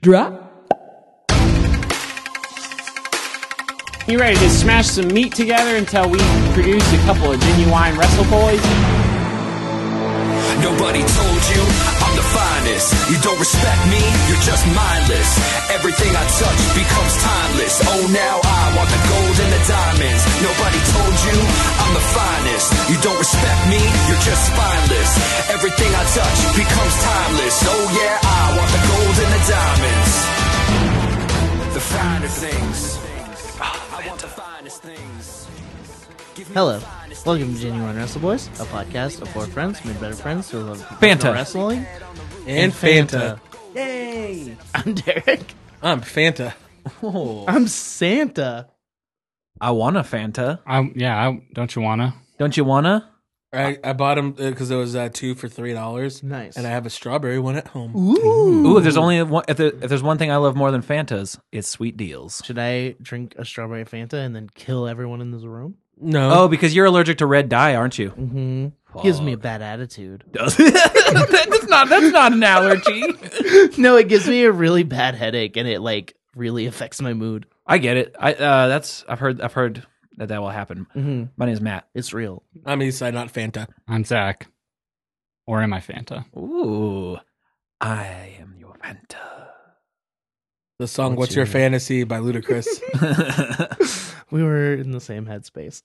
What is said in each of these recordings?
Drop. You ready to smash some meat together until we produce a couple of genuine wrestle boys? Nobody told you I'm the finest. You don't respect me, you're just mindless. Everything I touch becomes timeless. Oh, now I want the gold and the diamonds. Nobody told you I'm the finest. You don't respect me, you're just spineless. Everything I touch becomes timeless. Oh, yeah, I want the gold and the diamonds. The finer things. I want the finest things. Give me Hello. the finest Welcome to things. Genuine Wrestle Boys, a podcast of four friends made better friends who love Fanta. wrestling. And Fanta. Yay! I'm Derek. I'm Fanta. I'm Santa. I want a Fanta. Um, yeah, I, don't you wanna? Don't you wanna? I, I bought them because it was uh, two for three dollars. Nice. And I have a strawberry one at home. Ooh, if there's only one, if, there, if there's one thing I love more than Fantas, it's sweet deals. Should I drink a strawberry Fanta and then kill everyone in this room? No, Oh, because you're allergic to red dye, aren't you? Mm-hmm. Gives me a bad attitude. Does it? that's not that's not an allergy. no, it gives me a really bad headache, and it like really affects my mood. I get it. I uh, that's I've heard I've heard that that will happen. Mm-hmm. My name's Matt. It's real. I'm Eastside, not Fanta. I'm Zach. Or am I Fanta? Ooh, I am your Fanta. The song What's "What's, Your, your- Fantasy" by Ludacris. We were in the same headspace.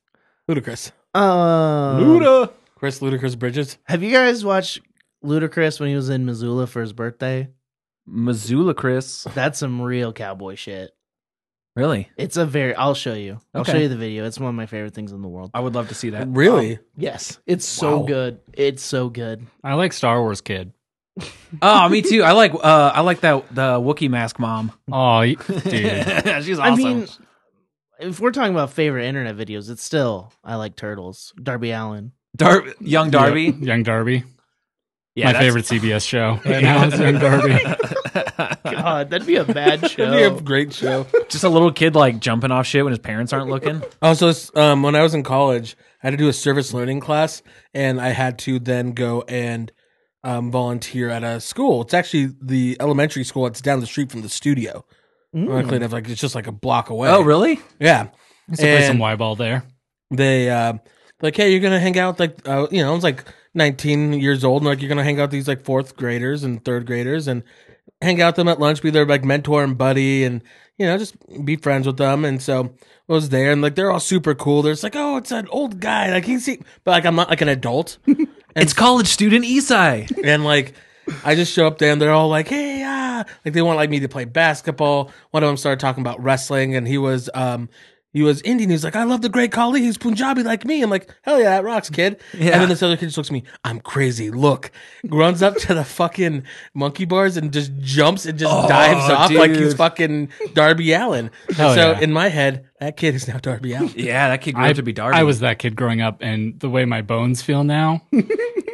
Ludacris, Um, Luda. Chris Ludacris Bridges. Have you guys watched Ludacris when he was in Missoula for his birthday? Missoula, Chris. That's some real cowboy shit. Really? It's a very. I'll show you. I'll show Okay. you the video. It's one of my favorite things in the world. I would love to see that. Really? Yes, it's so good. It's so good. I like Star Wars Kid. Oh, me too. I like uh, I like that the Wookie mask mom. Oh, y- dude. She's awesome. I mean, if we're talking about favorite internet videos, it's still I like turtles. Darby Allen. Dar- young Darby. Yep. Young Darby. Yeah, My that's- favorite CBS show right now is Young Darby. God, that'd be a bad That'd be show. a great show. Just a little kid like jumping off shit when his parents aren't looking. also, s- um, when I was in college, I had to do a service learning class, and I had to then go and um, volunteer at a school. It's actually the elementary school that's down the street from the studio. Ironically enough, like it's just like a block away. Oh, really? Yeah. Let's play some And- Y ball there. they uh, like, hey, you're gonna hang out with, like uh, you know, I was like 19 years old, and like you're gonna hang out with these like fourth graders and third graders, and hang out with them at lunch, be their like mentor and buddy, and you know, just be friends with them. And so I was there, and like they're all super cool. They're just like, oh, it's an old guy, like he's, he-" but like I'm not like an adult, It's college student Isai. and like. I just show up there and they're all like, "Hey, ah!" Like they want like me to play basketball. One of them started talking about wrestling, and he was um he was Indian. He's like, "I love the Great Khali. He's Punjabi like me." I'm like, "Hell yeah, that rocks, kid!" Yeah. And then this other kid just looks at me. I'm crazy. Look, runs up to the fucking monkey bars and just jumps and just dives off like he's dude. fucking Darby Allen. Hell so yeah. in my head, that kid is now Darby Allen. Yeah, that kid grew I, up to be Darby. I was that kid growing up, and the way my bones feel now,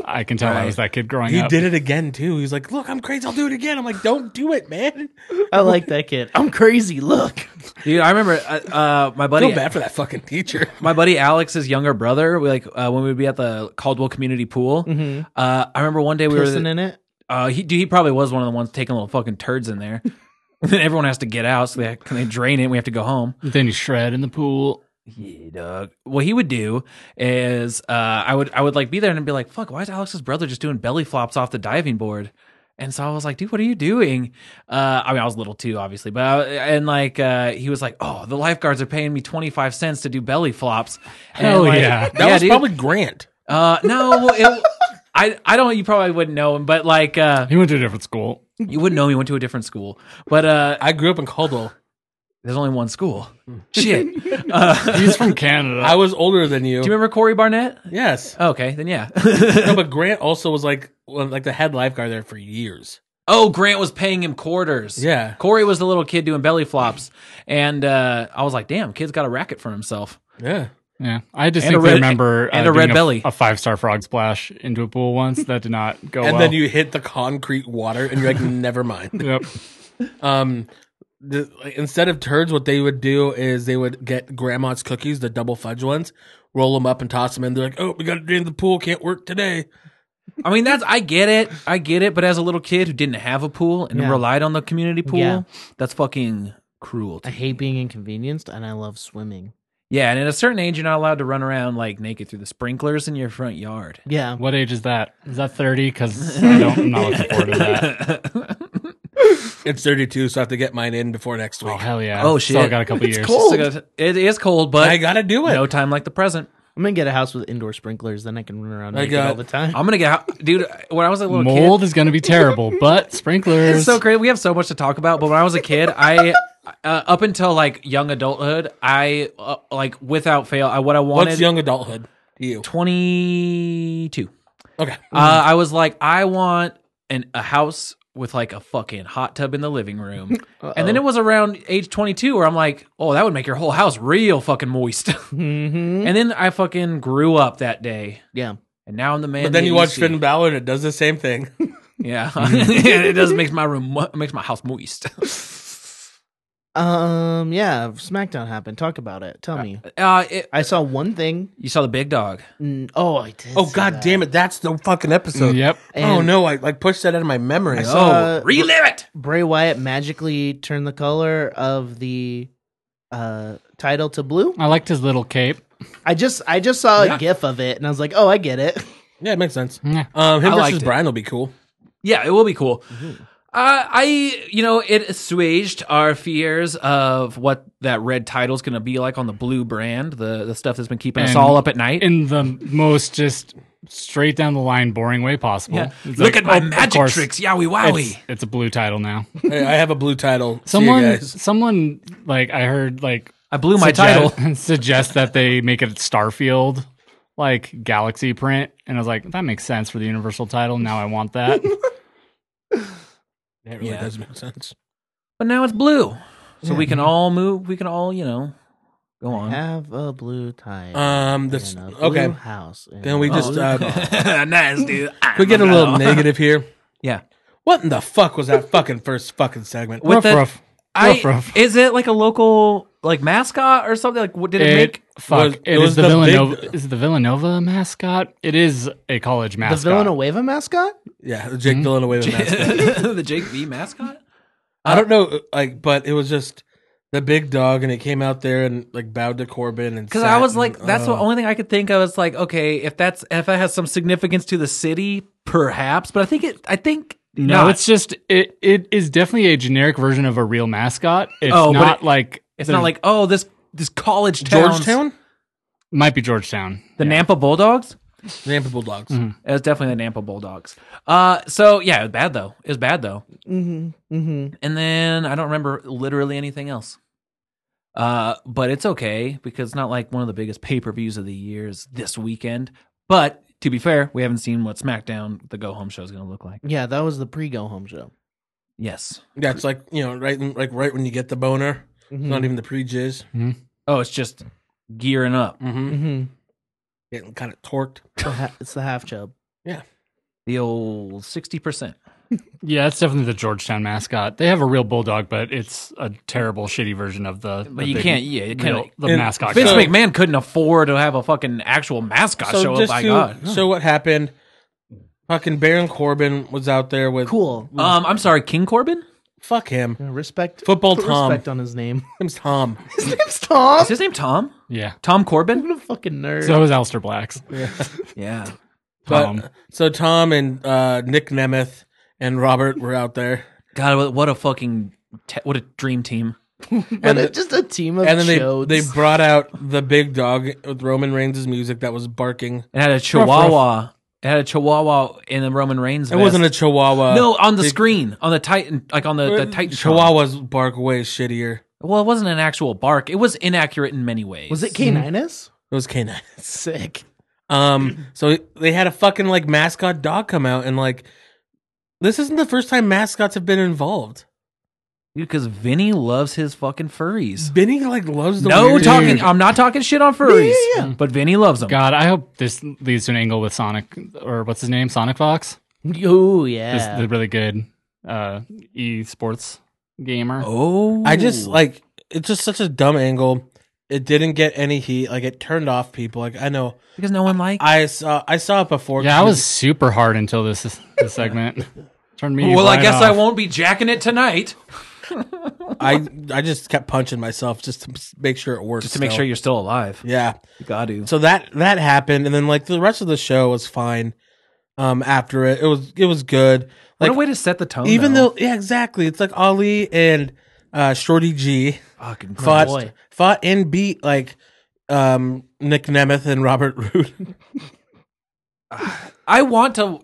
I can tell I was that kid growing He up. did it again too. He's like, "Look, I'm crazy. I'll do it again." I'm like, "Don't do it, man." I like that kid. I'm crazy. Look, dude. I remember uh, uh, my I buddy. feel bad for that fucking teacher. my buddy Alex's younger brother. We like uh, when we'd be at the Caldwell Community Pool. Mm-hmm. Uh, I remember one day we person were. in it. Uh, he dude, he probably was one of the ones taking little fucking turds in there. And then everyone has to get out, so they can they drain it. and We have to go home. Then you shred in the pool. Yeah, dog. What he would do is uh, I would I would like be there and be like, fuck, why is Alex's brother just doing belly flops off the diving board? And so I was like, dude, what are you doing? Uh, I mean, I was little too, obviously, but I, and like uh, he was like, oh, the lifeguards are paying me twenty five cents to do belly flops. And, Hell like, yeah. That was dude. probably Grant. Uh, no, it, I I don't. You probably wouldn't know him, but like uh, He went to a different school. you wouldn't know him. He went to a different school, but uh, I grew up in Caldwell. there's only one school. Hmm. Shit. Uh, He's from Canada. I was older than you. do you remember Corey Barnett? yes. Okay, then yeah. No, but Grant also was like well, like the head lifeguard there for years. Oh, Grant was paying him quarters. Yeah. Corey was the little kid doing belly flops. And uh, I was like, damn, kid's got a racket for himself. Yeah. Yeah, I just And a think I red- remember and a red doing belly. a five star frog splash into a pool once that did not Oh, go And well. then you hit the concrete water and you're like, never mind. yep. Um the, like, instead of turds, what they would do is they would get grandma's cookies, the double fudge ones, roll them up and toss them in. They're like, "Oh, we got to drain the pool. Can't work today." I mean, that's I get it, I get it. But as a little kid who didn't have a pool and Yeah. relied on the community pool, Yeah. that's fucking cruelty. I hate being inconvenienced, and I love swimming. Yeah, and at a certain age, you're not allowed to run around like naked through the sprinklers in your front yard. Yeah, What age is that? Is that 30? Because I don't, I'm not looking forward to that. It's 32, so I have to get mine in before next week. Oh, hell yeah. Oh, Still shit. got a couple years. So gotta- it is cold, but I gotta do it. no time like the present. I'm gonna get a house with indoor sprinklers, then I can run around I naked got- all the time. I'm gonna get, ho- dude. When I was a little Mold kid, is going to be terrible, but sprinklers. it's so crazy. We have so much to talk about, but when I was a kid, I. Uh, up until like young adulthood, I uh, like without fail. I, what I wanted. What's young adulthood to you? 22. Okay. Uh, I was like, I want an, a house with like a fucking hot tub in the living room. and then it was around age 22 where I'm like, oh, that would make your whole house real fucking moist. mm-hmm. and then I fucking grew up that day. Yeah, And now I'm the man. But then that you watch see. Finn Balor and it does the same thing. Yeah. it does makes my room, mo- makes my house moist. um, yeah. SmackDown happened. Talk about it. Tell me. Uh, it, I saw one thing. you saw the big dog. Mm, Oh, I did. oh, god damn it. That's the fucking Mm, episode. Yep. oh, no. I like pushed that out of my memory. I saw- oh, relive it. uh, Bray Wyatt magically turned the color of the uh title to blue. I liked his little cape. I just I just saw a Yeah. gif of it and I was like, "Oh, I get it." yeah, it makes sense. Yeah. Um, him I liked versus it. Brian will be cool. Yeah, it will be cool. Uh, I, you know, it assuaged our fears of what that red title's going to be like on the blue brand, the the stuff that's been keeping us And- all up at night. In the most just straight down the line, boring way possible. yeah. It's Look like, at my oh, of magic course. tricks, yowie It's, wowie. it's a blue title now. Hey, I have a blue title. See you Someone, guys. someone like I heard like I blew my suggest- title. suggest that they make it Starfield like galaxy print, and I was like, that makes sense for the Universal title. Now I want that. That really Yeah. does make sense. But now it's blue. So we can all move. We can all, you know, go on. Have a blue title. Um, and this a blue okay. House. and Then we a just blue uh, dog. nice, dude. Ah, can we get a little negative here. Yeah. What in the fuck was that fucking first fucking segment? With Ruff, the- ruff. I, Ruff, ruff. Is it like a local like mascot or something? Like, what did it, It- make? fuck. was- it was is the, the big- Villanova. Is it the Villanova mascot? It is a college the mascot. Villanueva mascot? Yeah, the Hmm? Jake Villanueva mascot. the Jake V mascot. I don't know, like, but it was just the big dog, and it came out there and like bowed to Corbin, and Because sat I was and- like, that's the oh. only thing I could think of. It's like, okay, if that's if that has some significance to the city, perhaps. But I think it. I think No, not. it's just it. It is definitely a generic version of a real mascot. It's Oh, but not it- like It's the- not like oh this this college town's- Georgetown, might be Georgetown. the Nampa Bulldogs. Nampa Bulldogs. It was definitely the Nampa Bulldogs. Uh, so yeah, it was bad though. It was bad though. Mm-hmm. Mm-hmm. And then I don't remember literally anything else. Uh, but it's okay because it's not like one of the biggest pay per views of the years this weekend. But to be fair, we haven't seen what SmackDown, the go home show, is going to look like. Yeah, that was the pre-go home show. Yes. Yeah, it's like you know, right, in- like right when you get the boner, Mm-hmm. It's Mm-hmm. not even the pre jizz, Oh, it's just gearing up. mm-hmm. Mm-hmm. getting kind of torqued. it's the half chub. The old sixty percent. Yeah, it's definitely the Georgetown mascot. They have a real bulldog, but it's a terrible, shitty version of the. But the you big can't- yeah, you real- can't- the and mascot. Vince So- guy. McMahon couldn't afford to have a fucking actual mascot show up. By to God. show what happened, fucking Baron Corbin was out there with Cool. Um, I'm sorry, King Corbin. fuck him, Yeah, Respect. Football put Tom. Respect on his name. His name's Tom. his name's Tom. Is his name Tom? Yeah. Tom Corbin. What a fucking nerd. So is Alster Blacks. Um, Yeah. But Tom. so Tom and uh, Nick Nemeth and Robert were out there, God, what- what a fucking te- what a dream team. but it's just a team of and then they chodes. they brought out the big dog with Roman Reigns' music that was barking. It had a Chihuahua. It had a Chihuahua in the Roman Reigns. It wasn't a Uh, Chihuahua. no on the They- screen on the Titan like on the the Titan Chihuahuas bark way shittier. Well, it wasn't an actual bark. It was inaccurate in many ways. was it caninus? It was canine. Sick. Um, so they had a fucking like mascot dog come out, and like this isn't the first time mascots have been involved. Because Vinny loves his fucking furries. Benny like loves the No weird- talking. I'm not talking shit on furries. yeah, But Vinny loves them. God, I hope this leads to an angle with Sonic or what's his name, Sonic Fox. Oh This, yeah. the really good uh, esports gamer. Oh, I just like it's just such a dumb angle. It didn't get any heat. Like it turned off people. Like I know because no one liked. I saw I saw it before. Yeah, I was super hard until this this segment. Turned me. well, I right guess I off. won't be jacking it tonight. I I just kept punching myself just to s- make sure it worked. Just to make sure you're still alive. Yeah. Got to. So that that happened, and then like the rest of the show was fine. Um, after it, it was it was good. what Like a way to set the tone. even though, though yeah, exactly. It's like Ali and uh, Shorty G Fucking fought Oh, boy. fought and beat like um Nick Nemeth and Robert Roode. I want to.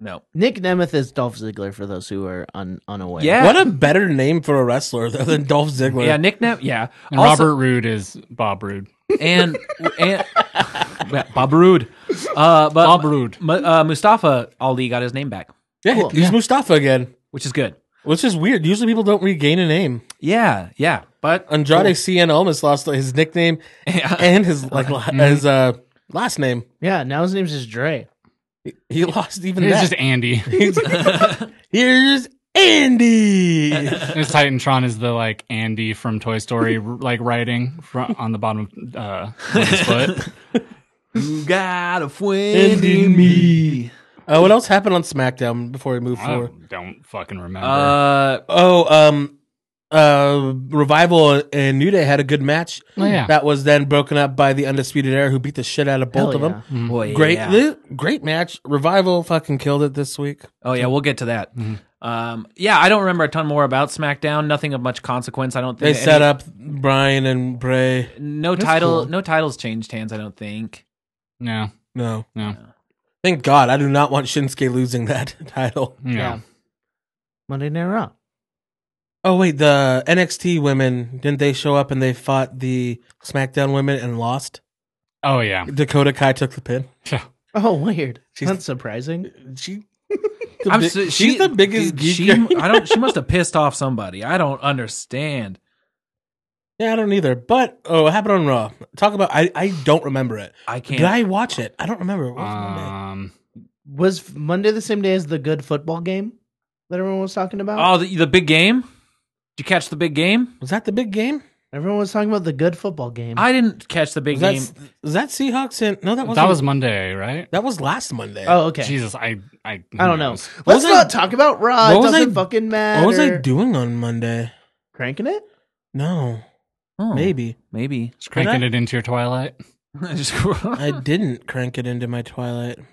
No, Nick Nemeth is Dolph Ziggler for those who are un- unaware. Yeah. What a better name for a wrestler though than Dolph Ziggler. yeah, nickname. Yeah, And Also- Robert Roode is Bob Roode. and and Bob Rude. Uh, but Bob Roode. Mu- uh, Mustafa Ali got his name back, yeah, he's Mustafa again, which is good. which is weird. Usually people don't regain a name. Yeah, yeah, but Andrade CN almost lost his nickname and his like la- his uh last name. Yeah, now his name's just Dre. He lost even It's that. just Andy. Here's Andy. His Titantron is the like Andy from Toy Story, r- like riding fr on the bottom of uh, with his foot. you got a friend Ending me. uh, what else happened on SmackDown before we move I forward? don't fucking remember. Uh, Oh, um, uh, Revival and New Day had a good match. Oh, yeah. That was then broken up by the Undisputed Era, who beat the shit out of Hell both of them. Mm-hmm. boy, Great, yeah. li- great match. Revival fucking killed it this week. Oh yeah, we'll get to that. Mm-hmm. Um, yeah, I don't remember a ton more about SmackDown. Nothing of much consequence. I don't They think set up Brian and Bray. no title. cool. No titles changed hands. I don't think. no, No, no, thank God, I do not want Shinsuke losing that title. no. Yeah. Monday Night Raw. Oh wait, the NXT women didn't they show up and they fought the SmackDown women and lost? Oh yeah. Dakota Kai took the pin. Oh, weird. She's- That's surprising. She, I'm bi- so- she's she- the biggest dude, geek. She, I don't. She must have pissed off somebody. I don't understand. yeah, I don't either. But oh, it happened on Raw. Talk about I. I don't remember it. I can't. Uh, Did I watch it? I don't remember. What was Monday? Um, Was Monday the same day as the good football game that everyone was talking about? Oh, the, the big game? Did you catch the big game? Was that the big game? Everyone was talking about the good football game. I didn't catch the big Mm. Was that, game. was that Seahawks and no? That was that was Monday, right? that was last Monday. oh, okay. Jesus, I, I, I don't know. who knows? Let's was I- not talk about Raw. what it was doesn't I- fucking matter. what was I doing on Monday? Cranking it? No, Oh, maybe Maybe. Just cranking it into your twilight. Just- I didn't crank it into my Twilight.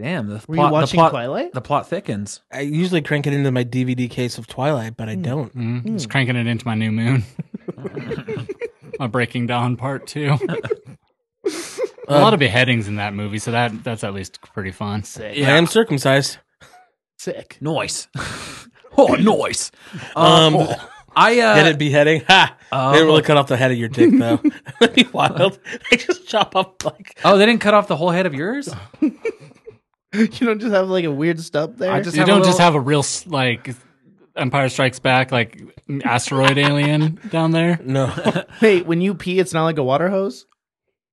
Damn, the Were plot, you watching the plot, Twilight? the plot thickens. I usually crank it into my DVD case of Twilight, but I Hmm. don't. Mm, Just cranking it into my new moon. my Breaking Dawn Part Two. a lot of beheadings in that movie, so that that's at least pretty fun. Sick. Yeah. I am circumcised. Sick. Noise. oh, noise. Um, I uh, get it beheading? Ha! Oh. they really cut off the head of your dick, though. That'd be wild. They just chop up like. Oh, they didn't cut off the whole head of yours? You don't just have like a weird stub there. I just you have don't a just little- have a real s- like Empire Strikes Back like asteroid alien down there. No, Wait, when you pee, it's not like a water hose.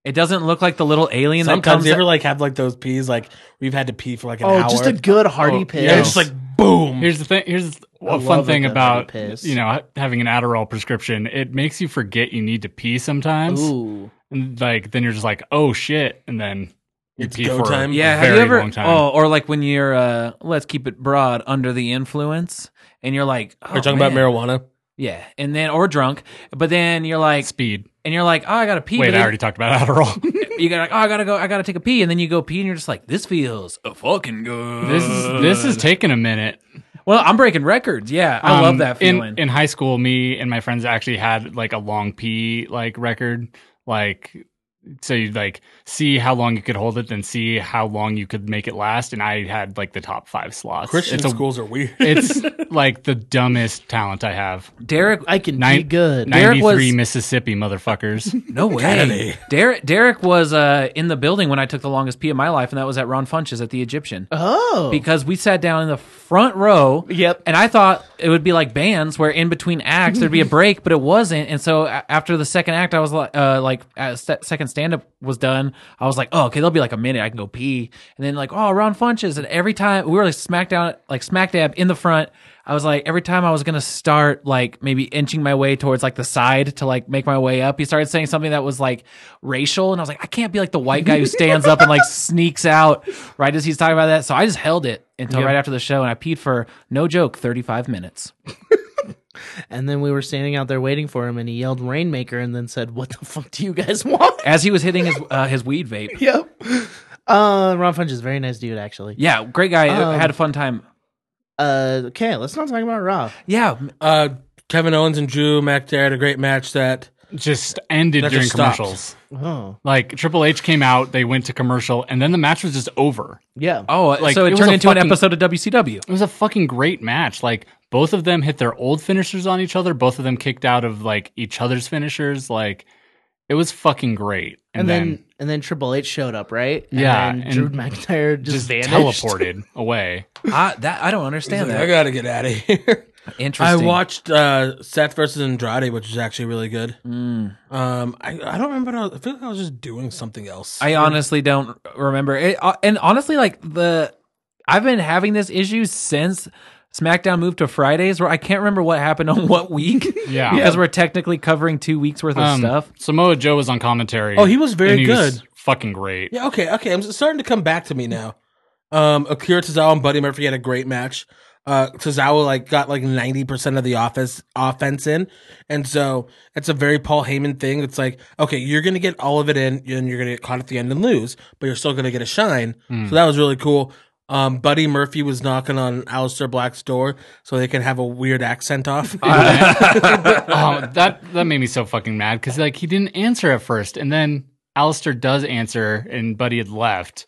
It doesn't look like the little alien that sometimes comes you ever like have like those pees like we've had to pee for like an Oh, hour. just a good hearty Oh, piss. yeah, it's just like boom. Here's the thing. Here's a love a fun thing good about hairy piss. you know ha- having an Adderall prescription. It makes you forget you need to pee sometimes, Ooh. and like then you're just like, oh shit, and then you It's pee go for time. A Yeah, have very you ever? long time. Oh, or like when you're, uh, let's keep it broad, under the influence, and you're like, oh, We're talking man. about marijuana. Yeah, and then or drunk, but then you're like, speed. and you're like, oh, I gotta pee. Wait, but I then- already talked about Adderall. you gotta, oh, I gotta go, I gotta take a pee, and then you go pee, and you're just like, this feels a fucking good. this is this is taking a minute. well, I'm breaking records. Yeah, I love Um, that feeling. In, in high school, me and my friends actually had like a long pee like record, like so you'd like see how long you could hold it, then see how long you could make it last. And I had like the top five slots. Christian it's a- schools are weird. it's like the dumbest talent I have. Derek, I can Nine- pee good. nine- Derek Ninety was- three Mississippi motherfuckers. no way. Derek, Derek was uh, in the building when I took the longest pee of my life, and that was at Ron Funch's at the Egyptian. oh. because we sat down in the front row. Yep. And I thought it would be like bands where in between acts there'd be a break, but it wasn't. And so a- after the second act, I was like, uh, like uh, se- second stand up was done. I was like, oh, okay, there'll be like a minute. I can go pee. And then like, oh, Ron Funches. And every time we were like smack down, like smack dab in the front. I was like, every time I was gonna start like maybe inching my way towards like the side to like make my way up, he started saying something that was like racial, and I was like, I can't be like the white guy who stands up and like sneaks out right as he's talking about that. So I just held it until right after the show, and I peed for no joke, thirty five minutes. And then we were standing out there waiting for him, and he yelled "Rainmaker," and then said, "What the fuck do you guys want?" as he was hitting his uh, his weed vape. yep. Uh, Ron Funch is a very nice dude, actually. Yeah, great guy. Um, had a fun time. Uh, okay, let's not talk about Raw. Yeah, m- Uh, Kevin Owens and Drew McIntyre had a great match that Just ended That during just stops. commercials. Oh, Like Triple H came out, they went to commercial, and then the match was just over. yeah. oh, Like, so it it, was turned a into an fucking- episode of WCW. It was a fucking great match. Like both of them hit their old finishers on each other. Both of them kicked out of like each other's finishers. Like it was fucking great. and, then, and then Triple H showed up, right? And Yeah, Then and Drew McIntyre just, just vanished. teleported away. I, that I don't understand I that. gotta get out of here. I Interesting. watched uh, Seth versus Andrade, which is actually really good. Um, I, I don't remember. What I, was- I feel like I was just doing something else. I honestly don't remember it. uh, And honestly, like the I've been having this issue since SmackDown moved to Fridays, where I can't remember what happened on what week. Yeah. because we're technically covering two weeks worth of Um, stuff. Samoa Joe was on commentary. Oh, he was very and he was good. fucking great. Yeah, okay, okay. I'm starting to come back to me now. Um, Akira Tozawa and Buddy Murphy had a great match. Uh, Tozawa like got like 90% of the office offense in, and so it's a very Paul Heyman thing. It's like, okay, you're gonna get all of it in, and you're gonna get caught at the end and lose, but you're still gonna get a shine. So that was really cool. Um, Buddy Murphy was knocking on Aleister Black's door so they can have a weird accent off. oh, that that made me so fucking mad because like he didn't answer at first, and then Alistair does answer, and Buddy had left,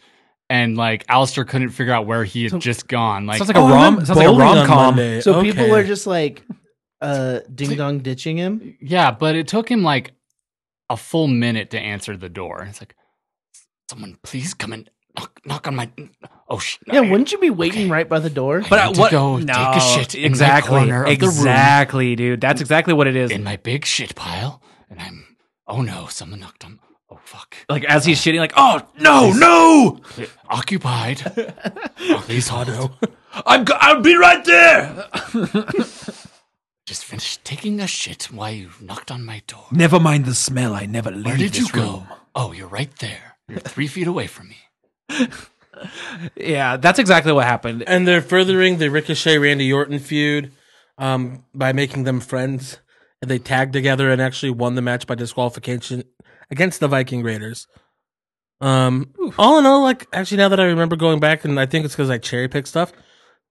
and like Alistair couldn't figure out where he had just gone. Like, sounds like a rom. Sounds like a rom com. So people are just like, uh, ding dong ditching him. yeah, but it took him like a full minute to answer the door. It's like, someone please come and knock knock on my. Oh shit! Yeah, wouldn't you be waiting right by the door? But I, Time to what? go take a shit in that exactly. corner of the room. exactly, dude. That's exactly what it is. in my big shit pile, and I'm. Oh no! Someone knocked on. Oh fuck! like as he's shitting, like, oh no, no, Occupied. Please hold. I'm go- I'll be right there. Just finished taking a shit while you knocked on my door. Never mind the smell. I never leave Where did you this go? room. Oh, you're right there. You're three feet away from me. Yeah, that's exactly what happened. And they're furthering the Ricochet Randy Orton feud um, by making them friends. And they tagged together and actually won the match by disqualification against the Viking Raiders. Um, all in all, like actually now that I remember going back, and I think it's because I cherry pick stuff,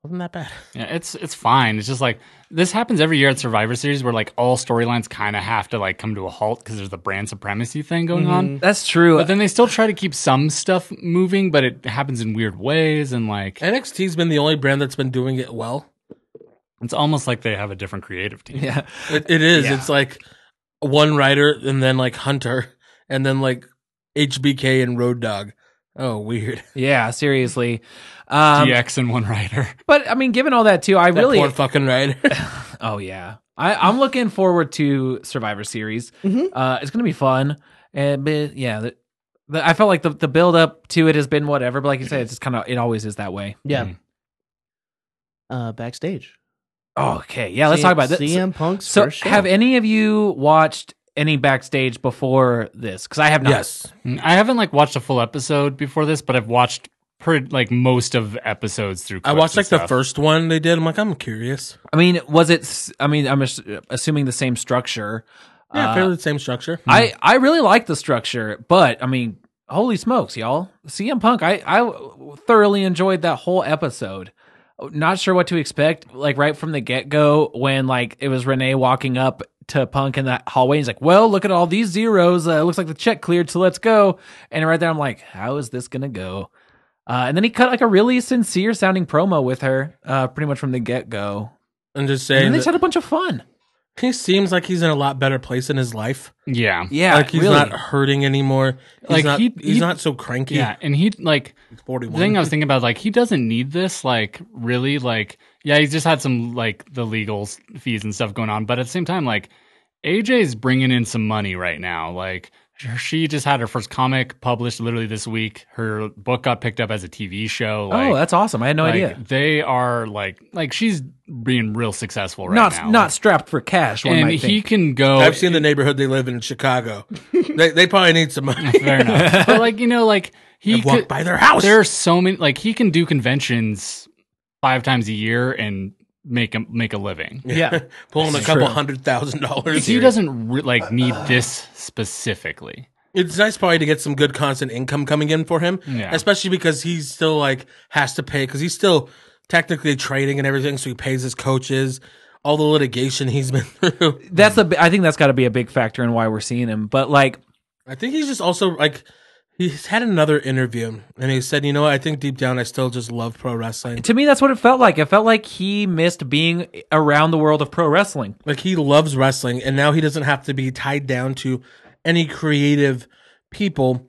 wasn't that bad. Yeah, it's it's fine. It's just like this happens every year at Survivor Series, where like all storylines kind of have to like come to a halt because there's the brand supremacy thing going Mm-hmm. on. That's true. But then they still try to keep some stuff moving, but it happens in weird ways, and like NXT's been the only brand that's been doing it well. it's almost like they have a different creative team. yeah, It, it is. Yeah. It's like one writer, and then like Hunter, and then like HBK and Road Dog. Oh, weird. yeah, seriously. Um, DX and one writer. But I mean, given all that too, I That really. poor fucking writer. oh yeah, I, I'm looking forward to Survivor Series. Mm-hmm. Uh, it's gonna be fun, and but, yeah, the, the, I felt like the the build up to it has been whatever. But like you said, it's just kind of it always is that way. yeah. Uh, backstage. Okay, yeah, let's talk about this. CM Punk's So, first show. have any of you watched any backstage before this? Because I have not. yes. Mm, I haven't like watched a full episode before this, but I've watched pretty like most of episodes through. I clips watched and like the stuff. first one they did. I'm like, I'm curious. I mean, was it? s- I mean, I'm ass- assuming the same structure. Yeah, Uh, fairly the same structure. I I really like the structure, but I mean, holy smokes, y'all! CM Punk, I I thoroughly enjoyed that whole episode. Not sure what to expect, like right from the get go when like it was Renee walking up to Punk in that hallway. He's like, "Well, look at all these zeros. Uh, it looks like the check cleared, so let's go." And right there, I'm like, "How is this gonna go?" Uh, and then he cut like a really sincere sounding promo with her, uh, pretty much from the get go. and just And saying, then they just that had a bunch of fun. he seems like he's in a lot better place in his life. yeah, Yeah, like he's really. not hurting anymore. He's Like, not, he- he's he- not so cranky. yeah, and he like He's 41. The thing I was thinking about, like, he doesn't need this, like, really, like, yeah, he's just had some like the legal s- fees and stuff going on, but at the same time, like, AJ's bringing in some money right now, like, she just had her first comic published literally this week. Her book got picked up as a TV show. Like, oh, that's awesome. I had no like, idea. They are like like she's being real successful right not now. not strapped for cash. One and might he think. can go. Oh, I've seen the neighborhood they live in in Chicago. they, they probably need some money. fair enough. But like you know, like he I've walked could, by their house. There are so many. Like he can do conventions five times a year and make a make a living. Yeah. Pulling a couple hundred thousand dollars. He doesn't re- like need this specifically. It's nice probably to get some good constant income coming in for him, Yeah. especially because he's still like has to pay because he's still technically trading and everything, so he pays his coaches. All the litigation he's been through. that's the. bi- I think that's got to be a big factor in why we're seeing him. But like, I think he's just also like he's had another interview and he said, you know what, I think deep down I still just love pro wrestling. to me, that's what it felt like. It felt like he missed being around the world of pro wrestling. Like he loves wrestling and now he doesn't have to be tied down to any creative people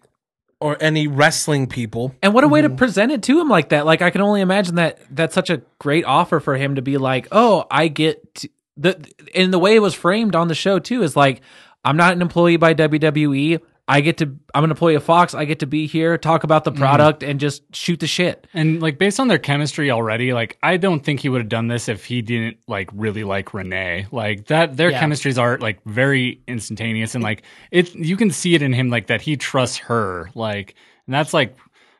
or any wrestling people. And what a way to present it to him like that. Like I can only imagine that that's such a great offer for him to be like, "Oh, I get to, the and the way it was framed on the show too is like, I'm not an employee by WWE. I get to I'm an employee of Fox. I get to be here, talk about Mm-hmm. the product and just shoot the shit." And like based on their chemistry already, like I don't think he would have done this if he didn't like really like Renee. Like that their Yeah. chemistries are like very instantaneous and like it you can see it in him like that he trusts her. Like and that's like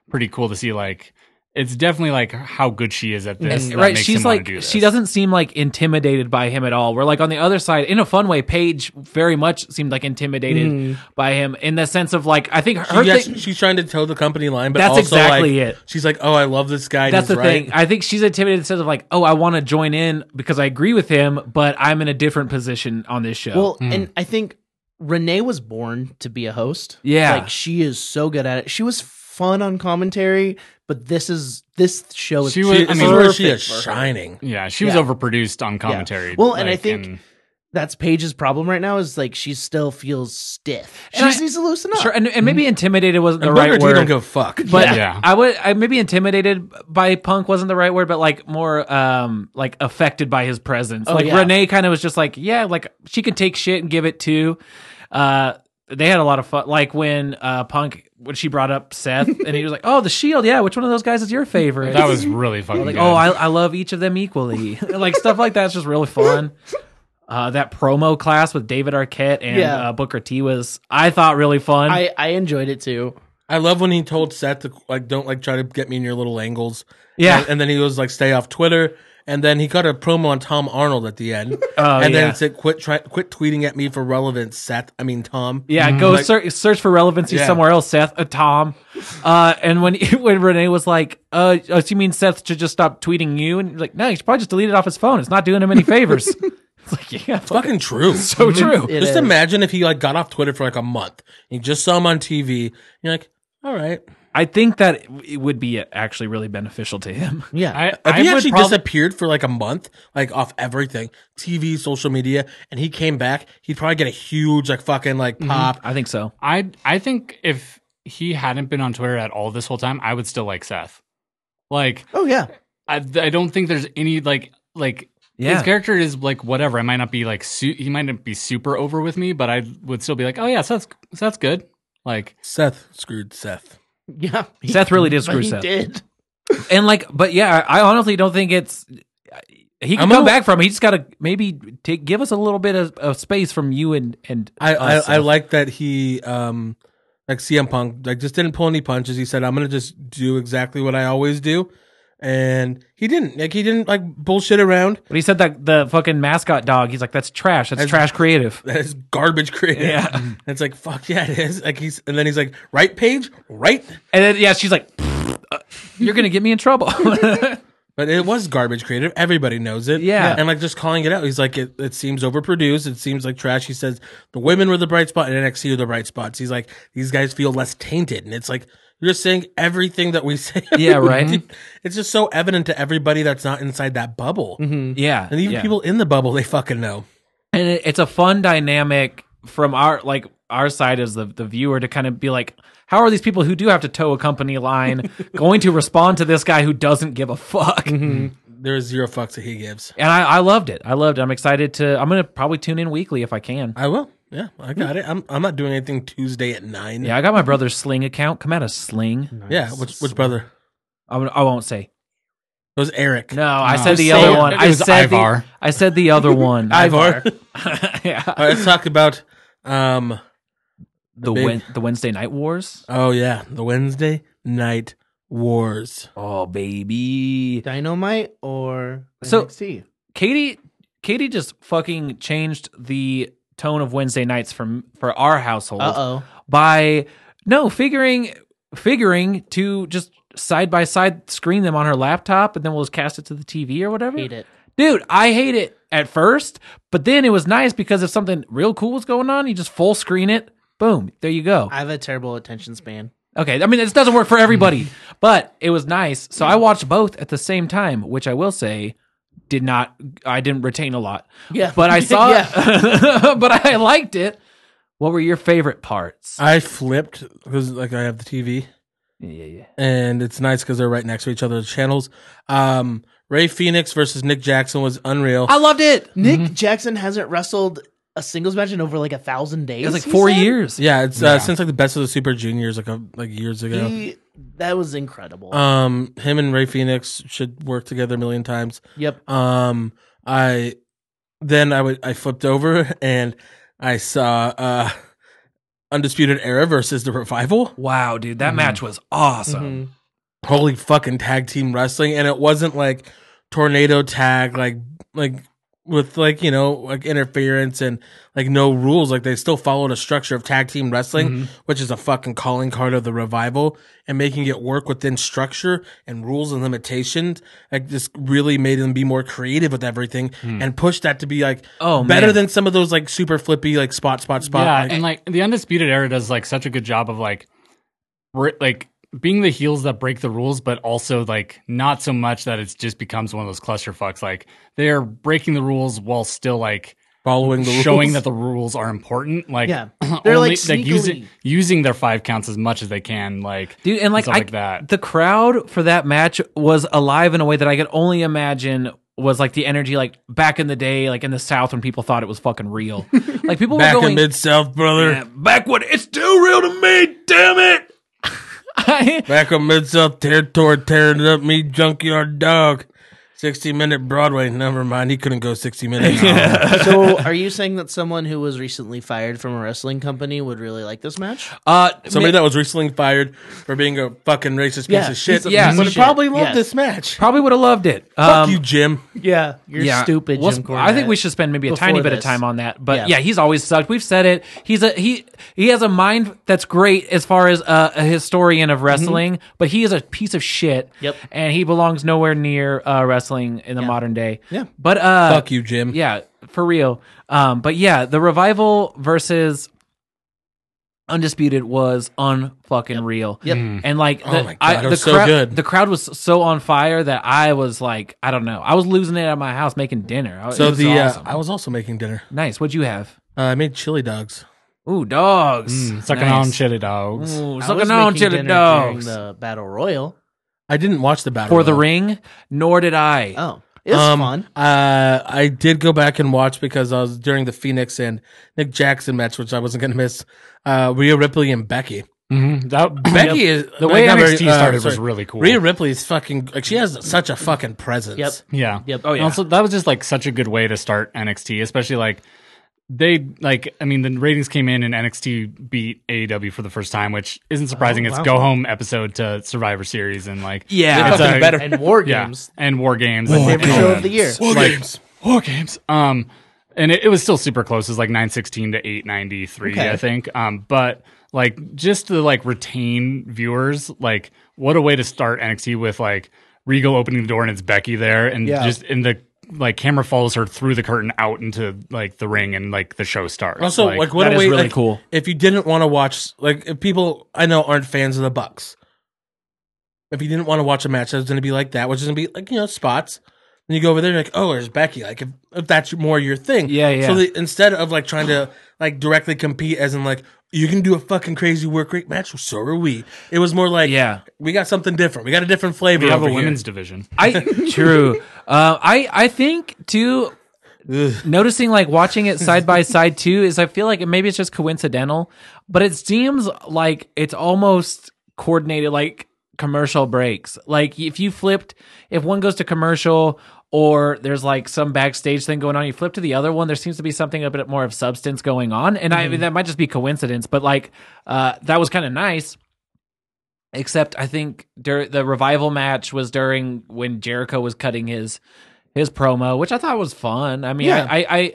pretty cool to see like it's definitely like how good she is at this. that right, makes she's him wanna like do this. she doesn't seem like intimidated by him at all. We're like on the other side in a fun way. Paige very much seemed like intimidated Hmm. by him in the sense of like I think her She, yes, thing- she's trying to toe the company line, but That's also, exactly like, it. She's like, "Oh, I love this guy." and That's he's the right. thing. I think she's intimidated instead of like, oh, I want to join in because I agree with him, but I'm in a different position on this show. Well, and I think Renee was born to be a host. Yeah. Like she is so good at it. She was fun on commentary, but this is this show is She She, was I this mean is where she is perfect for her. shining. Yeah, she was Yeah. overproduced on commentary. Well, and I think- and- that's Paige's problem right now is like she still feels stiff. She And just I- needs to loosen up. sure, and, and maybe intimidated wasn't the Mm-hmm. And right Booker T word. don't give a fuck. but Yeah. I would I maybe intimidated by punk wasn't the right word, but like more um like affected by his presence. Oh, like yeah. Renee kind of was just like, yeah, like she could take shit and give it to. Uh they had a lot of fun. Like when uh punk when she brought up Seth and he was like, Oh, the shield, yeah, which one of those guys is your favorite? that was really fucking like good. oh I, I love each of them equally like stuff like that's just really fun uh, that promo class with david arquette and Yeah. uh, booker t was i thought really fun I, I enjoyed it too. I love when he told Seth to like don't like try to get me in your little angles. Yeah. And, and then he was like stay off Twitter. And then he got a promo on Tom Arnold at the end. Oh, and yeah. then it said quit try, quit tweeting at me for relevance, Seth. I mean Tom. yeah go Mm-hmm. Like- search, search for relevancy Yeah. somewhere else seth uh, tom uh, and when when renee was like uh, oh, so you mean seth should just stop tweeting you and he's like no he should probably just delete it off his phone it's not doing him any favors it's like yeah fuck, Fucking true. So so true It just is. imagine if he like got off Twitter for like a month. You just saw him on TV. You're like, all right. i think that it would be actually really beneficial to him Yeah. I, If I he would actually prob- disappeared for like a month, like off everything, TV, social media, and he came back, he'd probably get a huge like fucking like Mm-hmm. pop. i think so I I think if he hadn't been on Twitter at all this whole time, I would still like Seth. Like oh yeah. I I don't think there's any like like Yeah. his character is like whatever. I might not be like su- he might not be super over with me, but I would still be like, oh yeah, Seth's Seth's good. Like Seth screwed Seth. Yeah. He- Seth really did but screw he Seth. did. and like but yeah i honestly don't think it's uh, he can I'm come gonna- back from it. he just gotta maybe take give us a little bit of, of space from you and and I, Oh, us. I, I like that he um like CM Punk like just didn't pull any punches. He said, "I'm gonna just do exactly what I always do," and he didn't like he didn't like bullshit around. but he said that the fucking mascot dog he's like that's trash that's trash creative That is garbage creative. Yeah, it's like fuck yeah, it is. Like he's and then he's like, "Right, Paige, right." and then yeah she's like "Uh, you're gonna get me in trouble But it was garbage creative. Everybody knows it. Yeah. And like just calling it out. He's like, it, it seems overproduced. It seems like trash. He says the women were the bright spot and NXT are the bright spots. He's like, these guys feel less tainted. And it's like, you're saying everything that we say. Yeah, right. It's just so evident to everybody that's not inside that bubble. yeah And even Mm-hmm. yeah. people in the bubble, they fucking know. and it, it's a fun dynamic from our like our side as the the viewer to kind of be like how are these people who do have to toe a company line going to respond to this guy who doesn't give a fuck There is zero fucks that he gives. and I, I loved it i loved it i'm excited to i'm gonna probably tune in weekly if i can I will. Yeah, I got it. I'm I'm not doing anything Tuesday at nine. Hmm. Yeah, I got my brother's Sling account. Come out of Sling. yeah. Which which brother? I, won't- I won't say. It was Eric. No, I No. said the Say other it. one. It I was said Ivar. The, I said the other one. Ivar. yeah. All right, let's talk about um. The big- Wen- the Wednesday Night Wars. Oh yeah, the Wednesday night wars. Oh baby. Dynamite or So- NXT? Katie Katie just fucking changed the tone of Wednesday nights from for our household Uh oh. by no figuring figuring to just side by side screen them on her laptop and then we'll just cast it to the TV or whatever. Hate it. Dude, I hate it at first, but then it was nice because if something real cool was going on, you just full screen it. Boom, there you go. I have a terrible attention span. Okay, I mean this doesn't work for everybody, but it was nice. So I watched both at the same time, which I will say did not I didn't retain a lot. Yeah. But I saw Yeah. it. but I liked it. What were your favorite parts? I flipped because like I have the TV yeah, yeah. and it's nice because they're right next to each other's channels. Um, Ray Phoenix versus Nick Jackson was unreal. I loved it. Nick Jackson hasn't wrestled a singles match in over like a thousand days. It was like he 4 said? years. yeah, it's Uh, since like the best of the Super Juniors like a, like years ago. He, that was Mm. incredible. Uh, um, him and Ray Phoenix should work together a million times. yep. Um, I then I would I flipped over and I saw uh Undisputed Era versus the Revival. Wow, dude, that match was awesome. Holy fucking tag team wrestling, and it wasn't like tornado tag like like with like you know like interference and like no rules like they still followed a structure of tag team wrestling Mm-hmm. which is a fucking calling card of the revival and making it work within structure and rules and limitations like just really made them be more creative with everything Hmm. and push that to be like Oh, better man. than some of those like super flippy like spot spot spot yeah, like- and like the Undisputed Era does like such a good job of like, re- like being the heels that break the rules, but also like not so much that it just becomes one of those clusterfucks. Like they are breaking the rules while still like following the showing rules. that the rules are important. Like Yeah. They're, like, sneakily- using using their five counts as much as they can. Like Dude, and like, stuff I, like that. the crowd for that match was alive in a way that I could only imagine was like the energy like back in the day, like in the South when people thought it was fucking real. like people back were going in mid south brother Yeah, back when it's too real to me, damn it. I, Back on Mid South territory, tearing it up me junkyard dog. 60 minute Broadway. Never mind. He couldn't go 60 minutes. so, are you saying that someone who was recently fired from a wrestling company would really like this match? uh, Somebody ma- that was recently fired for being a fucking racist Yeah, piece of shit. he's a Yeah. piece would of shit. probably love Yes. this match. probably would have loved it. Fuck Um, you, Jim. Yeah, you're stupid, We'll Jim sp- I think we Cornette. should spend maybe a Before tiny bit of this. time on that. But Yeah. yeah. he's always sucked. We've said it. He's a he he has a mind that's great as far as a, a historian of wrestling, but he is a piece of shit. Mm-hmm. Yep. And he belongs nowhere near uh, wrestling in the modern day. Yeah. But uh, Fuck you, Jim. yeah, for real. Um, but yeah, the revival versus Undisputed was unfucking real. Yep. And like, the, Oh my God, I- it the was so crowd- good. The crowd was so on fire that I was like, I don't know, I was losing it at my house making dinner. I, So the awesome. uh, I was also making dinner. nice. What'd you have? Uh, I made chili dogs. Ooh, dogs. mm, Hmm, sucking Nice. Mm. on chili dogs. Ooh, I was sucking on making chili dinner during dogs. The battle royal. I didn't watch the battle For the Royal. ring, nor did I. Oh, it was Um, fun. Uh, I did go back and watch because I was during the Phoenix and Nick Jackson match, which I wasn't going to miss. Uh, Rhea Ripley and Becky. Mhm. That Becky is the way not very- NXT uh, started was sorry. really cool. Rhea Ripley is fucking like she has such a fucking presence. Yep. Yeah. Yep. Oh, yeah. And Also, that was just like such a good way to start NXT, especially like they like. I mean, the ratings came in and NXT beat AEW for the first time, which isn't surprising. it's go home episode to Survivor Series and like Yeah. it's Fucking a- better. And war yeah, games. and War Games. and- Favorite show of the year. like, War games. Um, and it, it was still super close. It was like nine sixteen to eight ninety three, Okay. I think. Um, but like just to like retain viewers, like what a way to start NXT with like Regal opening the door and it's Becky there, and Yeah. just in the like camera follows her through the curtain out into like the ring and like the show starts. Also, like, what that a is way, really like, cool. If you didn't want to watch, like, if people I know aren't fans of the Bucks, if you didn't want to watch a match that was going to be like that, which is going to be like you know spots, then you go over there and you're like, oh, there's Becky. Like, if, if that's more your thing, Yeah, yeah. So they, instead of like trying to like directly compete, as in like you can do a fucking crazy work rate match, well, so are we. It was more like, Yeah. we got something different. We got a different flavor. we have over a here. women's division. I true. Uh, I I think too. noticing like watching it side by side too is I feel like maybe it's just coincidental, but it seems like it's almost coordinated like commercial breaks. Like if you flipped, if one goes to commercial or there's like some backstage thing going on, you flip to the other one. There seems to be something a bit more of substance going on, and I mean that might just be coincidence, but like uh, that was kind of nice. Except I think dur- the revival match was during when Jericho was cutting his his promo, which I thought was fun. I mean, Yeah. I, I I I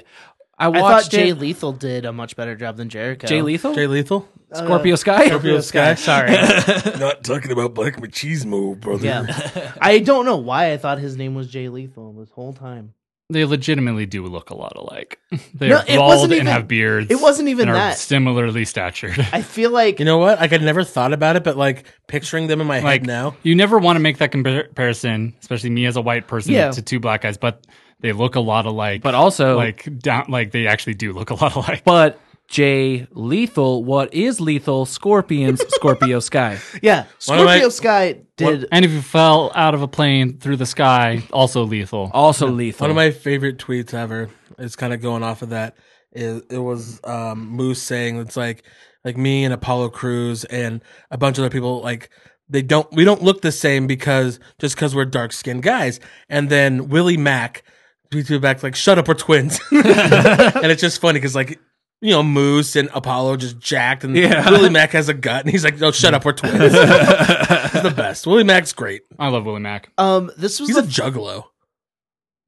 I thought watched Jay it. Lethal did a much better job than Jericho. Jay Lethal, Jay Lethal. Scorpio Sky. Scorpio Sky. Sorry. Not talking about Black Machismo, brother. yeah. I don't know why I thought his name was Jay Lethal this whole time. They legitimately do look a lot alike. They No, are it wasn't bald and even- have beards. it wasn't even and are that. similarly statured. I feel like You know what? Like, I never thought about it, but like picturing them in my like head now. you never want to make that compar- comparison, especially me as a white person Yeah. to two black guys, but they look a lot alike. but also like down, like they actually do look a lot alike. but Jay Lethal, what is lethal? Scorpions, Scorpio Sky. yeah, One of my- Scorpio Sky did and if you fell out of a plane through the sky, also lethal. Also lethal. One of my favorite tweets ever is kind of going off of that. Is it was um, Moose saying it's like like me and Apollo Cruz and a bunch of other people like they don't we don't look the same because just because we're dark skinned guys. And then Willie Mack tweets me back like shut up we're twins. and it's just funny because like you know Moose and Apollo just jacked and Yeah. Willie Mack has a gut and he's like no shut up we're twins. He's the best. Willie Mack's great. I love Willie Mack. um this was He's a the, juggalo.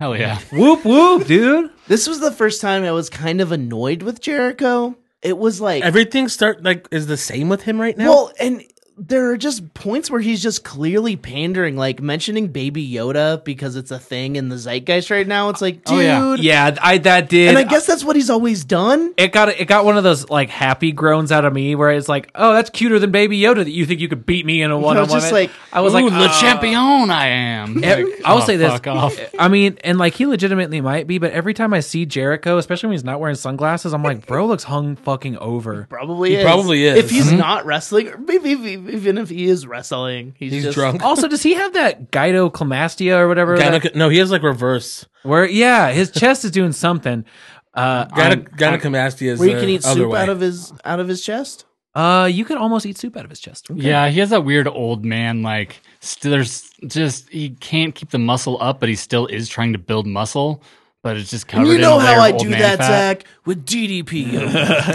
Hell yeah. whoop whoop, dude. this was the first time I was kind of annoyed with Jericho. It was like Everything start like is the same with him right now. Well, and there are just points where he's just clearly pandering, like mentioning Baby Yoda because it's a thing in the zeitgeist right now. It's like, dude. Oh, yeah. Yeah, I that did. And uh, I guess that's what he's always done. it got it got one of those like happy groans out of me where it's like, oh, that's cuter than Baby Yoda that you think you could beat me in a one on one. just like, I was Ooh, like, the uh, champion I am. ev- Like, I will oh, say this. Fuck off. I mean, and like he legitimately might be, but every time I see Jericho, especially when he's not wearing sunglasses, I'm like, bro looks hung fucking over. Probably is. Mm-hmm. probably is. If he's not wrestling, or maybe if he- even if he is wrestling, he's, He's just, Oh, drunk. Also, does he have that gynecomastia or whatever? Gyne- that- no, he has like reverse. where yeah, his chest is doing something. Uh, Gyne- on- gynecomastia is Where you the can eat uh, other soup way. out of his out of his chest. uh, you could almost eat soup out of his chest. Yeah, he has that weird old man. Like, st- there's just he can't keep the muscle up, but he still is trying to build muscle. But it's just covered. you in know a layer how I of old do man that, fat. Zach, with DDP.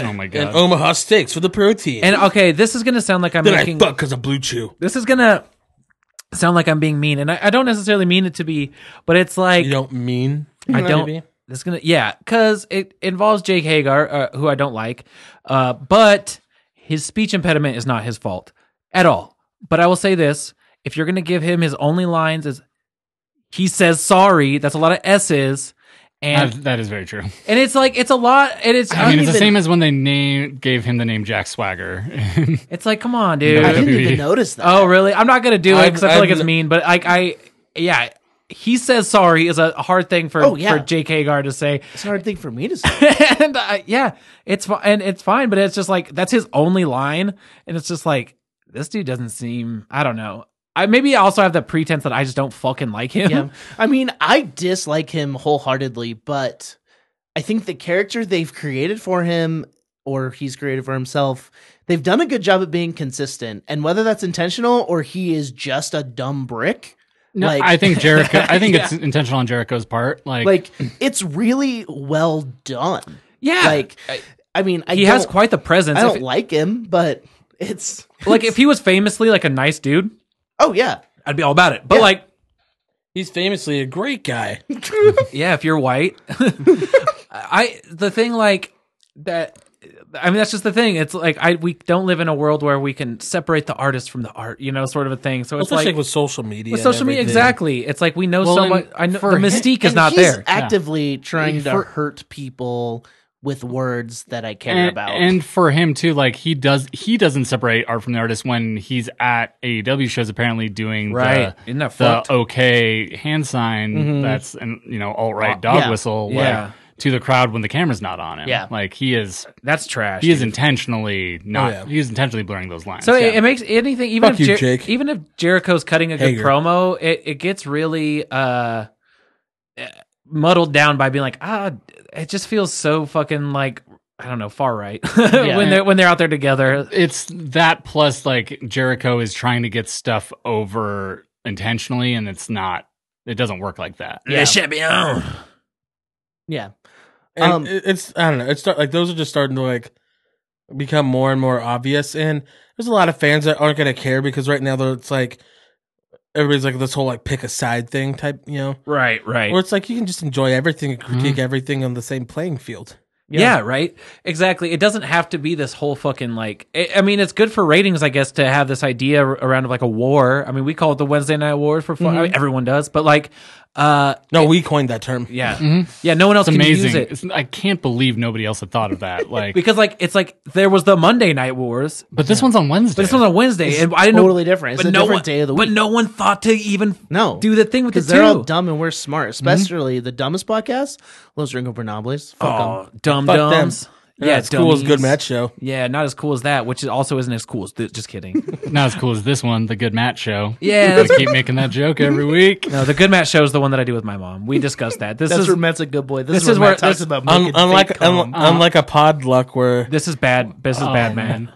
Oh my and god! Omaha steaks for the protein. And okay, this is gonna sound like I'm then making. I fuck because of blue chew. this is gonna sound like I'm being mean, and I, I don't necessarily mean it to be, but it's like You don't mean? I don't. Maybe. This is gonna yeah, because it involves Jake Hagar, uh, who I don't like, uh, but his speech impediment is not his fault at all. But I will say this: if you're gonna give him his only lines, is he says sorry. That's a lot of s's, and That- that is very true. and it's like it's a lot, and it's I mean, it's the even- same as when they name gave him the name Jack Swagger. uh, it's like come on, I dude. didn't even WWE. notice that. Oh, really? I'm not gonna do it I've- because I feel like I've- it's mean. But like I, yeah, he says sorry is a hard thing for Oh, yeah. for Jake Hagar to say, It's a hard thing for me to say. and uh, yeah, it's fine. And it's fine, but it's just like that's his only line, and it's just like this dude doesn't seem. I don't know. I maybe I also have the pretense that I just don't fucking like him. yeah. I mean, I dislike him wholeheartedly, but I think the character they've created for him or he's created for himself, they've done a good job at being consistent. And whether that's intentional or he is just a dumb brick, no, like I think Jericho. I think it's intentional on Jericho's part. Like, like it's really well done. yeah. Like I, mean, I he has don't- quite the presence. I If- don't like him, but it's like if he was famously like a nice dude, oh yeah. I'd be all about it. But Yeah. like, He's famously a great guy. yeah, if you're white, I the thing like that. I mean, that's just the thing. It's like I we don't live in a world where we can separate the artist from the art, you know, sort of a thing. So it's Especially like with social media. with and social media, everything. exactly. It's like we know Well, so and much. I know for the him- mystique is And not he's there. Actively trying to For- hurt people with words that I care and, about. and for him too, like he does. He doesn't separate art from the artist when he's at AEW shows. Apparently, doing Right. the, Isn't that the fucked? okay hand sign that's an you know alt right dog Mm-hmm. Uh, yeah. whistle Yeah. like, to the crowd when the camera's not on him. Yeah. like he is That's trash. he is dude. intentionally Oh, not. yeah. He is intentionally blurring those lines. So yeah. it, it makes anything even Fuck if you, Jer- Jake. even if Jericho's cutting a good Hager. promo, it, it gets really uh muddled down by being like, ah, it just feels so fucking like I don't know, far right when they're when they're out there together. it's that plus like Jericho is trying to get stuff over intentionally, and it's not. It doesn't work like that. Yeah, shit, be on. Yeah. And Um, it- it's I don't know. It's start, like those are just starting to like become more and more obvious. And there's a lot of fans that aren't gonna care because right now though it's like everybody's like this whole like pick a side thing type. You know, Right, right. where it's like you can just enjoy everything and Mm-hmm. critique everything on the same playing field. Yeah. right. Exactly. It doesn't have to be this whole fucking like. I I mean, it's good for ratings, I guess, to have this idea ar- around of like a war. I mean, we call it the Wednesday Night War for fun. I Mm-hmm. mean, everyone does, but like, uh, No, we coined that term. yeah, Mm-hmm. yeah. No one else It's can amazing. use it It's- I can't believe nobody else had thought of that. Like, because like it's like there was the Monday Night Wars, but this one's on Wednesday. but this one's on Wednesday, and I didn't totally know, different. It's but a no different one, day of the But week. no one thought to even No. do Mm-hmm. the thing with the Because they're all two. dumb and we're smart, especially the dumbest podcast, Los Ringobernables. Fuck 'em. Oh, dumb Fuck dumbs. them. Yeah, Yeah, it's it's cool as good dummies. match show. Yeah, not as cool as that, which is also isn't as cool as th- just kidding. not as cool as this one, the Good Matt Show. Yeah, Gotta that's- keep making that joke every week. No, the good match show is the one that I do with my mom. We discussed that. This That's is where Matt's a good boy. This, this is where is Matt where- talks this- about Un- making fake unlike cum. un- unlike a podluck where this is bad. This is Oh, bad, man.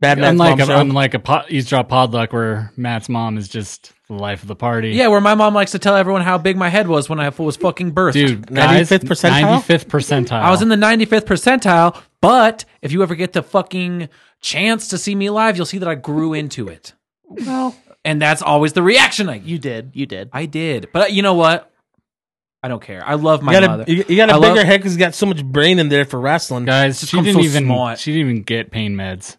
bad man's unlike mom a, show. unlike a pot, eavesdrop podluck where Matt's mom is just the life of the party. Yeah, where my mom likes to tell everyone how big my head was when I was fucking birthed. dude, guys, 95th percentile? 95th percentile. I was in the 95th percentile, but if you ever get the fucking chance to see me live, you'll see that I grew into it. Well, And that's always the reaction I you did. You did. I did. But uh, you know what? I don't care. I love my you got mother. a, you, you got I a love- bigger head because you got so much brain in there for wrestling. guys. Just She come didn't so even smart. she didn't even get pain meds.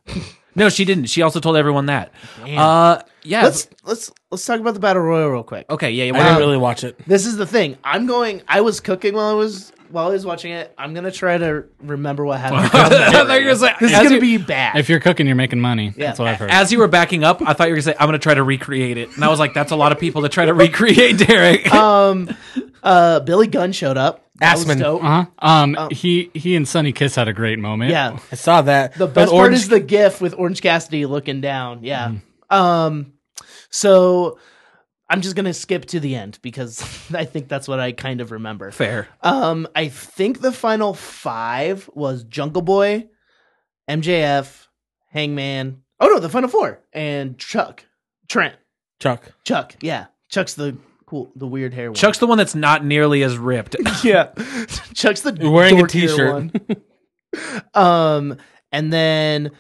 No, she didn't. She also told everyone that. Uh yeah. Let's let's let's talk about the battle royal real quick. okay, yeah, yeah. I wow. didn't really watch it. This is the thing. I'm going. I was cooking while I was while I was watching it. I'm gonna try to remember what happened. I thought you were gonna say- this is as gonna you- be bad. If you're cooking, you're making money. That's what I've heard. As you were backing up, I thought you were gonna say, "I'm gonna try to recreate it," and I was like, "That's a lot of people to try to recreate, Derek." uh, Billy Gunn showed up. That was Assman. dope. Uh-huh. Um, he he and Sonny Kiss had a great moment. Oh. Yeah. I saw that. The best part is the GIF with Orange Cassidy looking down. Yeah. Um. So I'm just gonna skip to the end because I think that's what I kind of remember. Fair. Um, I think the final five was Jungle Boy, MJF, Hangman. Oh no, the final four and Chuck, Trent, Chuck. Chuck. Yeah, Chuck's the cool, the weird hair one. Chuck's the one that's not nearly as ripped. yeah, Chuck's the You're wearing a dorkier t-shirt. one. um, and then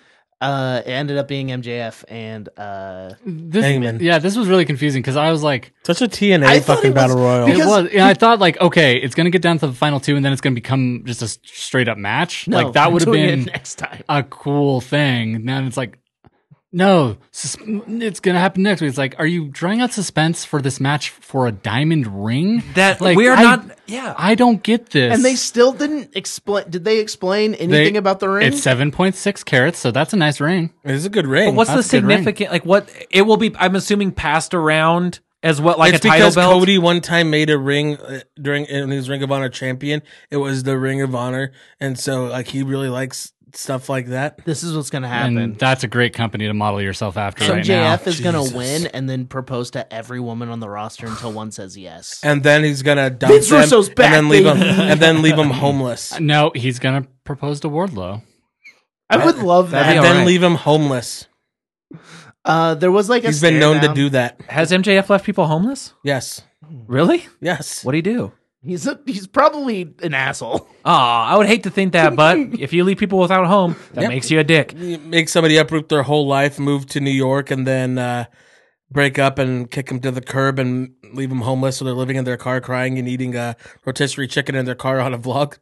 uh, it ended up being MJF and uh, This, Hangman. yeah, this was really confusing because I was like, Such a TNA I thought fucking it was- battle royal. because- it was, and I thought like, okay, it's gonna get down to the final two, and then it's gonna become just a s- straight up match. no, like that I'm would have doing it been next time. a cool thing. Now it's like, no, sus- it's gonna happen next week. It's like, are you drawing out suspense for this match for a diamond ring? That like we're I- not. Yeah. I don't get this. And they still didn't explain. Did they explain They- anything about the ring? It's seven point six carats, so that's a nice ring. It's a good ring. But what's the That's a good ring. significant? Like, what it will be? I'm assuming passed around as what, like it's a title because belt. Cody one time made a ring uh, during when he was Ring of Honor champion. It was the Ring of Honor, and so like he really likes stuff like that. this is what's gonna happen. And that's a great company to model yourself after So right now. JF is going to win and then propose to every woman on the roster until one says yes. And then he's gonna dump Vince them, Russo's back, and then leave him, baby. and then leave him homeless, and No, he's gonna propose to Wardlow. I would love that'd that. be then alright. leave him homeless. Uh, there was like a He's been stare known to down. do that. Has MJF left people homeless? Yes, Really? yes. What do you do? He's a, he's probably an asshole. Oh, I would hate to think that, but if you leave people without home, that Yep. makes you a dick. You make somebody uproot their whole life, move to New York, and then uh, break up and kick them to the curb and leave them homeless, so they're living in their car, crying and eating uh, rotisserie chicken in their car on a vlog.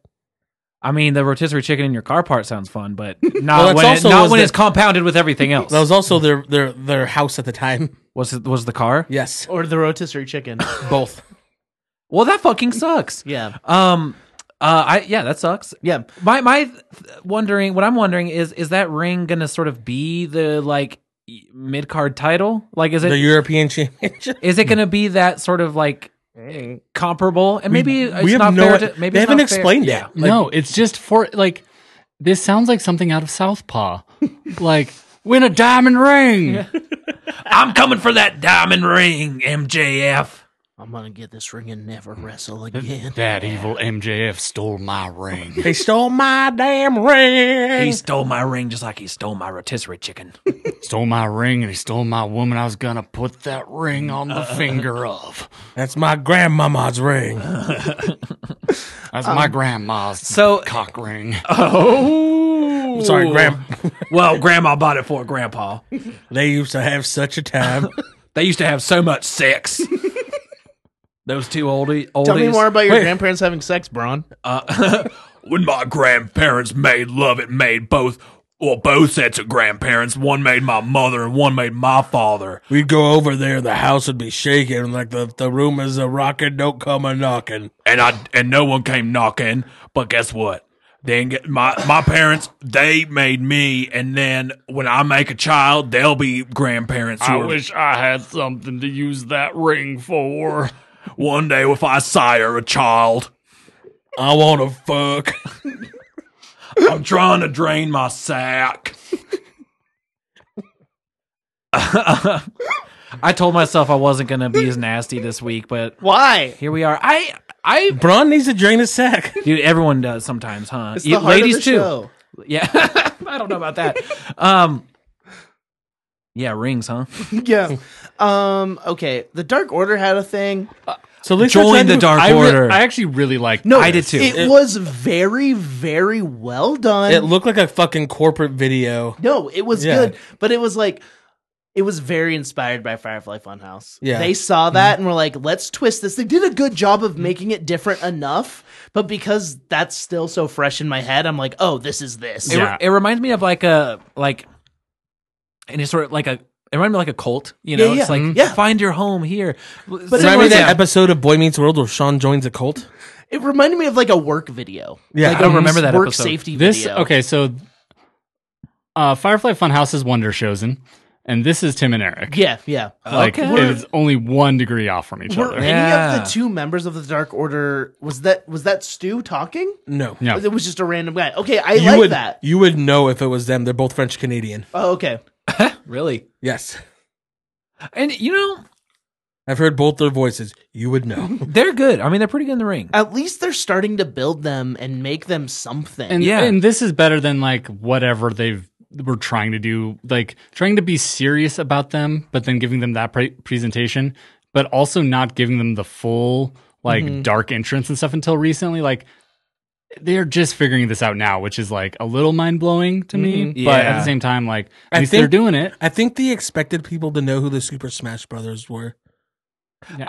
I mean, the rotisserie chicken in your car part sounds fun, but not Well, that's when, it, also not was when the- it's compounded with everything else. That was also their their their house at the time. was it, was the car? Yes, Or the rotisserie chicken. both. Well, that fucking sucks. Yeah. Um. Uh. I yeah. That sucks. Yeah. My my th- wondering. What I'm wondering is is that ring gonna sort of be the like mid card title? Like is The it European Championship. is it gonna be that sort of like comparable? And maybe it's we have not no fair. idea- To, maybe they it's haven't not fair- explained Yeah. it. Like- no, it's just for like this sounds like something out of Southpaw. like win a diamond ring. I'm coming for that diamond ring, MJF. I'm gonna get this ring and never Hmm. wrestle again. That evil MJF stole my ring. They stole my damn ring. He stole my ring just like he stole my rotisserie chicken. stole my ring and he stole my woman. I was gonna put that ring on the finger of. That's my grandmama's ring. That's my grandma's so- cock ring. oh, Sorry, Graham. well, Grandma bought it for Grandpa. They used to have such a time. They used to have so much sex. Those two oldie oldies. Tell me more about your grandparents having sex, Braun. Uh, when my grandparents made love, it made both. Well, both sets of grandparents. One made my mother, and one made my father. We'd go over there, the house would be shaking, like the the room is a rockin', don't come a knocking. and I and no one came knocking. But guess what? Then get my my parents they made me, and then when I make a child, they'll be grandparents. who I are- wish I had something to use that ring for. one day if I sire a child, I wanna fuck. I'm trying to drain my sack. I told myself I wasn't gonna be as nasty this week, but Why? here we are. I I Braun needs to drain his sack. dude, everyone does sometimes, huh? It's the heart of the show. Yeah, I don't know about that. Um, yeah, rings, huh? yeah. Um. Okay. The Dark Order had a thing. So at least I Join tried the to- Dark I, re- Order. I actually really like. I did too. It, was very, very well done. It looked like a fucking corporate video. no, it was Yeah. good, but it was like it was very inspired by Firefly Funhouse. Yeah. they saw Mm-hmm. that and were like, "Let's twist this." They did a good job of making it different enough, but because that's still so fresh in my head, I'm like, "Oh, this is this." It, Yeah. it reminds me of like a like, and it's sort of like a. It reminded me like a cult, you know. Yeah, It's yeah. like Mhm. Yeah. find your home here. But Remember that episode of Boy Meets World where Sean joins a cult? It reminded me of like a work video. Yeah, like I Oh, don't a remember that work episode. safety This video. okay, so uh, Firefly Funhouse is Wonder Chosen, and this is Tim and Eric. Yeah, yeah. Like Okay. it is only one degree off from each Were other. any Yeah. of the two members of the Dark Order was that was that Stu talking? No. No. It was just a random guy. Okay, I You like would that. you would know if it was them. They're both French Canadian. Oh, okay. really, Yes. and you know I've heard both their voices. You would know. they're good. I mean, they're pretty good in the ring. At least they're starting to build them and make them something. And Yeah. and this is better than like whatever they've were trying to do, like trying to be serious about them, but then giving them that pre- presentation, but also not giving them the full like dark entrance and stuff until recently. Like they're just figuring this out now, which is like a little mind blowing to me. But at Yeah. the same time, like at I least think- they're doing it, I think they expected people to know who the Super Smash Brothers were.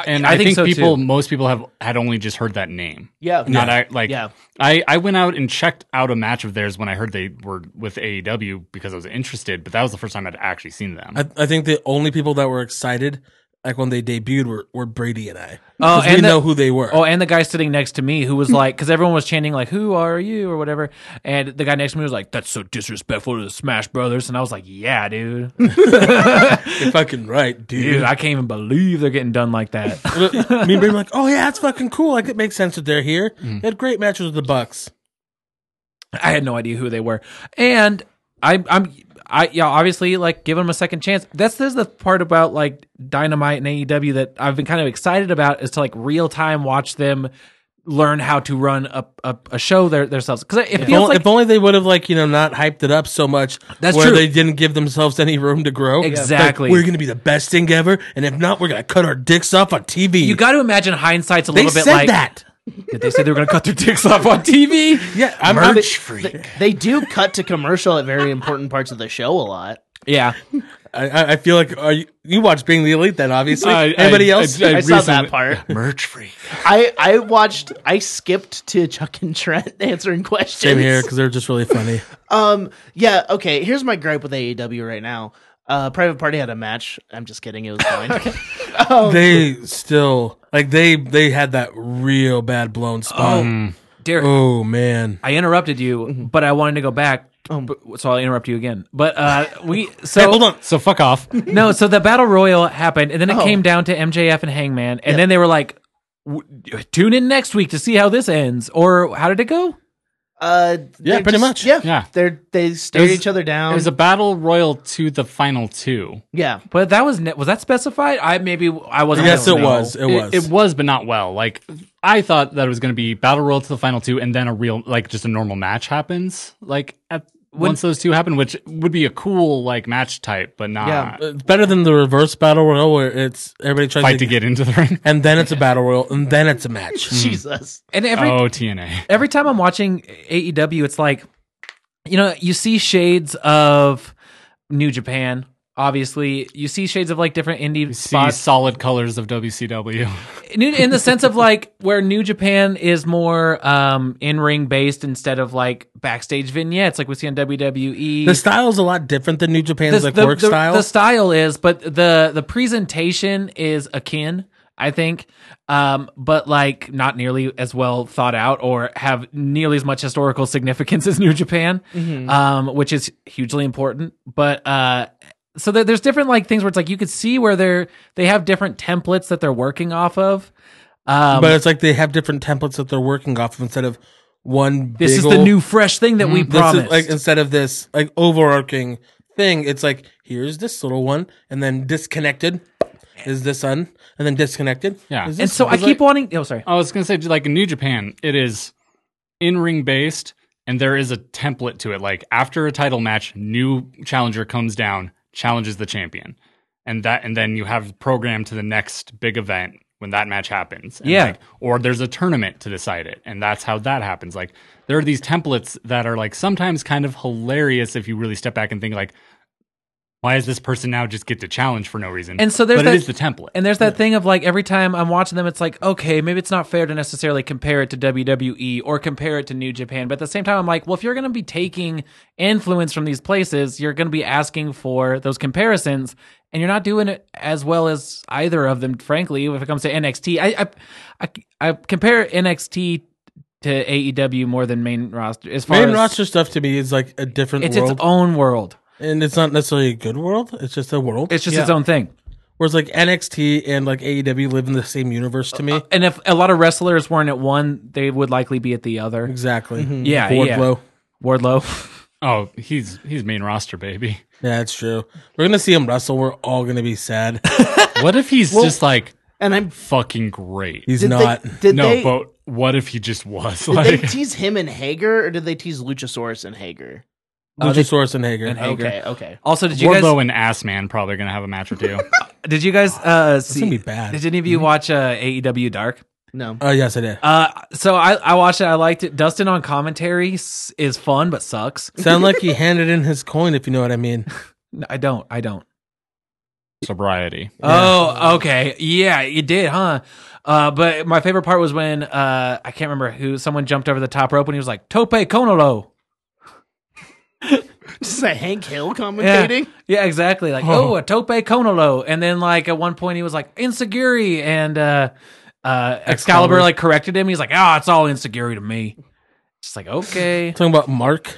and I I, think think, so, people, too. most people have had only just heard that name. yeah, Not I, like Yeah. I, I went out and checked out a match of theirs when I heard they were with AEW because I was interested, but that was the first time I'd actually seen them. I, I think the only people that were excited, like when they debuted, were, were Brady and I. Oh, 'Cause we and the- know who they were. Oh, and the guy sitting next to me who was like, because everyone was chanting like, "Who are you?" or whatever, and the guy next to me was like, "That's so disrespectful to the Smash Brothers," and I was like, "Yeah, dude, You're fucking right, dude, dude. I can't even believe they're getting done like that." Me and Brady were like, oh yeah, that's fucking cool. Like it makes sense that they're here. They had great matches with the Bucks. I had no idea who they were, and I, I'm, I, yeah, obviously, like giving them a second chance. That's there's the part about like Dynamite and AEW that I've been kind of excited about is to like real time watch them learn how to run a a, a show their themselves because it If feels only, like if only they would have like you know not hyped it up so much That's where true. they didn't give themselves any room to grow. Exactly. Like, we're gonna be the best thing ever, and if not, we're gonna cut our dicks off on TV. you got to imagine hindsight's a they little bit said like that. Did they say they were going to cut their dicks off on TV? Yeah, I'm Merch free. They do cut to commercial at very important parts of the show a lot. Yeah, I, I- I feel like are you, you watch Being the Elite then, obviously. I- Anybody I- else? I- I saw recently- that part. Merch free. I I watched. I skipped to Chuck and Trent answering questions. Same here because they're just really funny. Um. Yeah. Okay. Here's my gripe with AEW right now. Uh, Private Party had a match. I'm just kidding. It was fine. they still like they they had that real bad blown spot. Oh, Um, Mm-hmm. Derek, man, I interrupted you, but I wanted to go back, but- so I'll interrupt you again. But uh, we so Oh. hold on. So fuck off. no, so the battle royal happened, and then it came down to MJF and Hangman, and then they were like, w- "Tune in next week to see how this ends," or how did it go? Uh, they're pretty just- much. Yeah, Yeah. They're they stare was- each other down. It was a battle royal to the final two. yeah, But that was ne- was that specified? I maybe I wasn't. Yes, it listening. was. It was. It, was, but not well. Like I thought that it was going to be battle royal to the final two, and then a real like just a normal match happens. Like at, once those two happen, which would be a cool like match type, but not Yeah. It's better than the reverse battle royal where it's everybody tries fight to get into the ring. and then it's a battle royal, and then it's a match. Hmm. Jesus. And every Oh TNA. every time I'm watching AEW, it's like, you know, you see shades of New Japan. Obviously, you see shades of like different indie See spots solid colors of WCW. New- in the sense of like where New Japan is more um, in ring based instead of like backstage vignettes like we see on WWE. The style is a lot different than New Japan's like work the, style. The style is, but the the presentation is akin, I think, um, but like not nearly as well thought out or have nearly as much historical significance as New Japan, Mm-hmm. um, which is hugely important. But uh, so there, there's different like things where it's like you could see where they're they have different templates that they're working off of. Um, but it's like they have different templates that they're working off of instead of one. this big is the ol- new fresh thing that we Mm-hmm. This promised. is like instead of this like overarching thing, it's like here's this little one, and then disconnected is this one, and then disconnected. Yeah. is and this so I one. keep wanting. Oh, sorry. I was gonna say, like in New Japan, it is in ring based, and there is a template to it. Like after a title match, new challenger comes down, challenges the champion, and that, and then you have programmed to the next big event when that match happens. And, Yeah. like, or there's a tournament to decide it, and that's how that happens. Like there are these templates that are like sometimes kind of hilarious if you really step back and think like. Why does this person now just get to challenge for no reason? And so there's but that- it is the template. And there's that thing of like every time I'm watching them, it's like, okay, maybe it's not fair to necessarily compare it to WWE or compare it to New Japan. But at the same time, I'm like, well, if you're going to be taking influence from these places, you're going to be asking for those comparisons. And you're not doing it as well as either of them, frankly, if it comes to NXT. I, I, I, I compare NXT to AEW more than main roster. As far Main as roster stuff to me is like a different it's world, its own world, and it's not necessarily a good world. It's just a world. it's just its own thing. Whereas like NXT and like AEW live in the same universe to me. And if a lot of wrestlers weren't at one, they would likely be at the other. exactly. Yeah, yeah. Wardlow. Wardlow. oh, he's he's main roster baby. Yeah, it's true. We're gonna see him wrestle. We're all gonna be sad. What if he's just like And I'm fucking great? He's did not. they did no, they but what if he just was did they like? tease him and Hager or did they tease Luchasaurus and Hager? Oh, they- Luchasaurus and Hager. and Hager. Okay, uh, okay. Also, did you guys Wardlow and Assman probably gonna have a match or two. did you guys uh It's gonna be see? bad. Mm-hmm. Did any of you watch uh, AEW Dark? No. Oh yes, I did. Uh, so I I watched it. I liked it. Dustin on commentary s- is fun but sucks. Sound like he handed in his coin, if you know what I mean. No, I don't. I don't. Sobriety. Oh, okay. Yeah, you did, huh? Uh, but my favorite part was when uh, I can't remember who someone jumped over the top rope and he was like Tope Konolo. This is a Hank Hill Yeah. commentating. yeah, exactly. Like oh, a Tope Konolo, and then like at one point he was like Inseguri, and uh, uh, Excalibur like corrected him. He's like, ah, it's all Inseguri to me. It's like okay. Talking about Mark.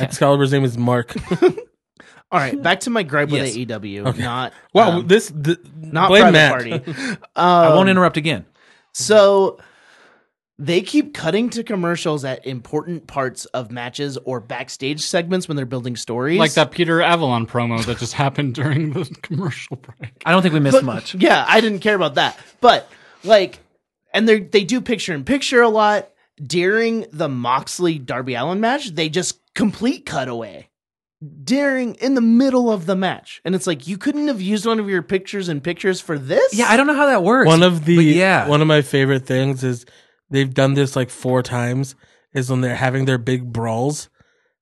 Excalibur's name is Mark. All right, back to my gripe Yes. with AEW. Not Wow, um, this th- not blame private Matt. party. Um, I won't interrupt again. So they keep cutting to commercials at important parts of matches or backstage segments when they're building stories. Like that Peter Avalon promo that just happened during the commercial break. I don't think we missed But- much. Yeah, I didn't care about that. But like and they they do picture in picture a lot during the Moxley Darby Allen match, they just complete cutaway. During in the middle of the match. And it's like you couldn't have used one of your pictures in pictures for this? Yeah, I don't know how that works. One of the But yeah. one of my favorite things is they've done this like four times is when they're having their big brawls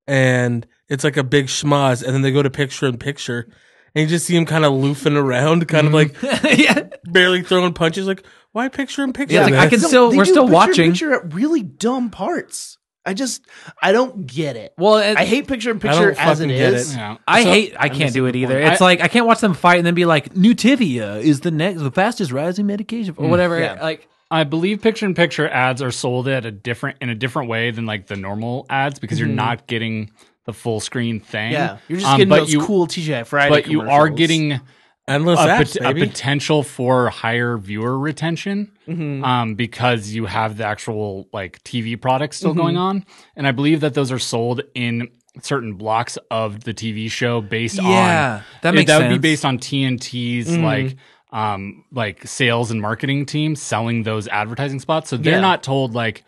and it's like a big schmoz and then they go to picture in picture and you just see him kind of loofing around, kind of like Mm-hmm. yeah, barely throwing punches. Like, why picture in picture? Yeah, like, I this? can still- they we're do still picture in watching. Picture at really dumb parts. I just I don't get it. Well, it- I hate picture in picture as it fucking get is. it. Yeah. I hate. I can't do it either. It's like I can't watch them fight and then be like, "Nutivia is the next, the fastest rising medication or whatever." Like, I believe picture in picture ads are sold at a different in a different way than like the normal ads because you're not getting the full screen thing. Mm-hmm. Yeah, you're just Um, getting but those you- cool TGI Friday. but you are commercials. getting endless a, apps, pot- a baby. potential for higher viewer retention Mm-hmm. um, because you have the actual like TV products still Mm-hmm. going on, and I believe that those are sold in certain blocks of the TV show based on Yeah, that makes that would sense. Mm-hmm. be based on TNT's like um like sales and marketing team selling those advertising spots, so they're Yeah. not told like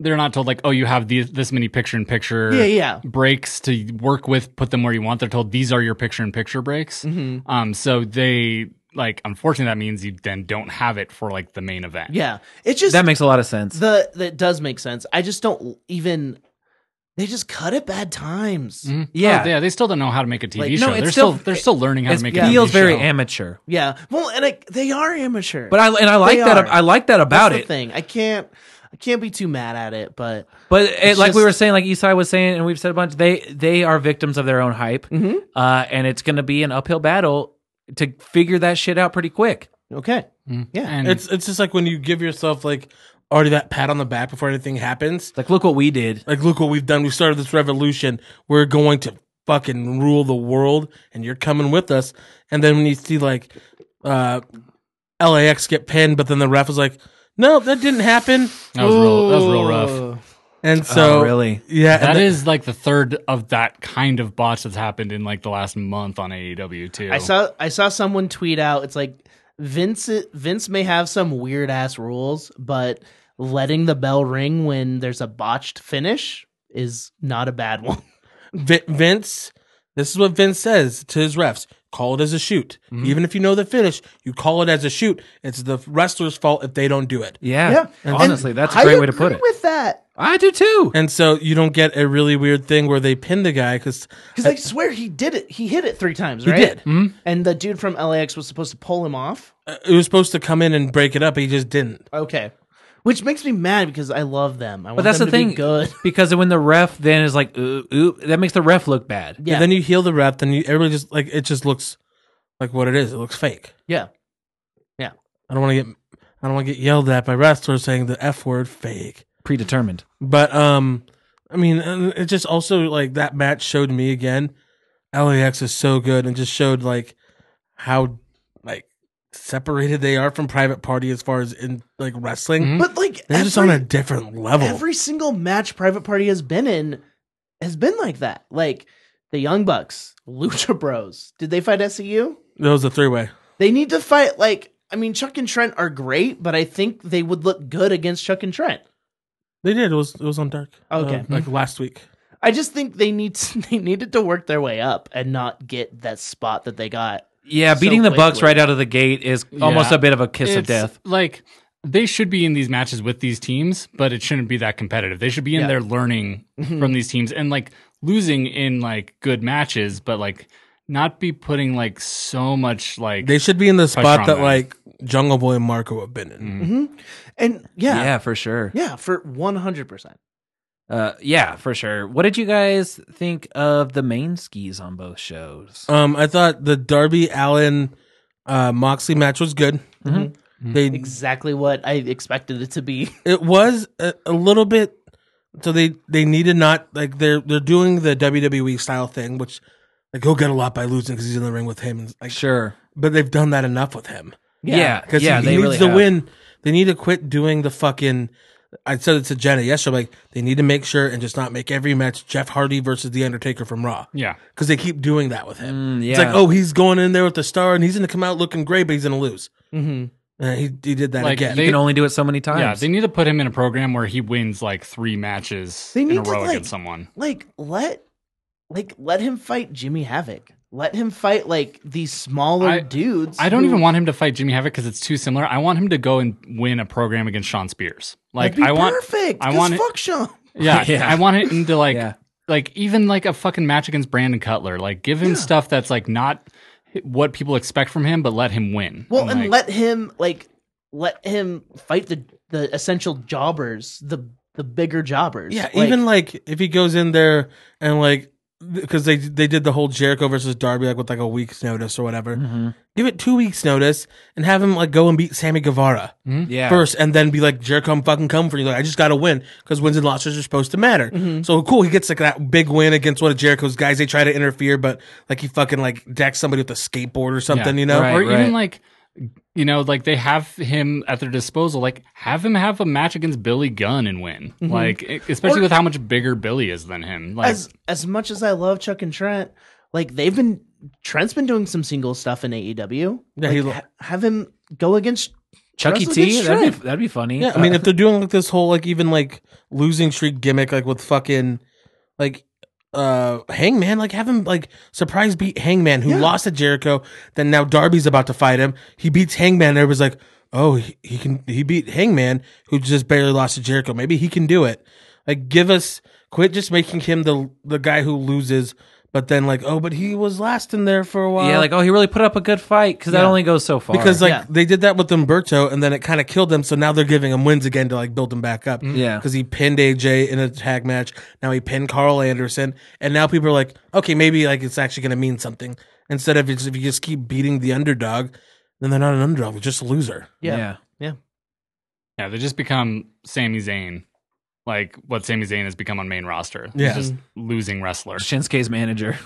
they're not told like oh you have these this many picture in picture Yeah, yeah. breaks to work with, put them where you want. They're told these are your picture in picture breaks. Um, so they like unfortunately that means you then don't have it for like the main event. Yeah. It's just That makes a lot of sense. the that does make sense. I just don't even they just cut at bad times. yeah. Oh, yeah, they still don't know how to make a TV Like, show. no, it's they're still, still- they're still learning how to make it a TV feels very show. amateur. Yeah. Well, and I, they are amateur. But I and I like They that. are. I like that about That's the it. thing. I can't I can't be too mad at it, but But it, like we just- were saying, like Isai was saying, and we've said a bunch, they they are victims of their own hype, Mm-hmm. uh, and it's going to be an uphill battle to figure that shit out pretty quick. okay. Yeah. And it's it's just like when you give yourself like already that pat on the back before anything happens. Like, look what we did. Like, look what we've done. We started this revolution. We're going to fucking rule the world, and you're coming with us. And then when you see like uh, LAX get pinned, but then the ref is like, "No, that didn't happen." that was real that was real rough. And so, Uh, oh, really, yeah, and That the- is like the third of that kind of botch that's happened in like the last month on AEW too. I saw I saw someone tweet out it's like Vince Vince may have some weird ass rules, but letting the bell ring when there's a botched finish is not a bad one. Vi- Vince, this is what Vince says to his refs. Call it as a shoot. Mm-hmm. Even if you know the finish, you call it as a shoot. It's the wrestler's fault if they don't do it. yeah. And Honestly, that's a I great way to agree put it. With that, I do too. And so you don't get a really weird thing where they pin the guy because because I swear he did it. He hit it three times, right? did. Mm-hmm. And the dude from LAX was supposed to pull him off. uh, it was supposed to come in and break it up. He just didn't. Okay, which makes me mad because I love them. I want but that's them the to be thing, good. because when the ref then is like, ooh, ooh, that makes the ref look bad. Yeah, And then you heal the rep, then you everybody just like it just looks like what it is. It looks fake. yeah. I don't want to get I don't want to get yelled at by wrestlers saying the f word fake. Predetermined. But um, I mean, uh, it just also like that match showed me again. LAX is so good, and just showed like how like separated they are from Private Party as far as in like wrestling. Hmm? But like They're just on Mm-hmm. every- a different level. Every single match Private Party has been in has been like that. Like the Young Bucks, Lucha Bros. Did they fight SEU? that was a three way. They need to fight like I mean Chuck and Trent are great, but I think they would look good against Chuck and Trent. They did. It was it was on Dark. uh, Okay. Mm-hmm. like last week. I just think they need to, they needed to work their way up and not get that spot that they got. Yeah, So beating the Bucks quickly. right out of the gate is almost Yeah. a bit of a kiss of It's death. Like they should be in these matches with these teams, but it shouldn't be that competitive. They should be in there learning from these teams and like losing in like good matches, but like not be putting like so much like They should be in the spot on that that. like Jungle Boy and Marco have been in. Mm-hmm. And Yeah, yeah, yeah, for sure. for one hundred percent. Uh, yeah, for sure. What did you guys think of the main skis on both shows? Um, I thought the Darby Allen uh, Moxley match was good. Mm-hmm. Mm-hmm. They Exactly what I expected it to be. it was a, a little bit. So they they needed not like they're they're doing the WWE style thing, which like he'll get a lot by losing because he's in the ring with him. And, like, sure. but they've done that enough with him. Yeah, Uh, yeah, Because he, they he needs really to have. win. They need to quit doing the fucking. I said it to Jenna yesterday. Like they need to make sure and just not make every match Jeff Hardy versus The Undertaker from Raw. yeah. because they keep doing that with him. Mm, It's yeah. like, oh, he's going in there with the star, and he's going to come out looking great, but he's going to lose. Mm-hmm. he he did that Like, again. You they- can only do it so many Yeah, times. they need to put him in a program where he wins like three matches They in need a to, row like- against someone. like let like let him fight Jimmy Havoc. Let him fight like these smaller I- dudes. I don't who- even want him to fight Jimmy Havoc because it's too similar. I want him to go and win a program against Sean Spears. Like That'd be I want, perfect. I 'cause want it- fuck Sean. yeah, Yeah. I want it into like Yeah. like even like a fucking match against Brandon Cutler. Like give him stuff that's like not what people expect from him, but let him win. Well, and like, let him like let him fight the the essential jobbers, the the bigger jobbers. yeah, Like, even like if he goes in there and like because they they did the whole Jericho versus Darby like with like a week's notice or whatever. Give it two weeks notice and have him like go and beat Sammy Guevara Yeah. first, and then be like Jericho, I'm fucking coming for you. Like I just got to win because wins and losses are supposed to matter. Mm-hmm. So cool, he gets like that big win against one of Jericho's guys. They try to interfere, but like he fucking like decks somebody with a skateboard or something, Yeah. you know? Right, or right. even like you know like they have him at their disposal like have him have a match against billy gunn and win like e- especially with how much bigger billy is than him like as as much as I love Chuck and Trent, like they've been Trent's been doing some single stuff in AEW. Yeah, Like, he- ha- have him go against Chuck E. wrestle T. against That'd be, Trent. that'd be funny. Yeah, I mean, if they're doing like this whole like even like losing streak gimmick, like with fucking like uh Hangman, like have him like surprise beat Hangman who lost to Jericho. Then now Darby's about to fight him. He beats Hangman. And everybody's like, oh, he, he can. He beat Hangman who just barely lost to Jericho. Maybe he can do it. Like, give us quit just making him the the guy who loses. But then like, oh, but he was last in there for a while. yeah, like, oh, he really put up a good fight because that only goes so far. uh, Because like Yeah. they did that with Umberto, and then it kind of killed them. So now they're giving him wins again to like build him back up. Yeah. because he pinned AJ in a tag match. Now he pinned Carl Anderson, and now people are like, okay, maybe like it's actually going to mean something instead of it's, if you just keep beating the underdog, then they're not an underdog; they're just a loser. yeah. yeah. yeah they just become Sami Zayn like what Sami Zayn has become on main roster He's Yeah. just losing wrestler Shinsuke's manager.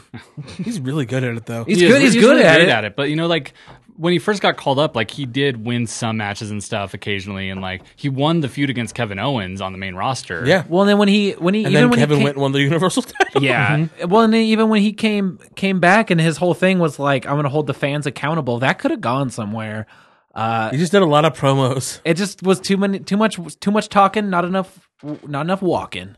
He's really good at it though. He's He is- good. He's, good really at it. But you know, like when he first got called up, like he did win some matches and stuff occasionally, and like he won the feud against Kevin Owens on the main roster. yeah, Well, then when he when he and even then when Kevin he came, went and won the Universal title. yeah. Mm-hmm. Well, and then even when he came came back and his whole thing was like, I'm gonna hold the fans accountable. That could have gone somewhere. Uh, he just did a lot of promos. it just was too many, too much, too much talking, not enough, not enough walking.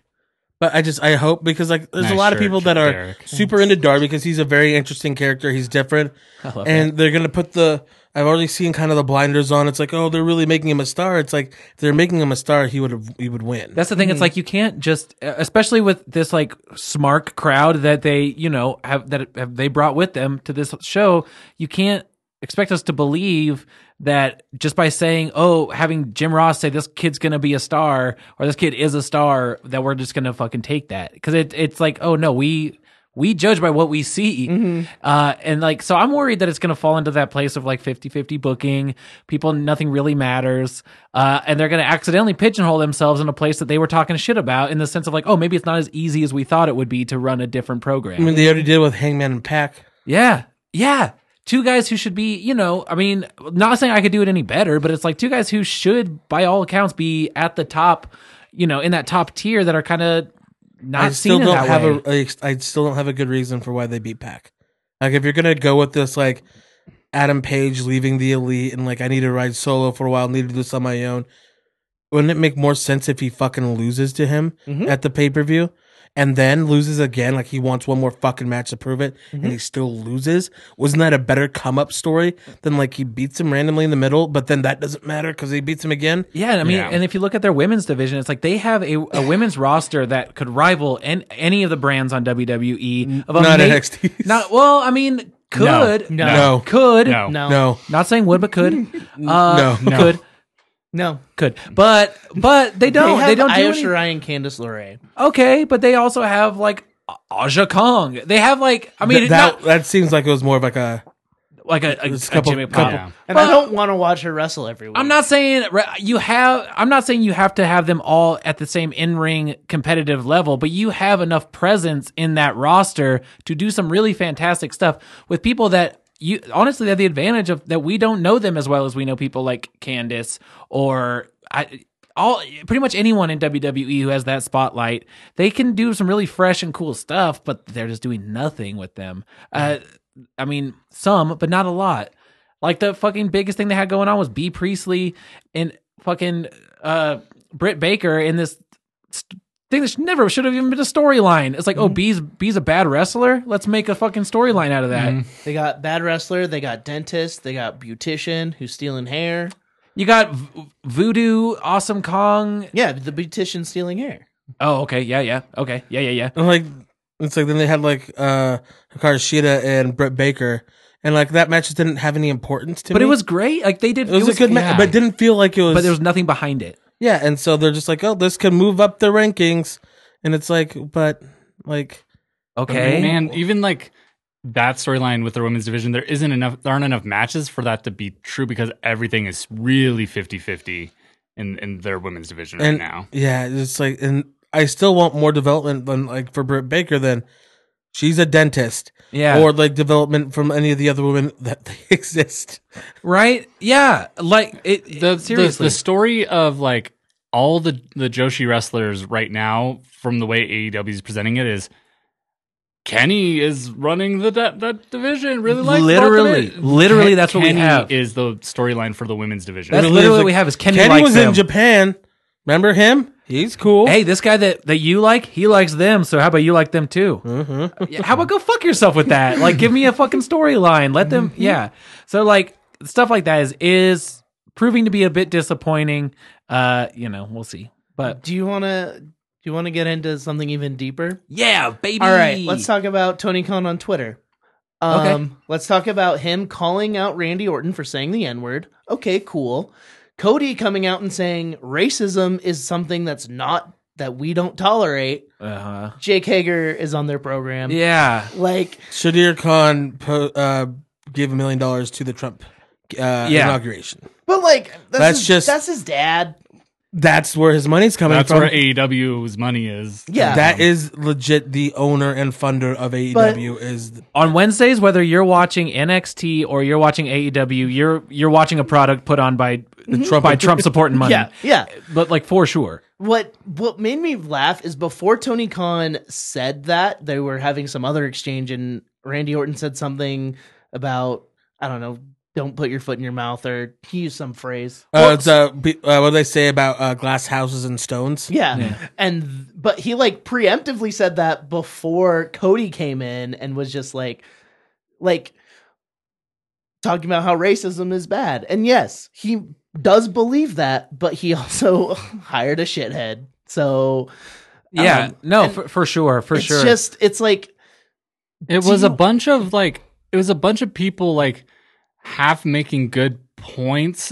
But I just I hope because like there's a Nice lot of shirt, people that are Derek. super into Darby because he's a very interesting character. He's different, and they're gonna put the I've already seen kind of the blinders on. It's like oh they're really making him a star. It's like if they're making him a star, he would have he would win. That's the thing. It's like you can't just, especially with this like smart crowd that they, you know, have that have they brought with them to this show. You can't expect us to believe that just by saying, "Oh, having Jim Ross say this kid's gonna be a star" or "this kid is a star," that we're just gonna fucking take that because it, it's like, oh no, we we judge by what we see Mm-hmm. uh, and like so i'm worried that it's going to fall into that place of like 50-50 booking people nothing really matters uh, and they're going to accidentally pigeonhole themselves in a place that they were talking shit about in the sense of like oh maybe it's not as easy as we thought it would be to run a different program I mean they already did with Hangman and Pack. yeah yeah two guys who should be you know i mean not saying i could do it any better but it's like two guys who should by all accounts be at the top you know in that top tier that are kind of not I still seen in don't that have way. a I I still don't have a good reason for why they beat Pack. Like if you're gonna go with this like Adam Page leaving the elite and like I need to ride solo for a while, need to do this on my own. Wouldn't it make more sense if he fucking loses to him Mm-hmm. at the pay per view and then loses again? Like he wants one more fucking match to prove it Mm-hmm. and he still loses? Wasn't that a better come up story than like he beats him randomly in the middle, but then that doesn't matter because he beats him again? Yeah, I mean, Yeah. and if you look at their women's division, it's like they have a, a women's roster that could rival an, any of the brands on WWE. Of a Not ma- NXT. Not well. I mean, No. could No. could No. No. No. Not saying would, but could. Uh, No. No. could No. could. But but they They, don't. They, have don't do Io any- Shirai and Candice LeRae. Okay, but they also have like Aja Kong. They have like I mean Th- that not that seems like it was more of like a like a, a, It's a a couple- Jimmy couple- Pop. And I don't want to watch her wrestle every week. I'm not saying re- you have. I'm not saying you have to have them all at the same in-ring competitive level, but you have enough presence in that roster to do some really fantastic stuff with people that you honestly have the advantage of that we don't know them as well as we know people like Candice or I, all pretty much anyone in WWE who has that spotlight. They can do some really fresh and cool stuff, but they're just doing nothing with them. Uh, I mean, some, but not a lot. Like the fucking biggest thing they had going on was B Priestley and fucking uh Britt Baker in this st- thing that should- never should have even been a storyline. It's like, Mm-hmm. oh, B's B's a bad wrestler. Let's make a fucking storyline out of that. Mm-hmm. They got bad wrestler. They got dentist. They got beautician who's stealing hair. You got v- Voodoo, Awesome Kong. Yeah, the beautician stealing hair. Oh, okay, yeah, yeah, okay, yeah, yeah, yeah. And like it's like then they had like uh Hikaru Shida and Britt Baker and like that match just didn't have any importance to But me. it was great. Like they did. it was, a good match, yeah. but it didn't feel like it was, But there was nothing behind it. Yeah, and so they're just like, "Oh, this can move up the rankings." And it's like, but like Okay. man, even like that storyline with the women's division, there isn't enough. There aren't enough matches for that to be true because everything is really 50-50 in in their women's division right and now. Yeah, it's like, and I still want more development than like for Britt Baker. Then she's a dentist, Yeah. Mm-hmm. or like development from any of the other women that they exist. right? Yeah. Like it. it- the, The, seriously. the story of like all the the Joshi wrestlers right now, from the way AEW is presenting it, is Kenny is running the that, that division. Really, like Literally. Literally, that's what we Kenny have. Is the storyline for the women's division? That's Really, literally it's what like- we have is Kenny, Kenny likes was them. in Japan. Remember him? He's cool. Hey, this guy that, that you like, he likes them. So how about you like them too? Yeah, How about go fuck yourself with that? Like, give me a fucking storyline. Let them. Yeah. So like stuff like that is is proving to be a bit disappointing. Uh, you know, we'll see. But Do you want to do you want to get into something even deeper? yeah, baby. All right, let's talk about Tony Khan on Twitter. Um, Okay. Let's talk about him calling out Randy Orton for saying the N word. Okay, cool. Cody coming out and saying racism is something that's not that we don't tolerate. Uh-huh. Jake Hager is on their program. Yeah. Like Shadir Khan po- uh, gave a million dollars to the Trump uh, inauguration. But like that's, That's his, just- that's his dad. That's where his money's coming That's from. where AEW's money is. Yeah. that is legit the owner and funder of AEW is uh, on Wednesdays, whether you're watching NXT or you're watching AEW, you're you're watching a product put on by Trump by Trump support and money. yeah. Yeah. But like for sure. What what made me laugh is before Tony Khan said that, they were having some other exchange and Randy Orton said something about I don't know, don't put your foot in your mouth or he used some phrase. Uh, it's, uh, be- uh, what do they say about uh, glass houses and stones? Yeah. And th- but he like preemptively said that before Cody came in and was just like like talking about how racism is bad. And yes, he does believe that, but he also hired a shithead. So Yeah. Um, no, for, for sure. For it's sure. just it's like It was a bunch of like it was a bunch of people like half making good points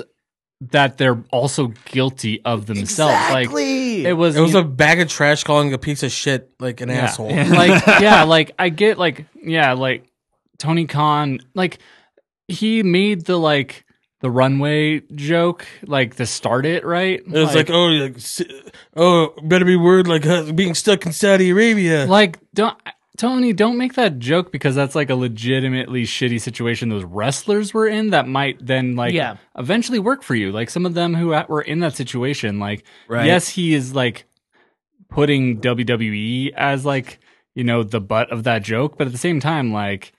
that they're also guilty of themselves. exactly Like it was It was you a bag of trash calling a piece of shit like an Yeah. asshole. like yeah like i get like yeah like tony khan like he made the like the runway joke like to start it right It was like, oh, like, s- oh, better be word like uh, being stuck in Saudi Arabia. like don't tony don't make that joke because that's like a legitimately shitty situation those wrestlers were in that might then like Yeah. eventually work for you like some of them who were in that situation like Right. yes he is like putting wwe as like you know the butt of that joke but at the same time like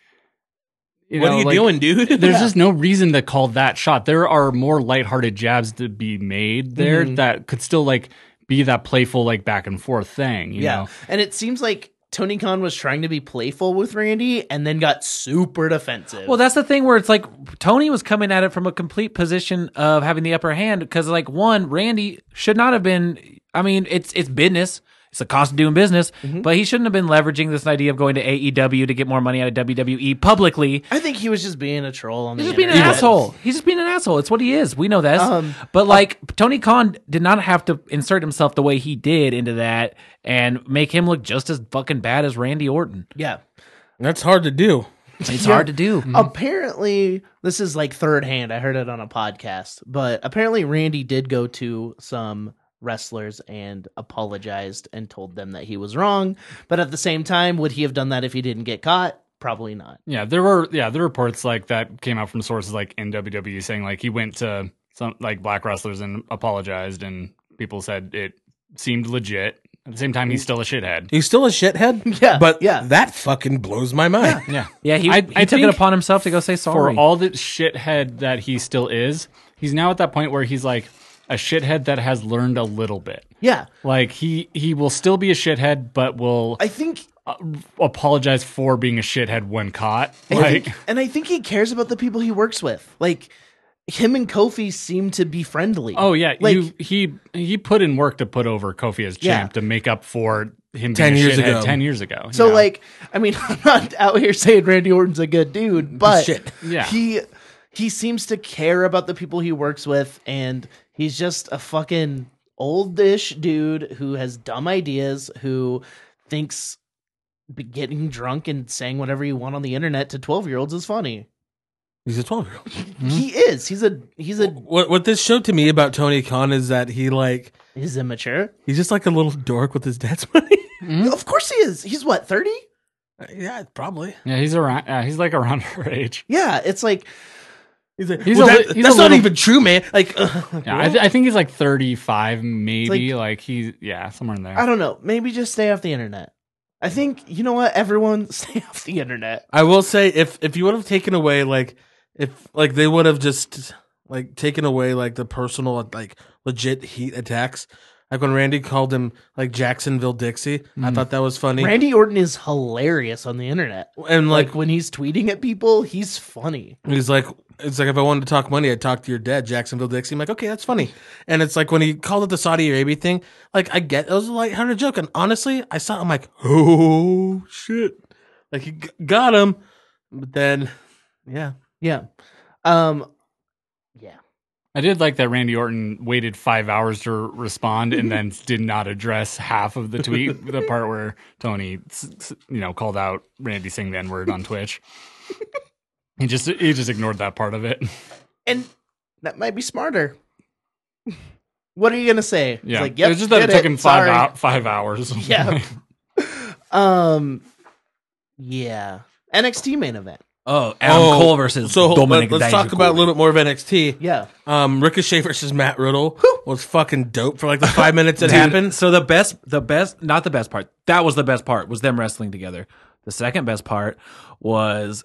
you know, like, dude? There's just no reason to call that shot. There are more lighthearted jabs to be made there Mm-hmm. that could still like be that playful like back and forth thing. You yeah know, and it seems like tony khan was trying to be playful with randy and then got super defensive Well, that's the thing where it's like Tony was coming at it from a complete position of having the upper hand because, like, one, Randy should not have been. I mean, it's it's business. It's the cost of doing business, but he shouldn't have been leveraging this idea of going to AEW to get more money out of WWE publicly. i think he was just being a troll on He's the just being an internet. asshole. He's just being an asshole. It's what he is. We know this. Um, but like Tony Khan did not have to insert himself the way he did into that and make him look just as fucking bad as Randy Orton. yeah That's hard to do. It's hard to do. apparently this is like third hand i heard it on a podcast but apparently randy did go to some wrestlers and apologized and told them that he was wrong but at the same time would he have done that if he didn't get caught probably not yeah, there were yeah the reports like that came out from sources like in WWE saying like he went to some like black wrestlers and apologized, and people said it seemed legit. At the same time, he's still a shithead. He's still a shithead. Yeah, But yeah. that fucking blows my mind. Yeah. Yeah, he, I- he I took it think upon himself to go say sorry. for all the shithead that he still is, he's now at that point where he's like a shithead that has learned a little bit. yeah Like he he will still be a shithead, but will i think apologize for being a shithead when caught. And I Like think- and I think he cares about the people he works with. Like him and Kofi seem to be friendly. oh yeah, like you he he put in work to put over Kofi as Yeah. champ to make up for him 10 being a years shithead ago. ten years ago. so yeah. like I mean I'm not out here saying Randy Orton's a good dude, but Shit. Yeah. he he seems to care about the people he works with, and he's just a fucking oldish dude who has dumb ideas who thinks be- getting drunk and saying whatever you want on the internet to 12 year olds is funny. He's a 12 year old. Mm-hmm. He is. He's a, he's a, What, what this showed to me about Tony Khan is that he, like, he's immature. he's just like a little dork with his dad's money. Mm-hmm. Of course he is. He's what, 30? yeah, probably. Yeah, he's around. Uh, he's like around her age. Yeah. It's like, He's like, He's "Well, a that- li- he's that's a not little- even true, man. Like, Yeah, I, th- I think he's like 35, maybe. like- Like, he's yeah, somewhere in there. I don't know. Maybe just stay off the internet. I think, you know what? Everyone stay off the internet. I will say if if you would have taken away like if like they would have just like taken away like the personal like legit heat attacks. Like when Randy called him like Jacksonville Dixie, I thought that was funny. Randy Orton is hilarious on the internet. and like, Like when he's tweeting at people, he's funny. he's like it's like if I wanted to talk money, I'd talk to your dad, Jacksonville Dixie. I'm like, okay, that's funny. And it's like when he called it the Saudi Arabia thing, like I get it was a lighthearted joke. And honestly, I saw it, I'm like, oh shit. Like he g- got him. But then yeah. Yeah. Um yeah. I did like that Randy Orton waited five hours to respond and then did not address half of the tweet, the part where Tony, s- s- you know, called out Randy saying the N word on Twitch. He just he just ignored that part of it. And that might be smarter. what are you going to say? It's Yeah, like, yep, it was just that it get took him five sorry. out five hours. Yeah. Um yeah. NXT main event. Oh, Adam Oh, Cole versus So Dominic. let, us Dijakovic. talk about a little bit more of NXT. Yeah. Um, Ricochet versus Matt Riddle was fucking dope for like the five minutes it Dude, happened. So the best, the best, not the best part. That was the best part was them wrestling together. The second best part was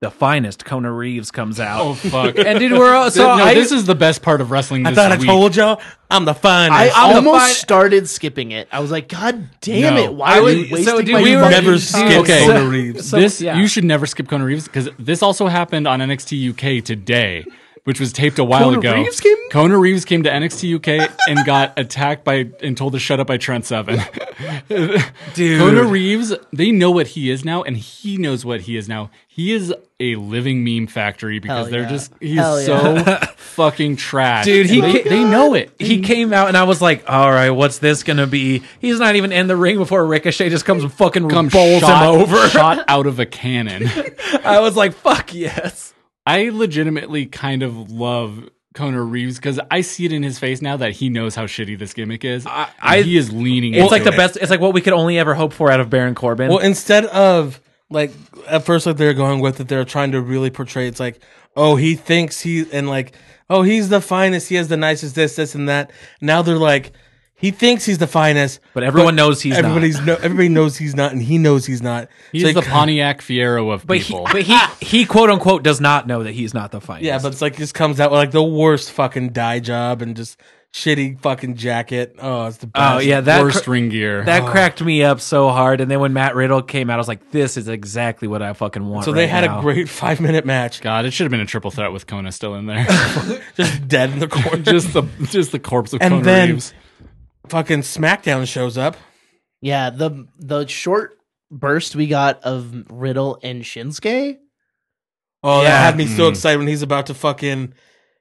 the finest Kona Reeves comes out. Oh fuck! And dude, we're all, so no, I, this is the best part of wrestling. This I thought I week. told y'all I'm the I finest. I'm the almost fine- started skipping it. I was like, God damn No. it! Why I would would- you wasting so, dude, my we were- fucking never time? skip Okay. Kona Reeves. So- this yeah. you should never skip Kona Reeves because this also happened on NXT UK today, which was taped a while Kona ago. Reeves came? Kona Reeves came to NXT UK and got attacked by and told to shut up by Trent Seven. Dude. Kona Reeves, they know what he is now, and he knows what he is now. He is a living meme factory because Hell they're yeah. just he's Hell so fucking trash. Dude, he And they, ca- they know it. he came out and I was like, all right, what's this gonna be? He's not even in the ring before Ricochet just comes and fucking Come bowls um, shot, him over. shot out of a cannon. I was like, fuck yes. I legitimately kind of love Conor Reeves because I see it in his face now that he knows how shitty this gimmick is. I- And I- he is leaning. It's into like the it. best. It's like what we could only ever hope for out of Baron Corbin. well, instead of like at first like they're going with it, they're trying to really portray it's like, oh, he thinks he and like, oh, he's the finest, he has the nicest, this, this, and that. Now they're like, he thinks he's the finest, But everyone knows he's not. everybody's No, everybody knows he's not, and he knows he's not. He's So it the kinda- Pontiac Fiero of but he, people. but he, he quote unquote does not know that he's not the finest. Yeah, but it's like just comes out with like the worst fucking dye job and just shitty fucking jacket. Oh, it's the best. oh yeah, that Worst cr- ring gear. That cracked me up so hard. And then when Matt Riddle came out, I was like, this is exactly what I fucking want. So they right had now. a great five minute match. God, it should have been a triple threat with Kona still in there. Just dead in the corner. just the just the corpse of And Conor then- Reeves. fucking SmackDown shows up. Yeah, the the short burst we got of Riddle and Shinsuke. Oh, Yeah. that had me so excited when he's about to fucking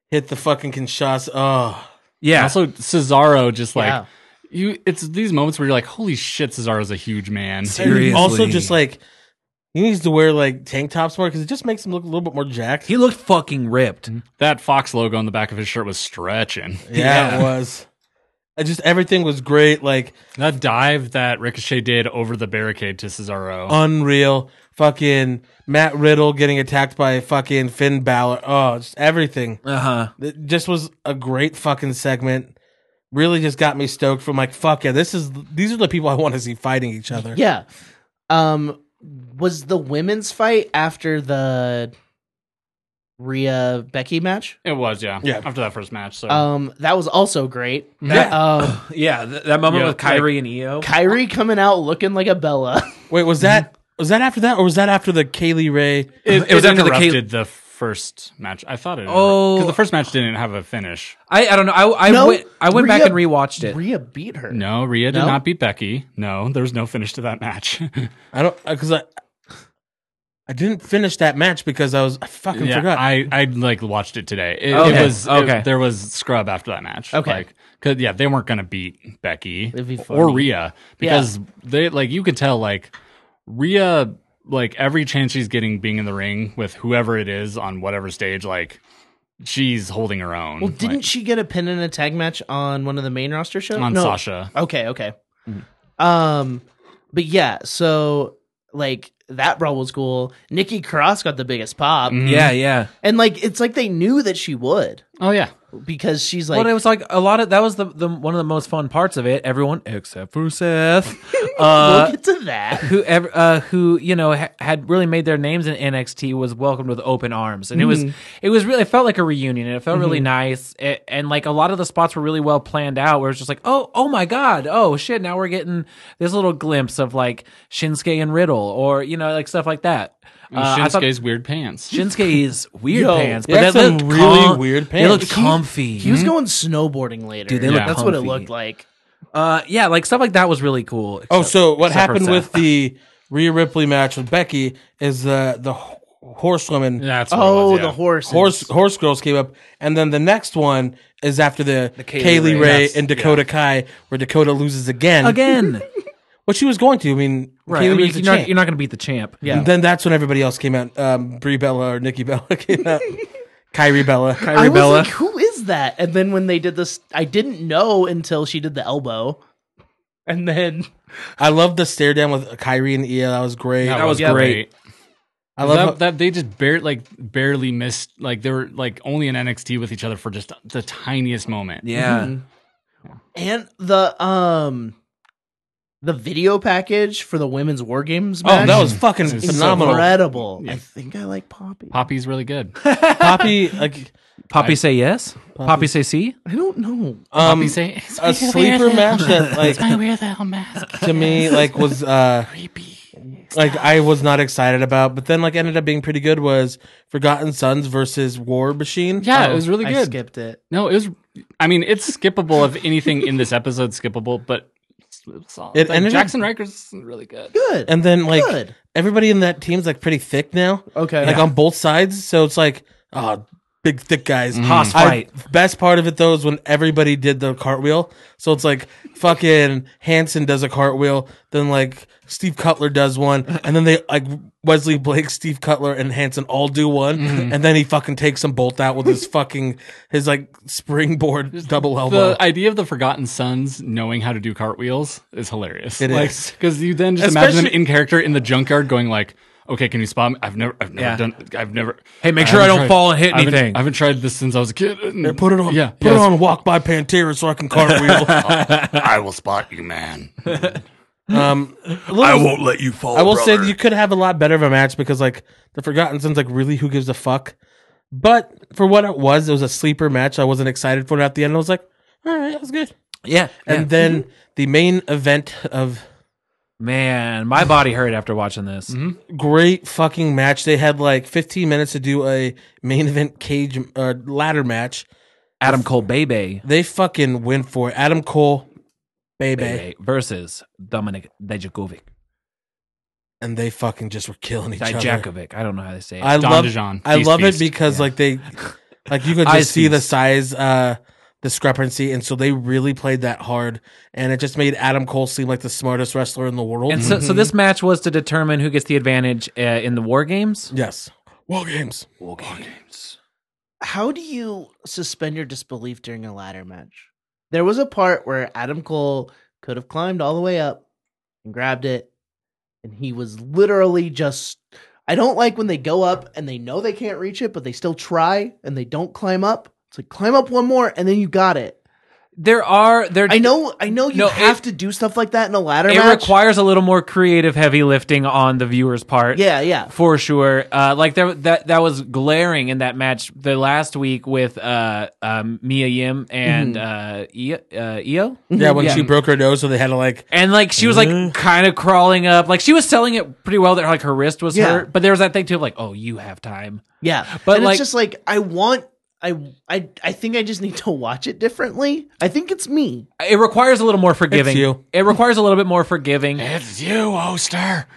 hit the fucking Kinshasa. Oh, Yeah. Also, Cesaro just like Yeah. you. It's these moments where you're like, holy shit, Cesaro's a huge man. And Seriously. also just like he needs to wear like tank tops more because it just makes him look a little bit more jacked. he looked fucking ripped. That Fox logo on the back of his shirt was stretching. yeah, yeah. it was. I just everything was great. Like That dive that Ricochet did over the barricade to Cesaro. Uh, unreal. Fucking Matt Riddle getting attacked by fucking Finn Balor. Oh, just everything. Uh huh. It just was a great fucking segment. Really just got me stoked from like fuck yeah, this is these are the people I want to see fighting each other. Yeah. Um was the women's fight after the Rhea Becky match? It was, yeah. Yeah. After that first match. So Um that was also great. That- um Yeah. th- that moment Yeah, with Kyrie and Io. Kyrie coming out looking like a Bella. Wait, was that was that after that or was that after the Kaylee Ray? it, it was after the interrupted the, first match. I thought it. Oh. because the first match didn't have a finish. I, I don't know. I, I No, went, I went back Rhea- and rewatched it. Rhea beat her. No, Rhea did No? not beat Becky. No, there was no finish to that match. I don't because I I didn't finish that match because I was I fucking forgot. I I like watched it today. It, it Okay, was it- okay. there was scrub after that match. Okay. like, cause yeah, they weren't gonna beat Becky It'd be or funny. Rhea because they like you could tell like Rhea, like every chance she's getting being in the ring with whoever it is on whatever stage, like she's holding her own. Well, didn't like, she get a pin in a tag match on one of the main roster shows? on No. Sasha? Okay, okay. Um, but yeah, so like that brawl was cool. Nikki Cross got the biggest pop, Mhm. Yeah, yeah. and like it's like they knew that she would Oh yeah. because she's like well, it was like a lot of that was the, the one of the most fun parts of it. Everyone except for Seth, we'll uh, get to that. who ever uh, who you know ha- had really made their names in NXT was welcomed with open arms, and it was it was really it felt like a reunion. And it felt really nice, A- and like a lot of the spots were really well planned out. Where it's just like, oh, oh my god, oh shit, now we're getting this little glimpse of like Shinsuke and Riddle, or you know, like stuff like that. And Uh, I thought- Shinsuke's weird pants. Shinsuke's weird Yo, pants, he but had that some looked really com- weird They looked pants. comfy. He was going snowboarding later. Dude, they look that's what it comfy. looked like. uh, yeah, like stuff like that was really cool. Oh, so what except for happened with Seth. the Rhea Ripley match with Becky is uh, the h- horsewoman That's what it Oh, was, yeah. the horse. horse horse girls came up, and then the next one is after the, Kaylee Kaylee, Ray. Ray, That's- and Dakota Kai, where Dakota loses again. again, Well, she was going to. I mean, right? Kaylee I mean, was the you're not, champ. you're not going to beat the champ. Yeah. And then that's when everybody else came out. Um, Brie Bella or Nikki Bella came out. Kyrie Bella. Kyrie I was Bella. like, who is that? And then when they did this, I didn't know until she did the elbow, and then I love the stare down with Kyrie and Ia. That was great. That was great. I love that, how- that they just barely like barely missed like they were like only in NXT with each other for just the tiniest moment. Yeah. and the um the video package for the women's war games Oh, match that was fucking It's so phenomenal. incredible. Yeah. I think I like Poppy. Poppy's really good. Poppy, like, Poppy say yes. Poppy, say see. I don't know. um, Poppy say "It's a my weird sleeper match that, like, I wear that mask. to me like was uh like I was not excited about, but then like ended up being pretty good was Forgotten Sons versus War Machine. Yeah, it was really I good. skipped it. No, it was. I mean, it's skippable if anything in this episode skippable, but it's- it's all- It like, ended up- Jackson Riker's really good. Good. And then like Good. everybody in that team's like pretty thick now. Okay. Like on both sides. So it's like oh big thick guys. Hoss I- fight. best part of it though is when everybody did the cartwheel. So it's like fucking Hanson does a cartwheel, then like Steve Cutler does one, and then they like Wesley Blake, Steve Cutler, and Hanson all do one, and then he fucking takes them both out with his fucking his like springboard double elbow. The idea of the Forgotten Sons knowing how to do cartwheels is hilarious. It It is. because you then just imagine them Especially- in character in the junkyard going like, "Okay, can you spot me? I've never, I've never Yeah. done, I've never." Hey, make sure I haven't don't fall and hit I haven't- anything. I haven't tried this since I was a kid. Here, put it on. Yeah, put yes. it on. Walk by Pantera so I can cartwheel. I will spot you, man. um, I won't let you fall. I will say brother. that you could have a lot better of a match because like the Forgotten Sons, like really who gives a fuck. But for what it was, it was a sleeper match. I wasn't excited for it at the end. I was like, all right, that was good. Yeah. And yeah. then the main event of man, my body hurt after watching this. great fucking match. They had like 15 minutes to do a main event cage uh, ladder match. Adam Cole Bebe, They fucking win for it. Adam Cole, baby, Bebe versus Dominic Dijakovic. and they fucking just were killing each other. Dijakovic. I don't know how they say it. I Don love, DeJean. I Feast, love feast. it because like they, like you could Eyes just see the feast. size uh, discrepancy, and so they really played that hard, and it just made Adam Cole seem like the smartest wrestler in the world. Mm-hmm. and so, so this match was to determine who gets the advantage uh, in the war games. yes, War Games. War games. How do you suspend your disbelief during a ladder match? There was a part where Adam Cole could have climbed all the way up and grabbed it, and he was literally just. I don't like when they go up and they know they can't reach it, but they still try and they don't climb up. It's like climb up one more and then you got it. There are there. I know, I know you No, it- have to do stuff like that in a ladder It match. requires a little more creative heavy lifting on the viewer's part. yeah, yeah. for sure. Uh, like there, that that was glaring in that match the last week with uh, um, Mia Yim and uh, Mm-hmm. Io, uh, Io, Yeah, when Yeah. she broke her nose, so they had to like and like she was Uh-huh. like kind of crawling up, like she was selling it pretty well. That like her wrist was Yeah. hurt, but there was that thing too of like, oh, you have time. Yeah, But, but and like- it's just like I want. I I I think I just need to watch it differently. I think it's me. It requires a little more forgiving. It's you. It requires a little bit more forgiving. It's you, Oster.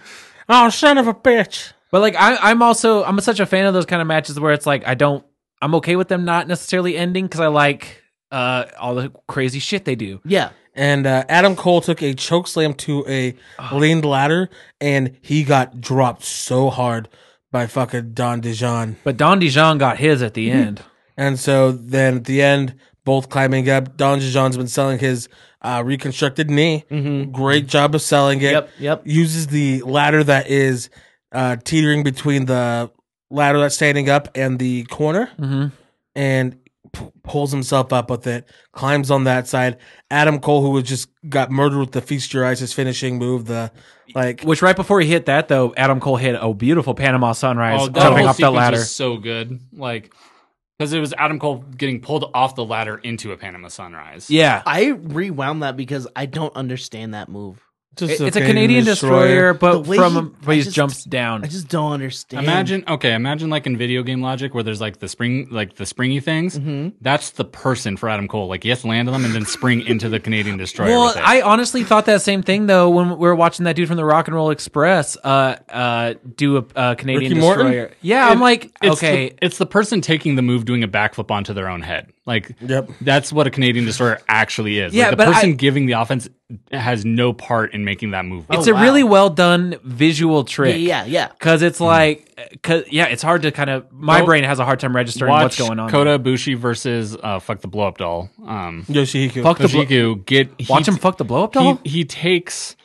Oh, son of a bitch. But like I, I'm also I'm such a fan of those kind of matches where it's like I don't I'm okay with them not necessarily ending because I like uh all the crazy shit they do. Yeah, and uh, Adam Cole took a choke slam to a leaned ladder, and he got dropped so hard by fucking Don Dijon. But Don Dijon got his at the Mm-hmm. end. And so then at the end, both climbing up. Don Dijon's been selling his uh, reconstructed knee. Mm-hmm. Great job of selling it. Yep, yep. Uses the ladder that is uh, teetering between the ladder that's standing up and the corner Mm-hmm. and p- pulls himself up with it, climbs on that side. Adam Cole, who was just got murdered with the feast your eyes, his finishing move, the like. Which right before he hit that though, Adam Cole hit a beautiful Panama sunrise Oh, that jumping whole off that sequence ladder. was so good. Like, because it was Adam Cole getting pulled off the ladder into a Panama Sunrise. yeah. I rewound that because I don't understand that move. just It's a Canadian destroyer, but The way from he- him, but I he just- jumps down. I just don't understand. Imagine okay, imagine like in video game logic where there's like the spring like the springy things. Mm-hmm. That's the person for Adam Cole. Like he has to land on them and then spring into the Canadian destroyer. Well, with it. I honestly thought that same thing though when we were watching that dude from the Rock and Roll Express uh uh do a uh, Canadian Ricky Morton? destroyer. Yeah, I'm like, it's okay, the, it's the person taking the move doing a backflip onto their own head. Like Yep. that's what a Canadian destroyer actually is. Yeah, like, the but person I- giving the offense has no part in making that move. it's Oh, a wow. really well done visual trick. Yeah, yeah. Cause it's like, uh, cause yeah, it's hard to kind of. My Go- brain has a hard time registering Watch what's going on. Kota Ibushi versus uh, fuck the blow up doll. Um, Yoshihiko. Fuck the blo- Kojiku get he- watch him fuck the blow up doll. He, he takes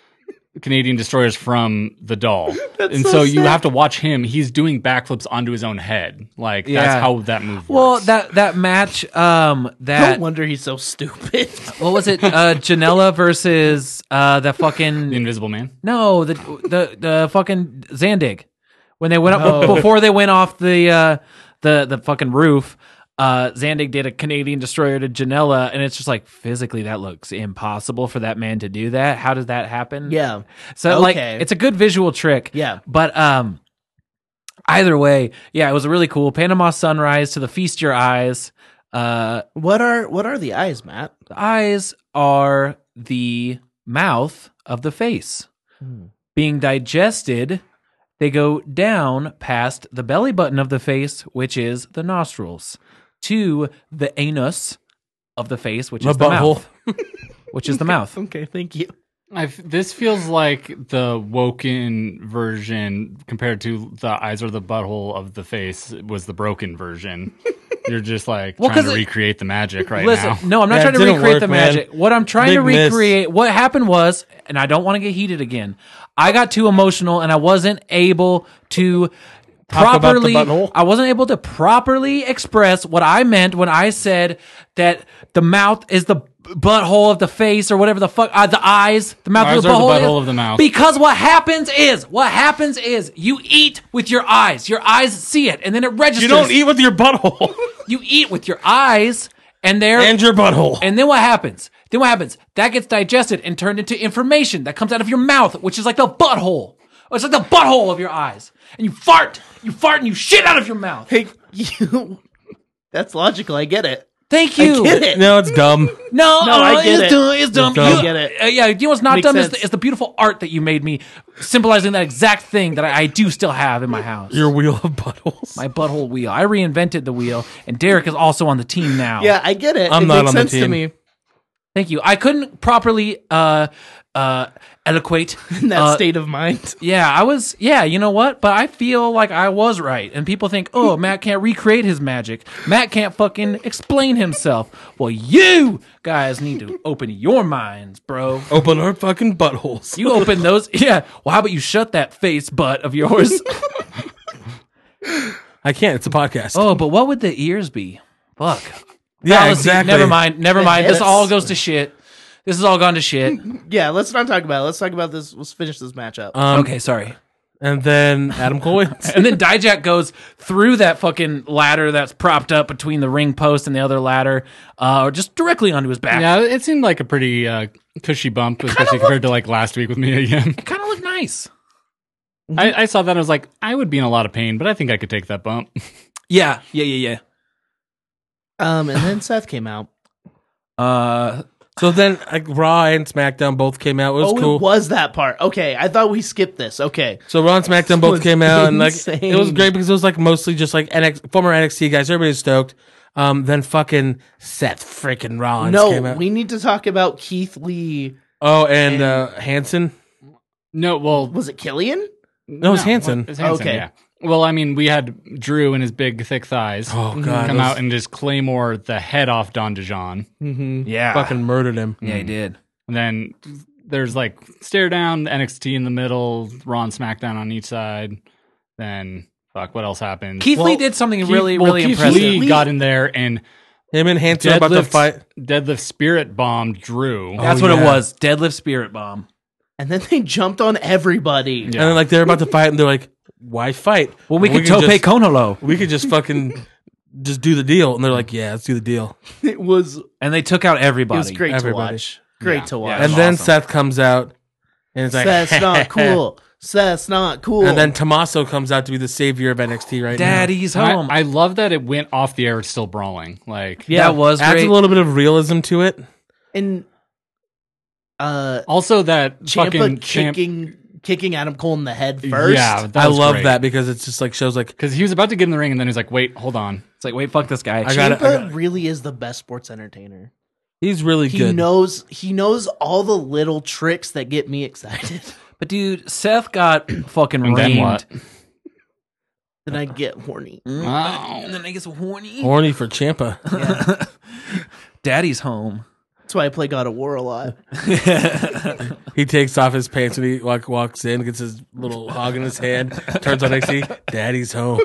Canadian destroyers from the doll, and so, you have to watch him. He's doing backflips onto his own head. Like Yeah. that's how that move works. well, that that match, um, No that wonder he's so stupid. what was it? Uh, Janela versus uh, the fucking the Invisible Man. No, the the the fucking Zandig. When they went up before they went off the uh, the the fucking roof, uh, Zandig did a Canadian destroyer to Janela, and it's just like physically that looks impossible for that man to do that. How does that happen? yeah. So like Okay. it's a good visual trick. Yeah. But um either way, yeah, it was really cool. Panama sunrise to the feast your eyes. Uh What are what are the eyes, Matt? the eyes are the mouth of the face. Being digested, they go down past the belly button of the face, which is the nostrils, to the anus of the face, which The is the butthole. mouth. Which is the mouth. Okay, thank you. I've, this feels like the woken version compared to the eyes or the butthole of the face was the broken version. You're just like Well, trying 'cause to it- recreate the magic right Listen, now. no, I'm not That trying to didn't recreate work, the man. magic. What I'm trying to Big miss. recreate, what happened was, and I don't want to get heated again. I got too emotional and I wasn't able to Talk about the properly. butthole. I wasn't able to properly express what I meant when I said that the mouth is the butthole of the face or whatever the fuck uh, the eyes the mouth Eyes of the are the butthole, is. butthole of the mouth. because what happens is what happens is you eat with your eyes your eyes see it and then it registers You don't eat with your butthole you eat with your eyes and they're and your butthole. and then what happens? Then what happens? That gets digested and turned into information that comes out of your mouth, which is like the butthole. It's like the butthole of your eyes. And you fart. You fart and you shit out of your mouth. Thank you. That's logical. I get it. Thank you. Get it. no, it's dumb. No, No, I uh, get it's it. dumb. It's dumb. dumb. You- I get it. uh, yeah, you know what's not Makes dumb is sense. the, is the beautiful art that you made me symbolizing that exact thing that I, I do still have in my house. Your wheel of buttholes. my butthole wheel. I reinvented the wheel, and Derek is also on the team now. Yeah, I get it. I'm it not makes on the sense to team. me. Thank you. I couldn't properly uh uh eloquate In that uh, state of mind. Yeah, I was. Yeah, you know what? But I feel like I was right, and people think, "Oh, Matt can't recreate his magic. Matt can't fucking explain himself." Well, you guys need to open your minds, bro. Open our fucking buttholes. You open those. Yeah. Well, how about you shut that face butt of yours? I can't. It's a podcast. oh, but what would the ears be? Fuck. yeah, Fallacy. exactly. Never mind. Never mind. This hips. all goes to shit. This has all gone to shit. Yeah, let's not talk about it. Let's talk about this. Let's finish this matchup. Um, okay, sorry. And then Adam Cole wins. And then Dijak goes through that fucking ladder that's propped up between the ring post and the other ladder, uh, or just directly onto his back. Yeah, it seemed like a pretty uh, cushy bump, especially compared to like last week with me again. It kind of looked nice. I, I saw that and I was like, I would be in a lot of pain, but I think I could take that bump. Yeah, yeah, yeah, Um, and then Seth came out. yeah. Uh, so then like, Raw and SmackDown both came out. It was oh, cool. it was that part. Okay, I thought we skipped this. Okay, So Raw and SmackDown was both came out, and like it was insane. great because it was like mostly just like NX, former NXT guys. Everybody's stoked. Um, then fucking Seth freaking Rollins came No, out. we need to talk about Keith Lee. oh, and uh, Hanson. No, well, Was it Killian? No, it's Hanson. It's Hanson, Okay. yeah. Well, I mean, we had Drew and his big thick thighs Oh god, come those out and just claymore the head off Don DeJean. Yeah. fucking murdered him. yeah, he did. And then there's like stare down, NXT in the middle, Raw and SmackDown on each side. Then fuck, what else happened? Keith Well, Lee did something Keith- really, well, really Keith impressive. Lee got in there and Him and Hanson about to Deadlift. fight. deadlift spirit bombed Drew. That's Oh, what yeah. it was. Deadlift spirit bomb. And then they jumped on everybody. Yeah. And then like they're about to fight, and they're like, "Why fight? Well, we, could tope just, Konolo. We could just fucking just do the deal." And they're like, "Yeah, let's do the deal." It was it And they took out everybody. was great everybody. to watch. Great Yeah. to watch. Yeah. and That's then awesome. Seth comes out, and it's like, That's not cool. That's not cool. And then Tommaso comes out to be the savior of NXT right Daddy's And I- home. I, love that it went off the air. It's still brawling. Like yeah, that was now. Adds great. a little bit of realism to it. and uh also that Champa fucking champ. kicking kicking Adam Cole in the head first. Yeah, that I was love great. that because it's just like shows like because he was about to get in the ring and then he's like, "Wait, hold on." It's like, wait, fuck this guy. I got it. Champa I got it. really is the best sports entertainer. He's really He good. knows he knows all the little tricks that get me excited. But dude, Seth got fucking And then reamed. what? then I get horny. Wow. Oh, And then I get so horny. Horny for Champa. Daddy's home. That's why I play God of War a lot. He takes off his pants and he like walks in, gets his little hog in his hand, turns on NXT. Daddy's home.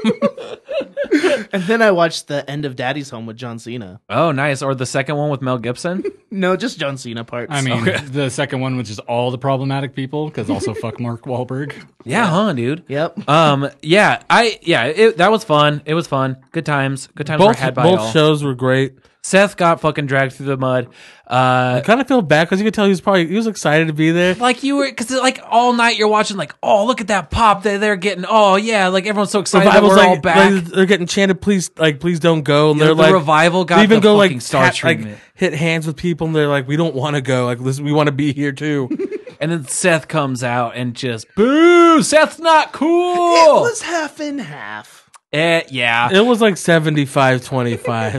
And then I watched the end of Daddy's Home with John Cena. Oh, nice. Or the second one with Mel Gibson. No, just John Cena parts. Oh, I mean, the second one, which is all the problematic people, because also fuck Mark Wahlberg. yeah, huh, dude. yep. Um. Yeah. I. Yeah. It, that was fun. It was fun. Good times. Good times were both had by all. both shows were great. Seth got fucking dragged through the mud. Uh. I kind of feel bad because you could tell he was probably he was excited to be there. Like you were, because like all night you're watching, like, oh look at that pop that they're getting. Oh yeah, like everyone's so excited that Revival's we're like, all back. like, they're getting chanted, please, like, please don't go. And Yeah, they're the like, Revival got they even the go fucking like, star tap- like, treatment. hit hands with people, and they're like, we don't want to go. Like, listen, we want to be here too. and then Seth comes out and just boo. Seth's not It cool. was half and half. Eh, yeah. it was like 75 Mm-hmm. 25.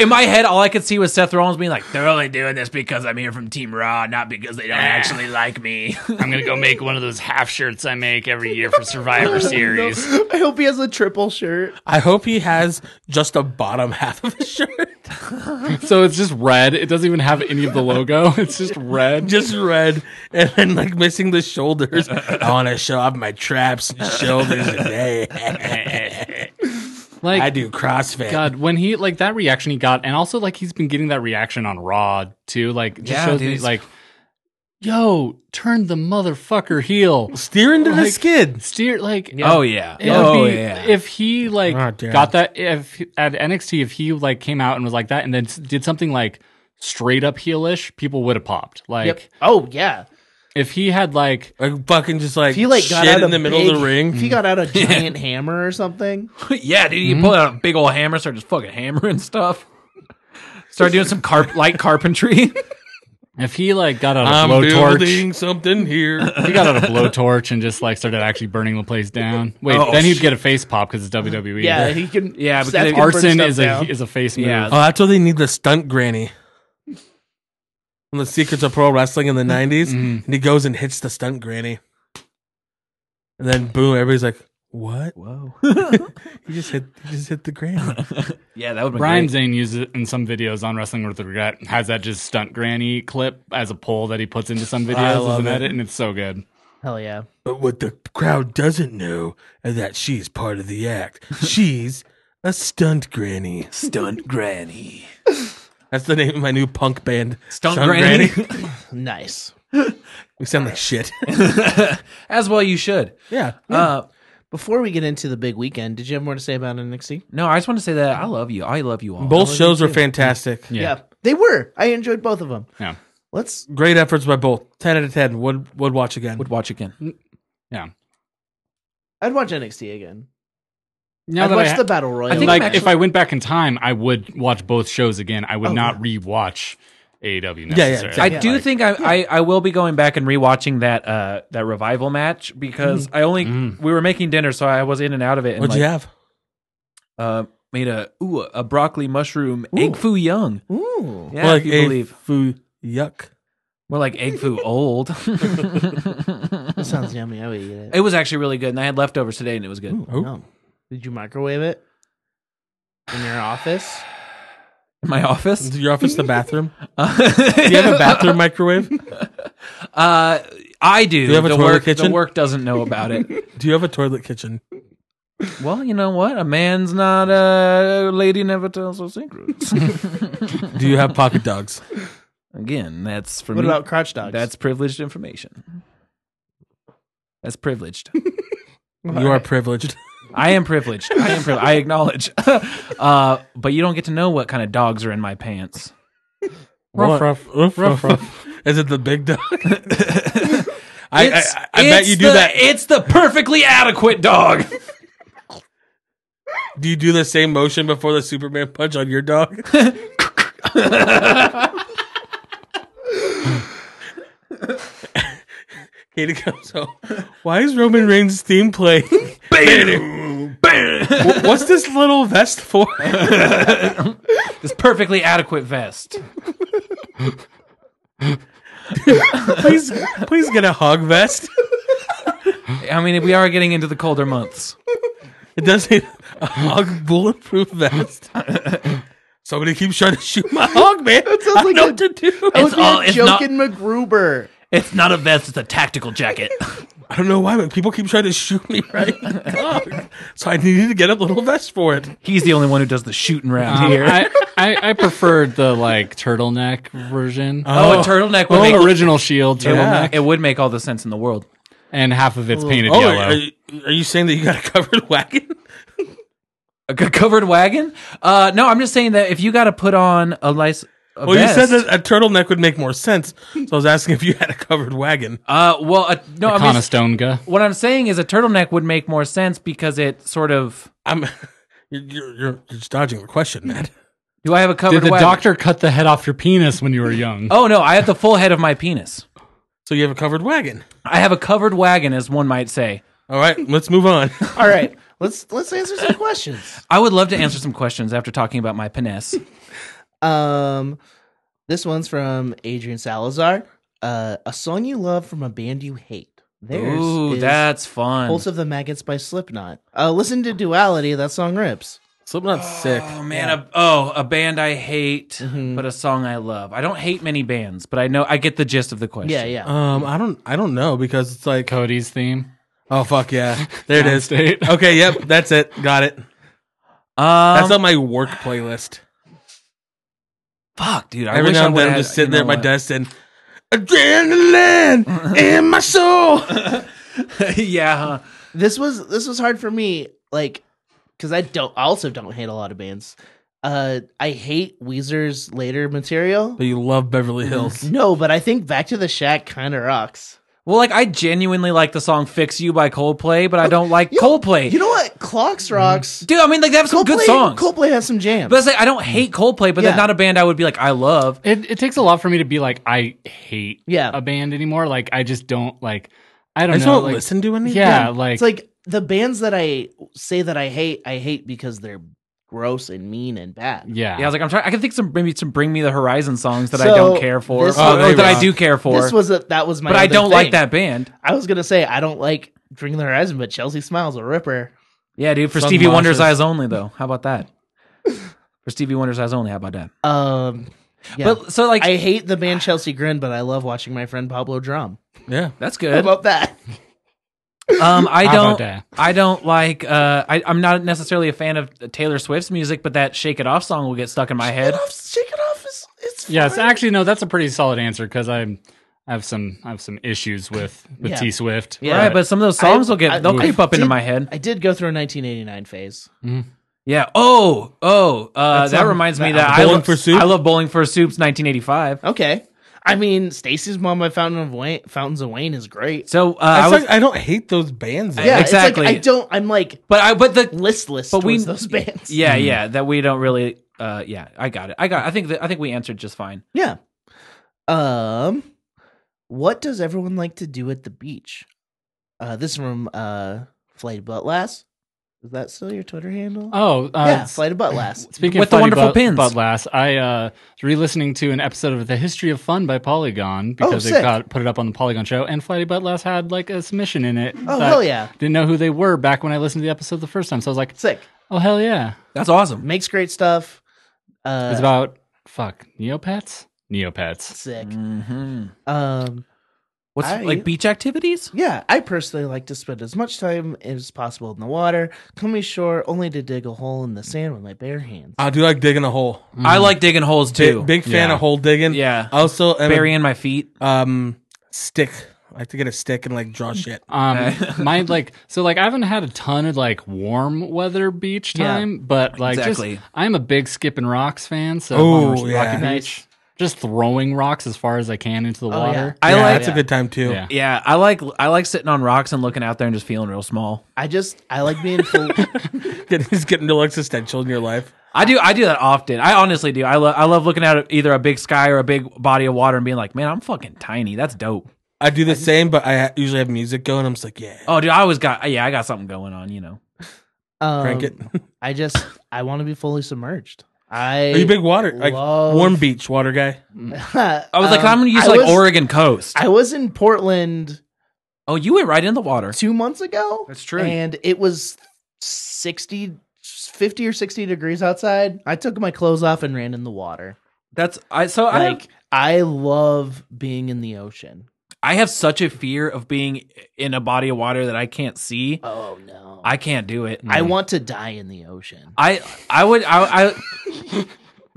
in my head, all I could see was Seth Rollins being like, "They're only doing this because I'm here from Team Raw, not because they don't Eh. actually like me." I'm gonna go make one of those half shirts I make every year for Survivor Series. I hope he has a triple shirt. I hope he has just a bottom half of his shirt. So it's just red. It doesn't even have any of the logo. It's just red. Just red, and then like missing the shoulders. I want to show off my traps and shoulders today. Like I do CrossFit. God, when he like that reaction he got, and also like he's been getting that reaction on Raw too. Like just Yeah, shows dude, me he's- like, yo, turn the motherfucker heel. Steer into the Like- skid. Steer like Oh yeah. It would oh be- yeah. If he like Oh, damn. got that, if he- at NXT, if he like came out and was like that, and then s- did something like straight up heelish, people would have popped. Like Yep. Oh yeah. if he had like, Like fucking just like, If he like shit got out in a the middle of big- the ring. If he got out a giant hammer or something. yeah, dude, you pull out a big old hammer, start just fucking hammering stuff. Start doing some carp light carpentry. if he like got out a I'm blowtorch, building something here. if he got out a blowtorch and just like started actually burning the place down. Wait, Oh, then he'd shit. get a face pop because it's WWE. Yeah, he can. Yeah, because Seth they- can burn Arson stuff is a down. is a face move. Yeah. Oh, that's why they need the stunt granny. From the secrets of pro wrestling in the 90s. And he goes and hits the stunt granny. And then boom, everybody's like, what? Whoa. He just hit he just hit the granny. yeah, that would be Brian great. Zane uses it in some videos on Wrestling with Regret. Has that just stunt granny clip as a poll that he puts into some videos as love an it. edit, and it's so good. Hell yeah. but what the crowd doesn't know is that she's part of the act. She's a stunt granny. Stunt Granny. That's the name of my new punk band. Stunt, Granny. Nice. We sound like shit. As well, you should. yeah. Uh, Before we get into the big weekend, did you have more to say about NXT? no, I just want to say that I love you. I love you all. Both shows were fantastic. They were. I enjoyed both of them. Yeah. Let's Great efforts by both. 10 out of 10. Would, would watch again. would watch again. I'd watch NXT again. Now I'd that I watch ha- the Battle Royal. I think like I'm if I went back in time, I would watch both shows again. I would not rewatch AEW necessarily. yeah, I exactly. do think I, I I will be going back and rewatching that uh that revival match because I only we were making dinner so I was in and out of it. And What'd Mm. you like, have? uh, made a ooh a broccoli mushroom egg foo young. Ooh. Yeah, like if you a believe. foo yuck. More like egg foo old. That sounds yummy. I would eat it. it was actually really good, and I had leftovers today, and it was good. Oh. Yum. Did you microwave it in your office? In my office. Is your office the bathroom? Do Do you have a bathroom microwave? Uh, I do. you have a the toilet work, kitchen? The work doesn't know about it. Do you have a toilet kitchen? well, you know what? A man's not a lady never tells her secrets. Do you have pocket dogs? Again, that's for What me. about crotch dogs? that's privileged information. That's privileged. You are privileged. I am privileged. I am privileged. I acknowledge. uh, but you don't get to know what kind of dogs are in my pants. Ruff, ruff, ruff, ruff, ruff. Is it the big dog? I, I, I, I bet it's you do the- that. It's the perfectly adequate dog. Do you do the same motion before the Superman punch on your dog? Katie comes home. Why is Roman Reigns' theme playing? Bam! Bam! Wh- What's this little vest for? This perfectly adequate vest. please, please get a hog vest. I mean, we are getting into the colder months. It does say a hog bulletproof vest. Somebody keeps trying to shoot my hog, man. That sounds like I don't know a- what to do. that would it's all- be a it's joke not- in MacGruber. It's not a vest; it's a tactical jacket. I don't know why, but people keep trying to shoot me right. in the hog. so I needed to get a little vest for it. He's the only one who does the shooting round Um, here. I, I, I preferred the like turtleneck version. oh, a turtleneck would Oh, make original shield turtleneck, it would make all the sense in the world. and half of it's painted Oh, yellow. are, you, are you saying that you got a covered wagon? A c- covered wagon? Uh, no, I'm just saying that if you got to put on a lice. A Well, vest, you said that a turtleneck would make more sense. So I was asking if you had a covered wagon. Uh, well, uh, no, I'm just- Conestoga. what I'm saying is a turtleneck would make more sense because it sort of. I'm. You're, you're, you're just dodging the question, man. Do I have a covered Did the wagon? doctor cut the head off your penis when you were young? Oh no, I have the full head of my penis. So you have a covered wagon. I have a covered wagon, as one might say. All right, let's move on. All right, let's let's answer some questions. I would love to answer some questions after talking about my penis. Um, this one's from Adrian Salazar. Uh, a song you love from a band you hate. There's Ooh, that's fun. Pulse of the Maggots by Slipknot. Uh, listen to Duality. That song rips. Slipknot's sick. Oh man, a, oh a band I hate, Mm-hmm. but a song I love. I don't hate many bands, but I know I get the gist of the question. Yeah, yeah. Um, I don't, I don't know because it's like, Cody's theme. oh fuck yeah, there it is. Downstate. Okay, yep, that's it. Got it. Um, That's on my work playlist. fuck, dude. I Every wish now I and would've then, I'm had- just sitting you there at know my what? desk and adrenaline in my soul. yeah, huh? this was this was hard for me like because i don't I also don't hate a lot of bands uh i hate weezer's later material But you love Beverly Hills. no but i think back to the shack kind of rocks Well, like I genuinely like the song "Fix You" by Coldplay, but I don't like Coldplay. you know what clocks rocks dude, I mean, like they have some Mm-hmm. good Coldplay- songs. coldplay has some jams But it's like I don't hate Coldplay, but Yeah. that's not a band I would be like I love. It, it takes a lot for me to be like I hate Yeah. a band anymore. Like I just don't like I don't I just know. don't like, listen to anything. Yeah, like, it's like the bands that i say that i hate i hate because they're gross and mean and bad yeah. Yeah, I was like, I'm trying. I can think some maybe some Bring Me the Horizon songs that I So, don't care for, this was- or, or they that I rock. do care for, this was a that was my but I other don't like thing. that band. i was gonna say i don't like Drinking the horizon but chelsea smiles a ripper Yeah, dude. For Sun Stevie Wonder's Mosses. eyes only, though. How about that? For Stevie Wonder's eyes only. How about that? um yeah. But so like, I hate the band Chelsea Grin, but I love watching my friend Pablo drum. yeah. that's How good. about that? Um, I How about don't. that? I don't like. Uh, I, I'm not necessarily a fan of Taylor Swift's music, but that "Shake It Off" song will get stuck in my head. Shake it off. It's, it's Yes, actually, no. That's a pretty solid answer because I'm I have some I have some issues with with Yeah. T Swift. Yeah. Right, but some of those songs I- will get. I- they'll creep I up into did- my head. I did go through a 1989 phase. Yeah. Oh. Oh. Uh, that um, reminds me that- that I Bowling love for Soup? I love Bowling for Soup's 1985. Okay, I mean Stacy's mom by Fountain of Wayne, Fountains of Wayne is great. So uh, I, I was. like, I don't hate those bands. though. yeah, exactly. It's like, I don't. I'm like but I. But the listless But we- towards those bands. Yeah, yeah, that we don't really. Uh, yeah, I got it. I got. I think that I think we answered just fine. yeah. Um, what does everyone like to do at the beach? Uh, this is from uh, Flayed Butt Lass. Is that still your Twitter handle? Oh, uh, yeah, s- flight of butt last. Speaking With of the funny wonderful butt, pins. butt laughs, I uh, was re-listening to an episode of The History of Fun by Polygon because they Oh, sick. got put it up on the Polygon show, and Flighty Butt Laughs had like a submission in it. Oh, that hell yeah. Didn't know who they were back when I listened to the episode the first time, so I was like, Sick. oh hell yeah! That's awesome. Makes great stuff. Uh, It's about fuck Neopets, Neopets. sick. Mm-hmm. Um, What's I- like beach activities? yeah, I personally like to spend as much time as possible in the water, coming ashore only to dig a hole in the sand with my bare hands. I do like digging a hole. I like digging holes Big- too. big fan Yeah. of hole digging. Yeah. Also, am a- Burying my feet. um stick. I like to get a stick and like draw shit. Um, my like so like I haven't had a ton of like warm weather beach Yeah. time, but like Exactly. just I'm a big Skip and Rocks fan, so Oh, on Rocky yeah. Beach, Nice. just throwing rocks as far as I can into the Oh, water. I yeah, like- that's a good time too. Yeah. Yeah, I like I like sitting on rocks and looking out there and just feeling real small. I just I like being full. Get- Just getting real existential in your life. I do I do that often. I honestly do. I love I love looking out at either a big sky or a big body of water and being like, man, I'm fucking tiny. That's dope. I do the same, but I ha- usually have music going. I'm just like, yeah, Oh, dude, I always got yeah, I got something going on. You know, Um, crank it. I just I want to be fully submerged. I Are you a big water like love- warm beach water guy? I was like, I'm gonna use Um, I like was- Oregon coast. I was in Portland oh, you went right in the water. two months ago. That's true. And it was 60, 50 or 60 degrees outside. I took my clothes off and ran in the water. That's I so I Like, I love being in the ocean. I have such a fear of being in a body of water that I can't see. Oh, no. I, I can't do it. I want to die in the ocean. I I would I, I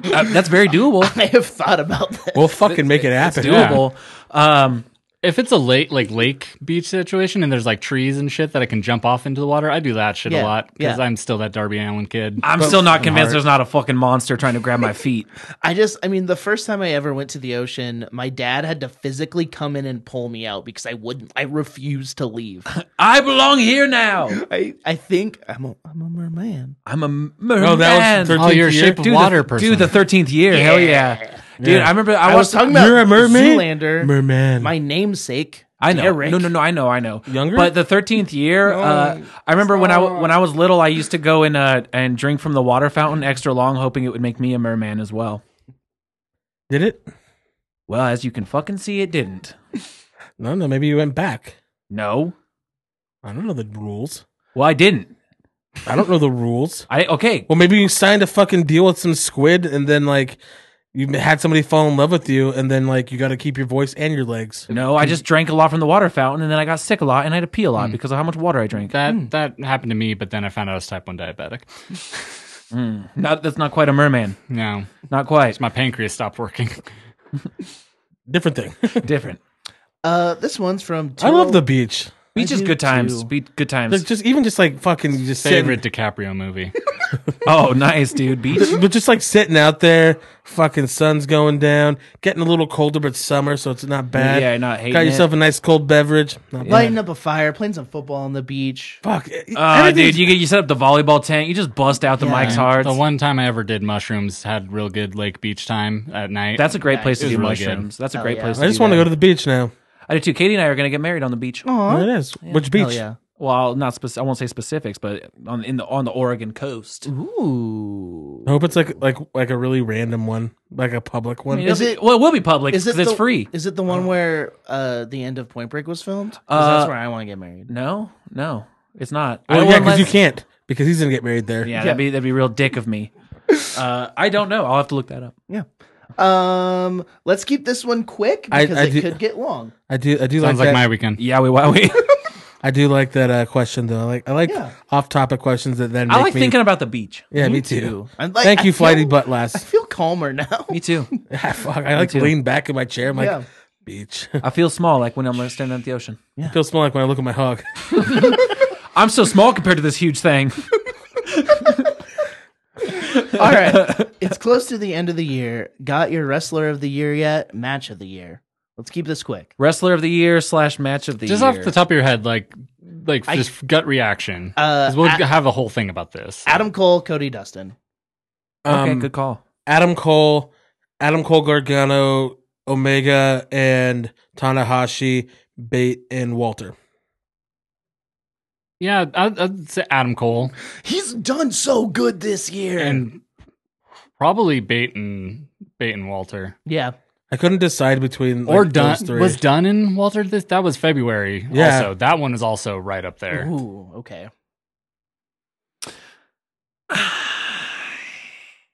Uh, that's very doable. I have thought about that. We'll fucking make it happen. It's doable. Um, If it's a lake like lake beach situation and there's like trees and shit that I can jump off into the water, I do that shit Yeah, a lot because yeah. I'm still that Darby Allen kid. I'm still not convinced there's not a fucking monster trying to grab my feet. I just, I mean, the first time I ever went to the ocean, my dad had to physically come in and pull me out because I wouldn't, I refused to leave. I belong here now. I, I think I'm a, I'm a merman. I'm a merman. No, that was 13th oh, you're a year. shape of Dude, water the, person. Dude, the 13th year. Hell yeah. Dude, I remember I, I, was watched. talking about You're a merman? Zoolander. Merman. My namesake. I know. Derek. No, no, no. I know. I know. Younger? But the 13th year, uh, I remember when I w- when I was little, I used to go in uh, and drink from the water fountain extra long, hoping it would make me a merman as well. Did it? Well, as you can fucking see, it didn't. No, no. Maybe you went back. No. I don't know the rules. Well, I didn't. I don't know the rules. I okay. Well, maybe you signed a fucking deal with some squid, and then like you had somebody fall in love with you, and then like you got to keep your voice and your legs. No, I just drank a lot from the water fountain, and then I got sick a lot, and I had to pee a lot because of how much water I drank. that that happened to me, but then I found out I was type one diabetic. Not, that's not quite a merman. No, Not quite. my pancreas stopped working. Different thing. Different. Uh, this one's from. I love the beach. Beach is do good times. too. Be good Like, times. just even just like fucking just Favorite DiCaprio movie. Oh, nice, dude. Beach. Sitting, but just like sitting out there, fucking sun's going down, getting a little colder, but summer, so it's not bad. Yeah, not hating Got it. yourself a nice cold beverage. Not bad. Lighting up a fire, playing some football on the beach. Fuck, e-, Uh, everything's- dude, you get you set up the volleyball tank. You just bust out the mics hard. The one time I ever did mushrooms had real good lake beach time at night. That's a great place to It was do really good. mushrooms. That's a Oh, great yeah. place. I just want to go to the beach now. I do too. Katie and I are going to get married on the beach. There it is. Which beach? Hell yeah. Well, not spec- I won't say specifics, but on in the on the Oregon coast. Mm-hmm. Ooh. I hope it's like like like a really random one, like a public one. It'll is be- it- well, it will be public because the, it's free. Is it the one where uh, the end of Point Break was filmed? 'Cause Uh, that's where I want to get married. No, no, it's not. I well, will yeah, because unless- you can't because he's gonna get married there. Yeah, that'd be that'd be real dick of me. Uh, I don't know. I'll have to look that up. Yeah. Um, let's keep this one quick I- because I it do- could get long. I do. I do sounds like, like that. my weekend. Yeah, we why we. I do like that uh, question though. I like I like Yeah. off topic questions that then. Make I like me, thinking about the beach. Yeah, me Two. too. I'm like- Thank I you, flighty feel- butt I last. feel calmer now. Me too. Yeah, fuck, I like to too. lean back in my chair. I'm like, Yeah. beach. I feel small like when I'm standing at the ocean. I feel small like when I look at my hog. I'm so small compared to this huge thing. All right. It's close to the end of the year. Got your wrestler of the year yet? Match of the year. Let's keep this quick. Wrestler of the year slash match of the Just year. off the top of your head, like like just gut reaction. Uh, 'Cause we'll I- Uh, have a whole thing about this. Adam Cole, Cody Dustin. Okay, Um, good call. Adam Cole, Adam Cole Gargano, Omega, and Tanahashi, Bate, and Walter. Yeah, I'd, I'd say Adam Cole He's done so good this year. and probably Baton Baton Walter yeah. I couldn't decide between like, or those Dunn three. was Dunn and Walter. This that was February. Yeah. also that one is also right up there. Ooh, okay.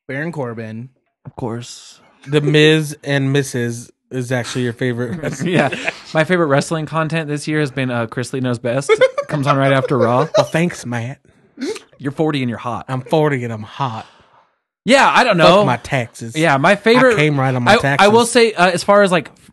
Baron Corbin. Of course. the Miz and Mrs. is actually your favorite. yeah. My favorite wrestling content this year has been uh, Chris Lee Knows Best. Comes on right after Raw. well, thanks, Matt. You're 40 and you're hot. I'm 40 and I'm hot. Yeah, I don't know. Fuck my taxes. yeah, my favorite. I came right on my I, taxes. I will say, uh, as far as like f-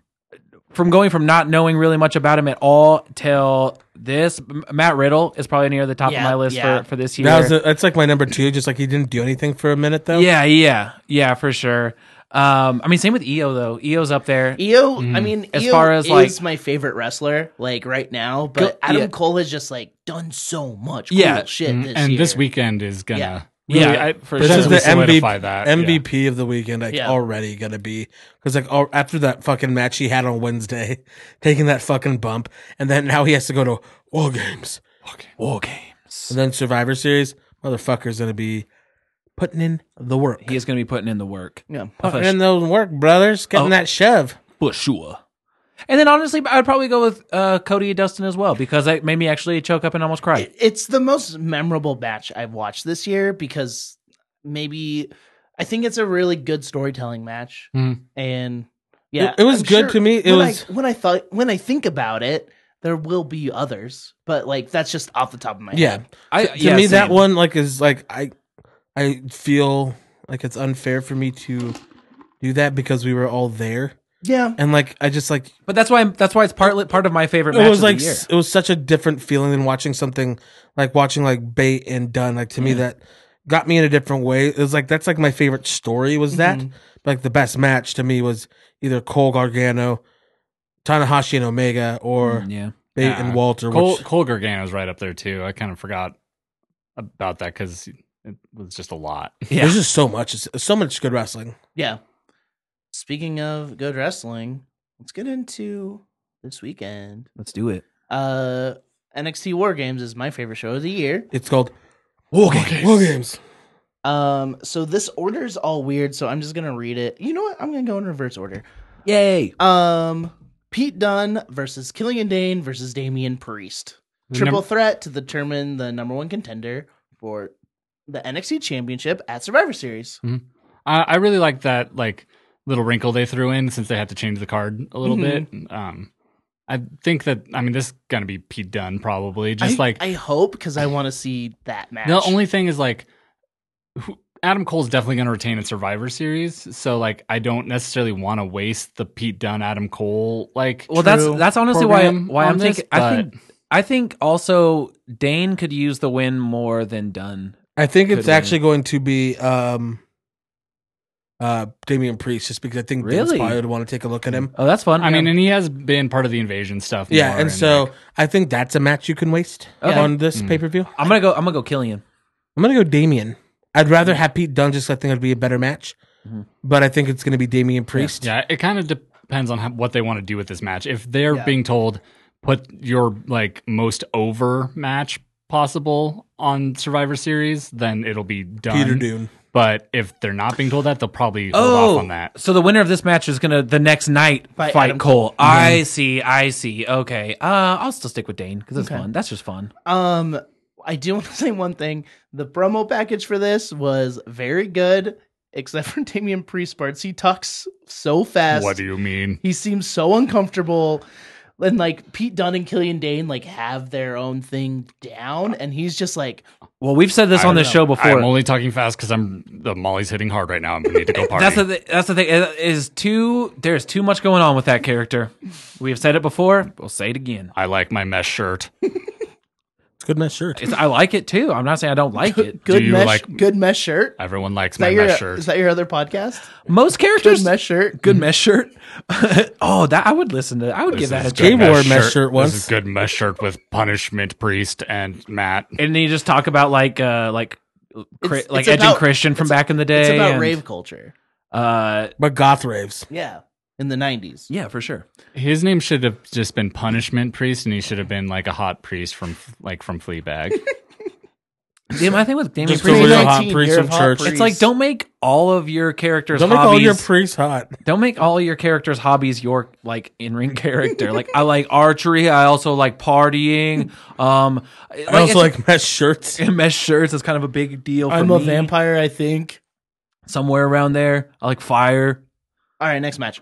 from going from not knowing really much about him at all till this, M- Matt Riddle is probably near the top Yeah, of my list yeah. for, for this year. that was a, that's like my number two. Just like he didn't do anything for a minute though. yeah, yeah, yeah, for sure. Um, I mean, same with EO though. EO's up there. Io, I mean, As Io far as, is like- my favorite wrestler, like right now. But Adam yeah. Cole has just like done so much cool Yeah. shit Mm, this and year. this weekend is gonna. Yeah. Yeah, really, I- for This sure. is really the solidify MVP, that, yeah. MVP of the weekend. Like Yeah. already gonna be because like all, after that fucking match he had on Wednesday, taking that fucking bump, and then now he has to go to War Games, War games. and then Survivor Series. Motherfucker's gonna be putting in the work. He is going to be putting in the work. Yeah. putting in those work, brothers. Getting Oh. that shove. for sure. And then honestly, I'd probably go with uh, Cody and Dustin as well because it made me actually choke up and almost cry. It- It's the most memorable match I've watched this year because maybe I think it's a really good storytelling match. Mhm. And yeah, Hmm. It- it was good to me. It when was- I, when I thought when I think about it, there will be others, but like that's just off the top of my head. Yeah. I, to me that one like is like I I feel like it's unfair for me to do that because we were all there Yeah. and like I just like but that's why that's why it's part part of my favorite. it match was of like the year. s- it was such a different feeling than watching something like watching like bait and done like to me that got me in a different way it was like that's like my favorite story was that Mm-hmm. But, like the best match to me was either Cole Gargano Tanahashi and Omega or Mm, yeah, Bate Yeah. and Walter Cole, which Cole Gargano's right up there too. I kind of forgot about that because it was just a lot. yeah. there's just so much so much good wrestling Yeah. Speaking of good wrestling, let's get into this weekend. Let's do it. Uh NXT War Games is my favorite show of the year. it's called War games. War Games Um, so this order's all weird, so I'm just gonna read it. You know what? I'm gonna go in reverse order. Yay! Um, Pete Dunne versus Killian Dane versus Damian Priest. The Triple num- threat to determine the number one contender for the NXT Championship at Survivor Series. I, I really like that like little wrinkle they threw in since they had to change the card a little Mm-hmm. bit. Um, I think that I mean this is gonna be Pete Dunne probably. Just I, like I hope because I want to see that match. the only thing is like who- Adam Cole's definitely gonna retain in Survivor Series, so like I don't necessarily want to waste the Pete Dunne Adam Cole like. Well, that's True. that's honestly why program why on I'm this, thinking. I think I think also Dane could use the win more than Dunn. I think Could it's win. actually going to be um uh Damian Priest just because I think Vince Really? probably would want to take a look at him. Oh, that's fun. I mean, Yeah. and he has been part of the invasion stuff. Yeah, more and so like- I think that's a match you can waste Okay. on this Mm. pay per view. I'm gonna go. I'm gonna go Killian. I'm gonna go Damian. I'd rather have Pete Dunne just 'cause I think it'd be a better match. But I think it's gonna be Damian Priest. Yeah, it kind of depends on how, what they want to do with this match. If they're being told put your like most over match possible on Survivor Series, then it'll be done. Peter Dune. But if they're not being told that, they'll probably hold Oh. off on that. so the winner of this match is gonna the next night Fight fight Adam Cole. I see, I see. Okay, uh, I'll still stick with Dane because it's fun. That's just fun. Um, I do want to say one thing. The promo package for this was very good, except for Damian Priest parts. He talks so fast. What do you mean? He seems so uncomfortable. And like Pete Dunne and Killian Dane like have their own thing down, and he's just like, Well, we've said this on the show before. I'm only talking fast because I'm the Molly's hitting hard right now. I need to go party. that's the th- that's the thing uh, is too there's too much going on with that character. We have said it before. We'll say it again. I like my mesh shirt. It's a good match shirt. It's, I like it too. I'm not saying I don't like it. "Good you mesh, like- good mesh shirt." Is Everyone likes my that, your, mesh is shirt. that your other podcast? Most Good characters mesh shirt. good mesh shirt. oh, that I would listen to. I would give that a is try. Gabe wore a mesh shirt This once. is good mesh shirt with Punishment Priest and Matt. And then you just talk about like uh like cri- It's- like it's Edge about- and Christian from it's- back in the day. It's about and, rave culture. Uh, But goth raves. Yeah, in the 90s. Yeah, for sure. His name should have just been Punishment Priest, and he should have been like a hot priest from like from Fleabag. Yeah, my thing with Damien Just a Priest, real like, hot 19 priest year from hot church. priest. it's like don't make all of your characters Don't make all hobbies. your priests hot. don't make all your characters' hobbies your like in ring character. like I like archery. I also like partying. Um, like, I also it's- like mesh shirts. mesh shirts is kind of a big deal. For I'm a me. vampire, I think. somewhere around there. I like fire. All right, next match.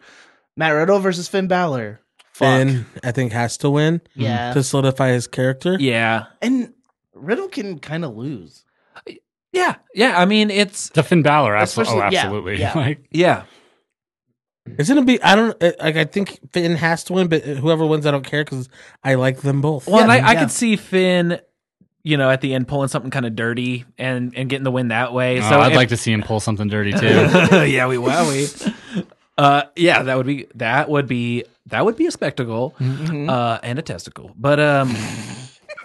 Matt Riddle versus Finn Balor. Fuck. Finn, Mm-hmm. I think, has to win Yeah. to solidify his character. Yeah, And Riddle can kind of lose. yeah, yeah. I mean, it's the Finn Balor, abso- Especially- oh, yeah, absolutely. yeah. Like yeah. It's gonna be. I don't uh, like. I think Finn has to win, but uh, whoever wins, I don't care because I like them both. Well, and I, I yeah. could see Finn, you know, at the end pulling something kind of dirty and and getting the win that way. oh, so I'd if- like to see him pull something dirty too. yeah, we wowie. Uh, yeah, that would be that would be that would be a spectacle Mm-hmm. uh, and a testicle. But um,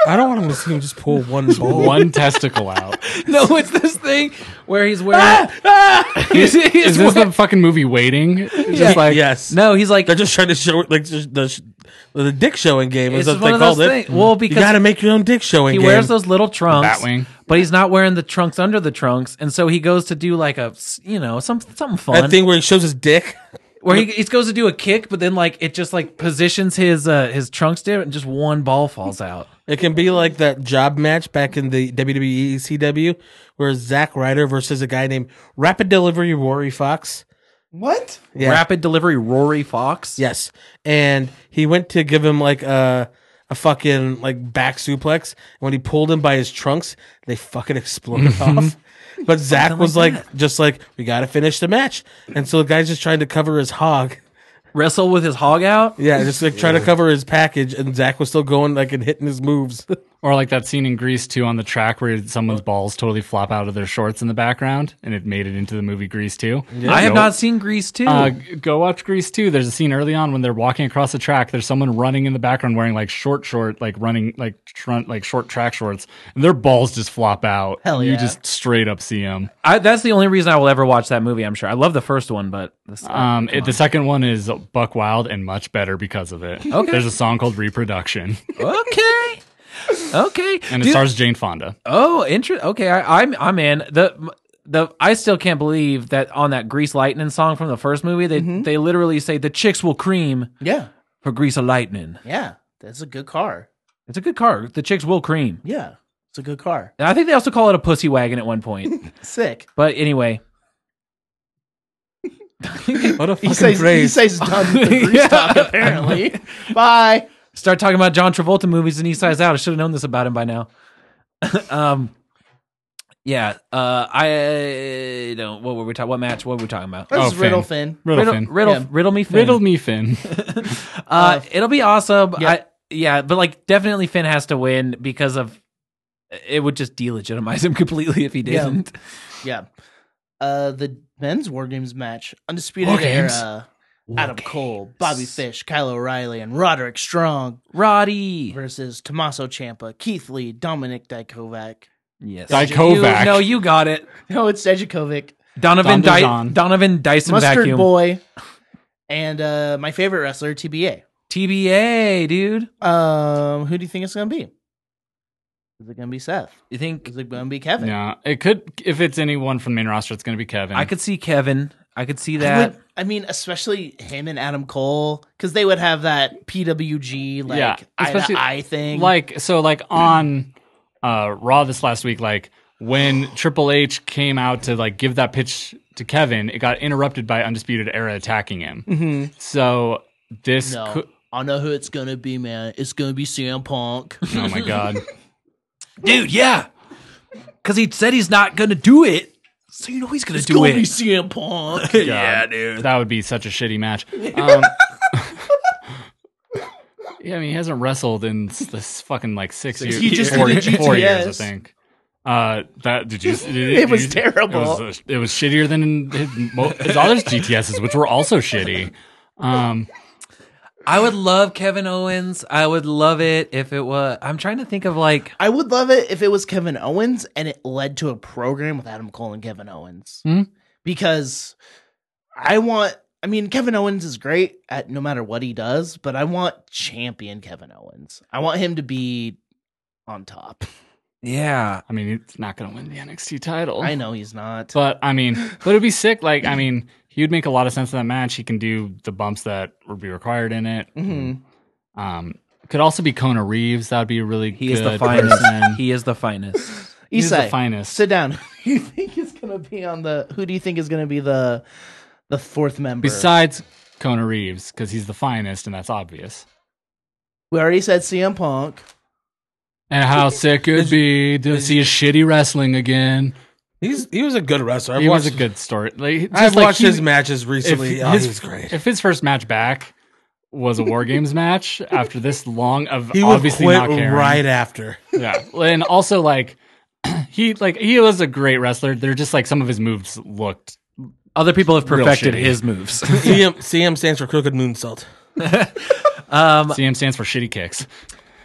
I don't want him to see him just pull one ball. One testicle out. no, it's this thing where he's wearing. Ah! He's- he's Is this wearing- the fucking movie Waiting? It's Just like yes. no, he's like They're just trying to show like just the sh- the dick showing game It's is what one they of those called it. Mm. thing- well, because- you got to make your own dick showing. he game. wears those little trunks, Batwing. but he's not wearing the trunks under the trunks, and so he goes to do like a s- you know some something fun that thing where he shows his dick. where he, he goes to do a kick, but then like it just like positions his uh, his trunks different, and just one ball falls out. It can be like that job match back in the E WWE ECW where Zack Ryder versus a guy named Rapid Delivery Rory Fox. What? Yeah. Rapid delivery, Rory Fox. Yes. And he went to give him like a a fucking like back suplex. And when he pulled him by his trunks, they fucking exploded off. But Zach was like, just like, we gotta finish the match. And so the guy's just trying to cover his hog. wrestle with his hog out. Yeah, just like trying to cover his package, and Zach was still going like and hitting his moves. Or like that scene in Grease too on the track where someone's balls totally flop out of their shorts in the background, and it made it into the movie Grease too. I have not seen Grease too. Uh, go watch Grease too. There's a scene early on when they're walking across the track. There's someone running in the background wearing like short, short, like running, like front, like short track shorts, and their balls just flop out. Hell You yeah. just straight up see them. I, that's the only reason I will ever watch that movie. I'm sure. I love the first one, but this, Um, it, the second one is Buck Wild and much better because of it. Okay. There's a song called Reproduction, okay, okay. and it Dude, stars Jane Fonda. Oh, interest. Okay, I, I'm I'm in the the. I still can't believe that on that Grease Lightning song from the first movie, they they literally say the chicks will cream Yeah. for Grease of Lightning. Yeah. That's a good car. It's a good car. The chicks will cream. Yeah. It's a good car. And I think they also call it a pussy wagon at one point. Sick. but anyway, What a He fucking says, he phrase! says done with the grease Yeah. talk, apparently. Bye. start talking about John Travolta movies and he size out. I should have known this about him by now. um, yeah. Uh, I uh, don't. What were we talking? What match? What were we talking about? This Oh, is Riddle Finn. Riddle, Riddle, Finn. riddle, Yeah. riddle me, Finn. Riddle me, Finn. Uh, it'll be awesome. yeah. I, yeah, but like definitely Finn has to win because of it would just delegitimize him completely if he Yeah. didn't. Yeah. Uh, the men's War Games match, Undisputed Games? Era, Adam Cole, Bobby Fish, Kyle O'Reilly, and Roderick Strong Roddy. versus Tommaso Ciampa, Keith Lee, Dominic Dijakovic. Yes. Dijakovic. You- No, you got it. No, it's Dijakovic. Don, Donovan Di- Don. Donovan Dyson Mustard vacuum. Boy, and uh, my favorite wrestler, TBA. TBA, dude. Um, who do you think it's gonna be? Is it gonna be Seth? You think Is it gonna be Kevin? yeah, it could. If it's anyone from the main roster, it's going to be Kevin. I could see Kevin. I could see I, that. would, I mean, especially him and Adam Cole, because they would have that PWG like Yeah, eye to especially- eye thing. like so like on uh raw this last week like when triple h came out to like give that pitch to kevin it got interrupted by undisputed era attacking him so this Mm-hmm. No. could I know who it's gonna be, man. It's gonna be CM Punk. oh my god Dude, yeah. Because he said he's not going to do it. So you know he's going to It's do gonna be it. CM Punk. yeah, dude. that would be such a shitty match um yeah i mean he hasn't wrestled in s- this fucking like six, years He just four, did a four years i GTS. think uh, that did you? Did, It did was you- terrible. It was, uh, it was shittier than his, mo- his other GTSs, which were also shitty. Um, I would love Kevin Owens. I would love it if it was. I'm trying to think of like. I would love it if it was Kevin Owens and it led to a program with Adam Cole and Kevin Owens. Hmm? Because I want I mean, Kevin Owens is great at no matter what he does, but I want champion Kevin Owens. I want him to be on top. Yeah. I mean, it's not going to win the NXT title. I know he's not. Oh. But I mean, but it'd be sick. Like, I mean, he would make a lot of sense in that match. He can do the bumps that would be required in it. Mhm. Um, could also be Kona Reeves. That'd be a really He good is the finest. person. he is the finest. He's the Isai, finest. Sit down. Who do you think is gonna be on the? Who do you think is gonna be the the fourth member? Besides Kona Reeves, because he's the finest, and that's obvious. we already said CM Punk. And how sick it'd be to see a shitty wrestling again. He's he was a good wrestler. I've He watched, was a good story. Like, just I've like watched he- his matches recently. oh, his- he's great. If his first match back was a War Games match after this long of He would obviously quit not caring. right after. yeah and also like he like he was a great wrestler they're just like some of his moves looked Other people have perfected shitty. his moves. CM, CM stands for Crooked Moonsault. Um, cm stands for shitty kicks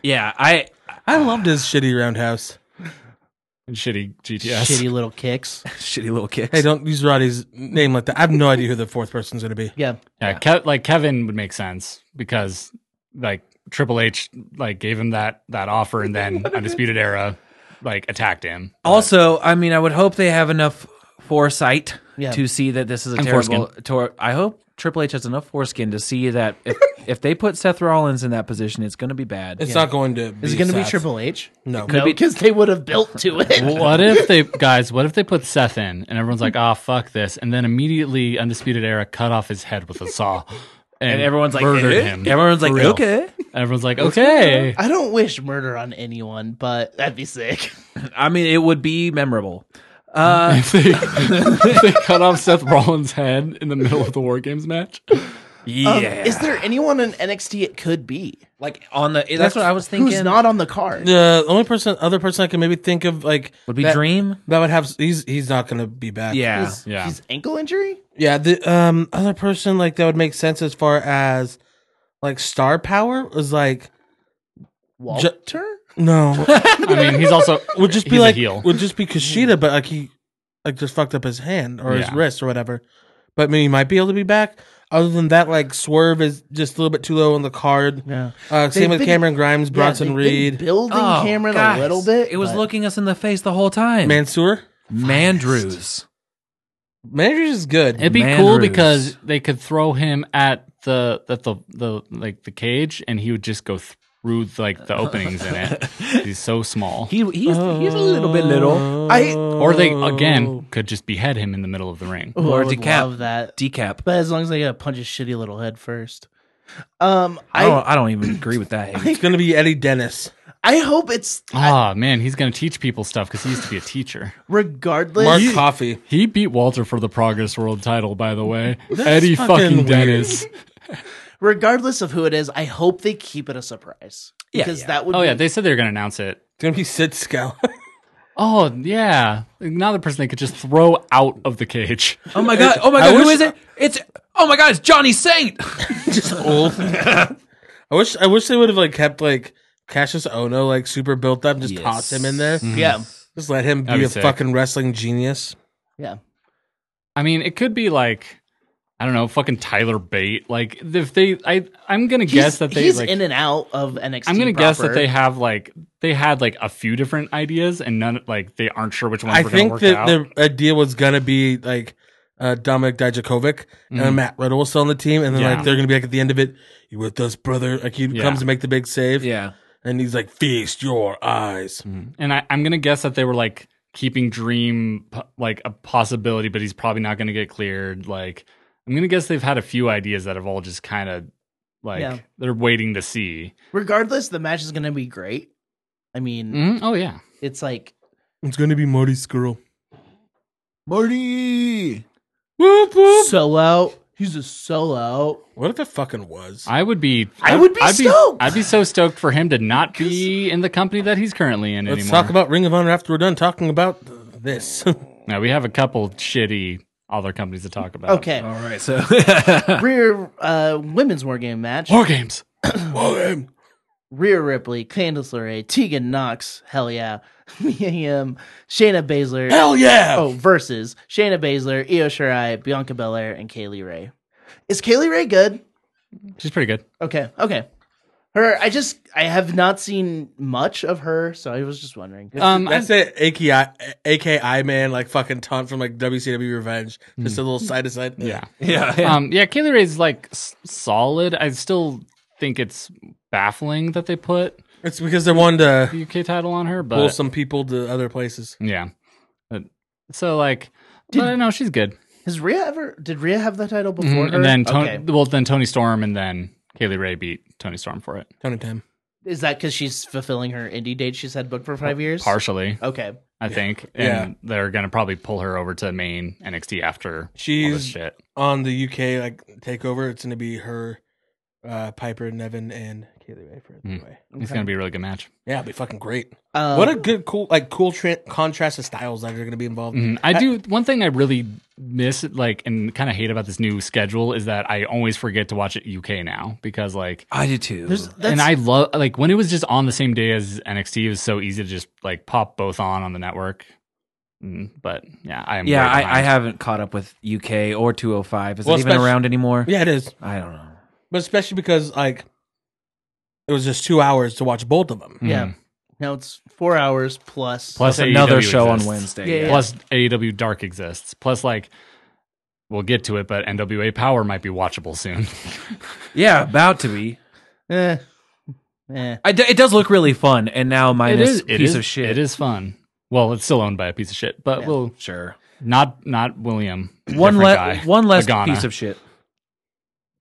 yeah. I I loved his shitty roundhouse. and shitty gts Shitty little kicks. shitty little kicks. Hey, don't use Roddy's name like that. I have no idea who the fourth person's going to be. Yeah. yeah Ke- like kevin would make sense because like triple h like gave him that that offer and then undisputed era like attacked him Also, I mean, I would hope they have enough foresight Yeah. to see that this is a And terrible. Tor- I hope Triple H has enough foreskin to see that if, if they put Seth Rollins in that position, it's going to be bad. It's not going to. Is it gonna be Triple H? No. No, because they would have built to it. what if they guys what if they put seth in and everyone's like ah fuck this and then immediately undisputed era cut off his head with a saw and, and everyone's like, murdered "Eh?" him Everyone's For like, real. okay. everyone's like okay I don't wish murder on anyone, but that'd be sick. I mean, it would be memorable. Uh, if they, if they cut off Seth Rollins' head in the middle of the War Games match. yeah. Um, Is there anyone in NXT it could be? like on the. That's, what I was thinking. Who's not on the card? The only person, other person I can maybe think of, like would be that, Dream. That would have. He's he's not going to be back. Yeah. His, Yeah. his ankle injury? yeah. The um other person like that would make sense as far as like star power was like Walter? no I mean, he's also would just be he's like a heel. would just be Kushida, but like he like just fucked up his hand or his Yeah. wrist or whatever. But I mean, he might be able to be back. Other than that, like Swerve is just a little bit too low on the card. Yeah. Uh, same They've with been- Cameron Grimes, Bronson yeah, they've been Reed, building Oh, Cameron guys, a little bit. It was but looking us in the face the whole time. Mansoor. Mandrews. Managers is good. It'd be Man cool Ruse. because they could throw him at the at the the like the cage, and he would just go through like the openings in it. He's so small. He, he's, he's a little bit little. I Or they again could just behead him in the middle of the ring. Ooh, Or I would decap. love that. Decap. But as long as I gotta punch his shitty little head first. Um I I don't, I don't even agree with that. It's gonna be Eddie Dennis, I hope it's Ah man, he's gonna teach people stuff because he used to be a teacher. regardless Mark Coffey. He beat Walter for the Progress World title, by the way. Eddie fucking fucking weird. Dennis. regardless of who it is, I hope they keep it a surprise. Yeah, Because yeah. that would Oh yeah, be, they said they were gonna announce it It's gonna be Sid Scout. Oh yeah, another person they could just throw out of the cage. Oh my god! Oh my I god! Who wish- is it? It's oh my god! It's Johnny Saint. I wish I wish they would have like kept like Cassius Ono like super built up, and just Yes. toss him in there, yeah. just let him That'd be be a sick. fucking wrestling genius. Yeah. I mean, it could be like I don't know, fucking Tyler Bate. Like if they, I I'm gonna guess He's- that they he's like. in and out of NXT. I'm gonna guess that proper. they have like they had like a few different ideas and none like they aren't sure which ones I were gonna think work that out. the idea was gonna be like uh, Dominic Dijakovic and Matt Riddle was still on the team, and then Mm. Yeah. like they're gonna be like at the end of it, you with us, brother? Like he Yeah. comes to make the big save, Yeah. and he's like, feast your eyes. and I, I'm gonna guess that they were like keeping Dream p- like a possibility, but he's probably not gonna get cleared. Like I'm gonna guess they've had a few ideas that have all just kind of like Yeah. they're waiting to see. Regardless, the match is gonna be great. I mean, Mhm. Oh yeah. it's like It's gonna be Marty Skrull. Marty. Whoop whoop. sellout. He's a sellout. What if it fucking was? I would be. I would be stoked. I'd be so stoked for him to not be in the company that he's currently in Let's anymore. talk about Ring of Honor after we're done talking about this. now we have a couple shitty other companies to talk about. Okay, All right. So rear uh, women's war game match. War games. Rhea Ripley, Candice LeRae, Tegan Knox, hell yeah, Miriam, Shayna Baszler. Hell yeah! Oh, versus Shayna Baszler, Io Shirai, Bianca Belair, and Kaylee Ray. Is Kaylee Ray good? She's pretty good. Okay, okay. Her, I just, I have not seen much of her, so I was just wondering. Um, I, That's it, AKI, AKI man, like fucking taunt from like WCW Revenge. Just a little side to side. Mm. yeah. Yeah. Um, yeah, Kaylee Ray's like s- solid. I still think it's baffling that they put It's because they wanted to the UK title on her, pull but Mm. some people to other places. yeah. But, so like, Did- but no, she's good. Has Rhea ever? Did Rhea have the title before Mhm, her? And then Tony, okay. well, then Tony Storm, and then Kaylee Ray beat Tony Storm for it Tony Tam. is that because she's fulfilling her indie date she's had booked for five years? partially, Okay, I think. Yeah. And they're gonna probably pull her over to main NXT after all this She's shit. on the UK like takeover. It's gonna be her, uh, Piper, Nevin, and Kaylee Ray for the Mm. way. It's gonna be a really good match. Yeah, it'll be fucking great. um, what a good, cool, like cool tra- contrast of styles that are gonna be involved. Mhm. I do one thing I really miss, like, and kind of hate about this new schedule is that I always forget to watch it UK now because, like, I do too. there's- that's, and I love like when it was just on the same day as NXT, it was so easy to just like pop both on on the network. Mm, but yeah, I am. yeah, way I, I behind. haven't caught up with UK or 205. Is Well, it even especi- around anymore? Yeah, it is. I don't know. But especially because like it was just two hours to watch both of them. Mhm. yeah. Now it's four hours plus. Plus, Plus another AEW show exists. on Wednesday. Yeah, yeah. Plus AEW Dark exists. Plus, like, we'll get to it, but NWA Power might be watchable soon. Yeah, about to be. Eh. Eh. I d- it does look really fun, and now minus it piece is- of shit. It is fun. Well, it's still owned by a piece of shit, but Yeah. we'll sure. not not William. One different less, guy, one less Pagana. piece of shit.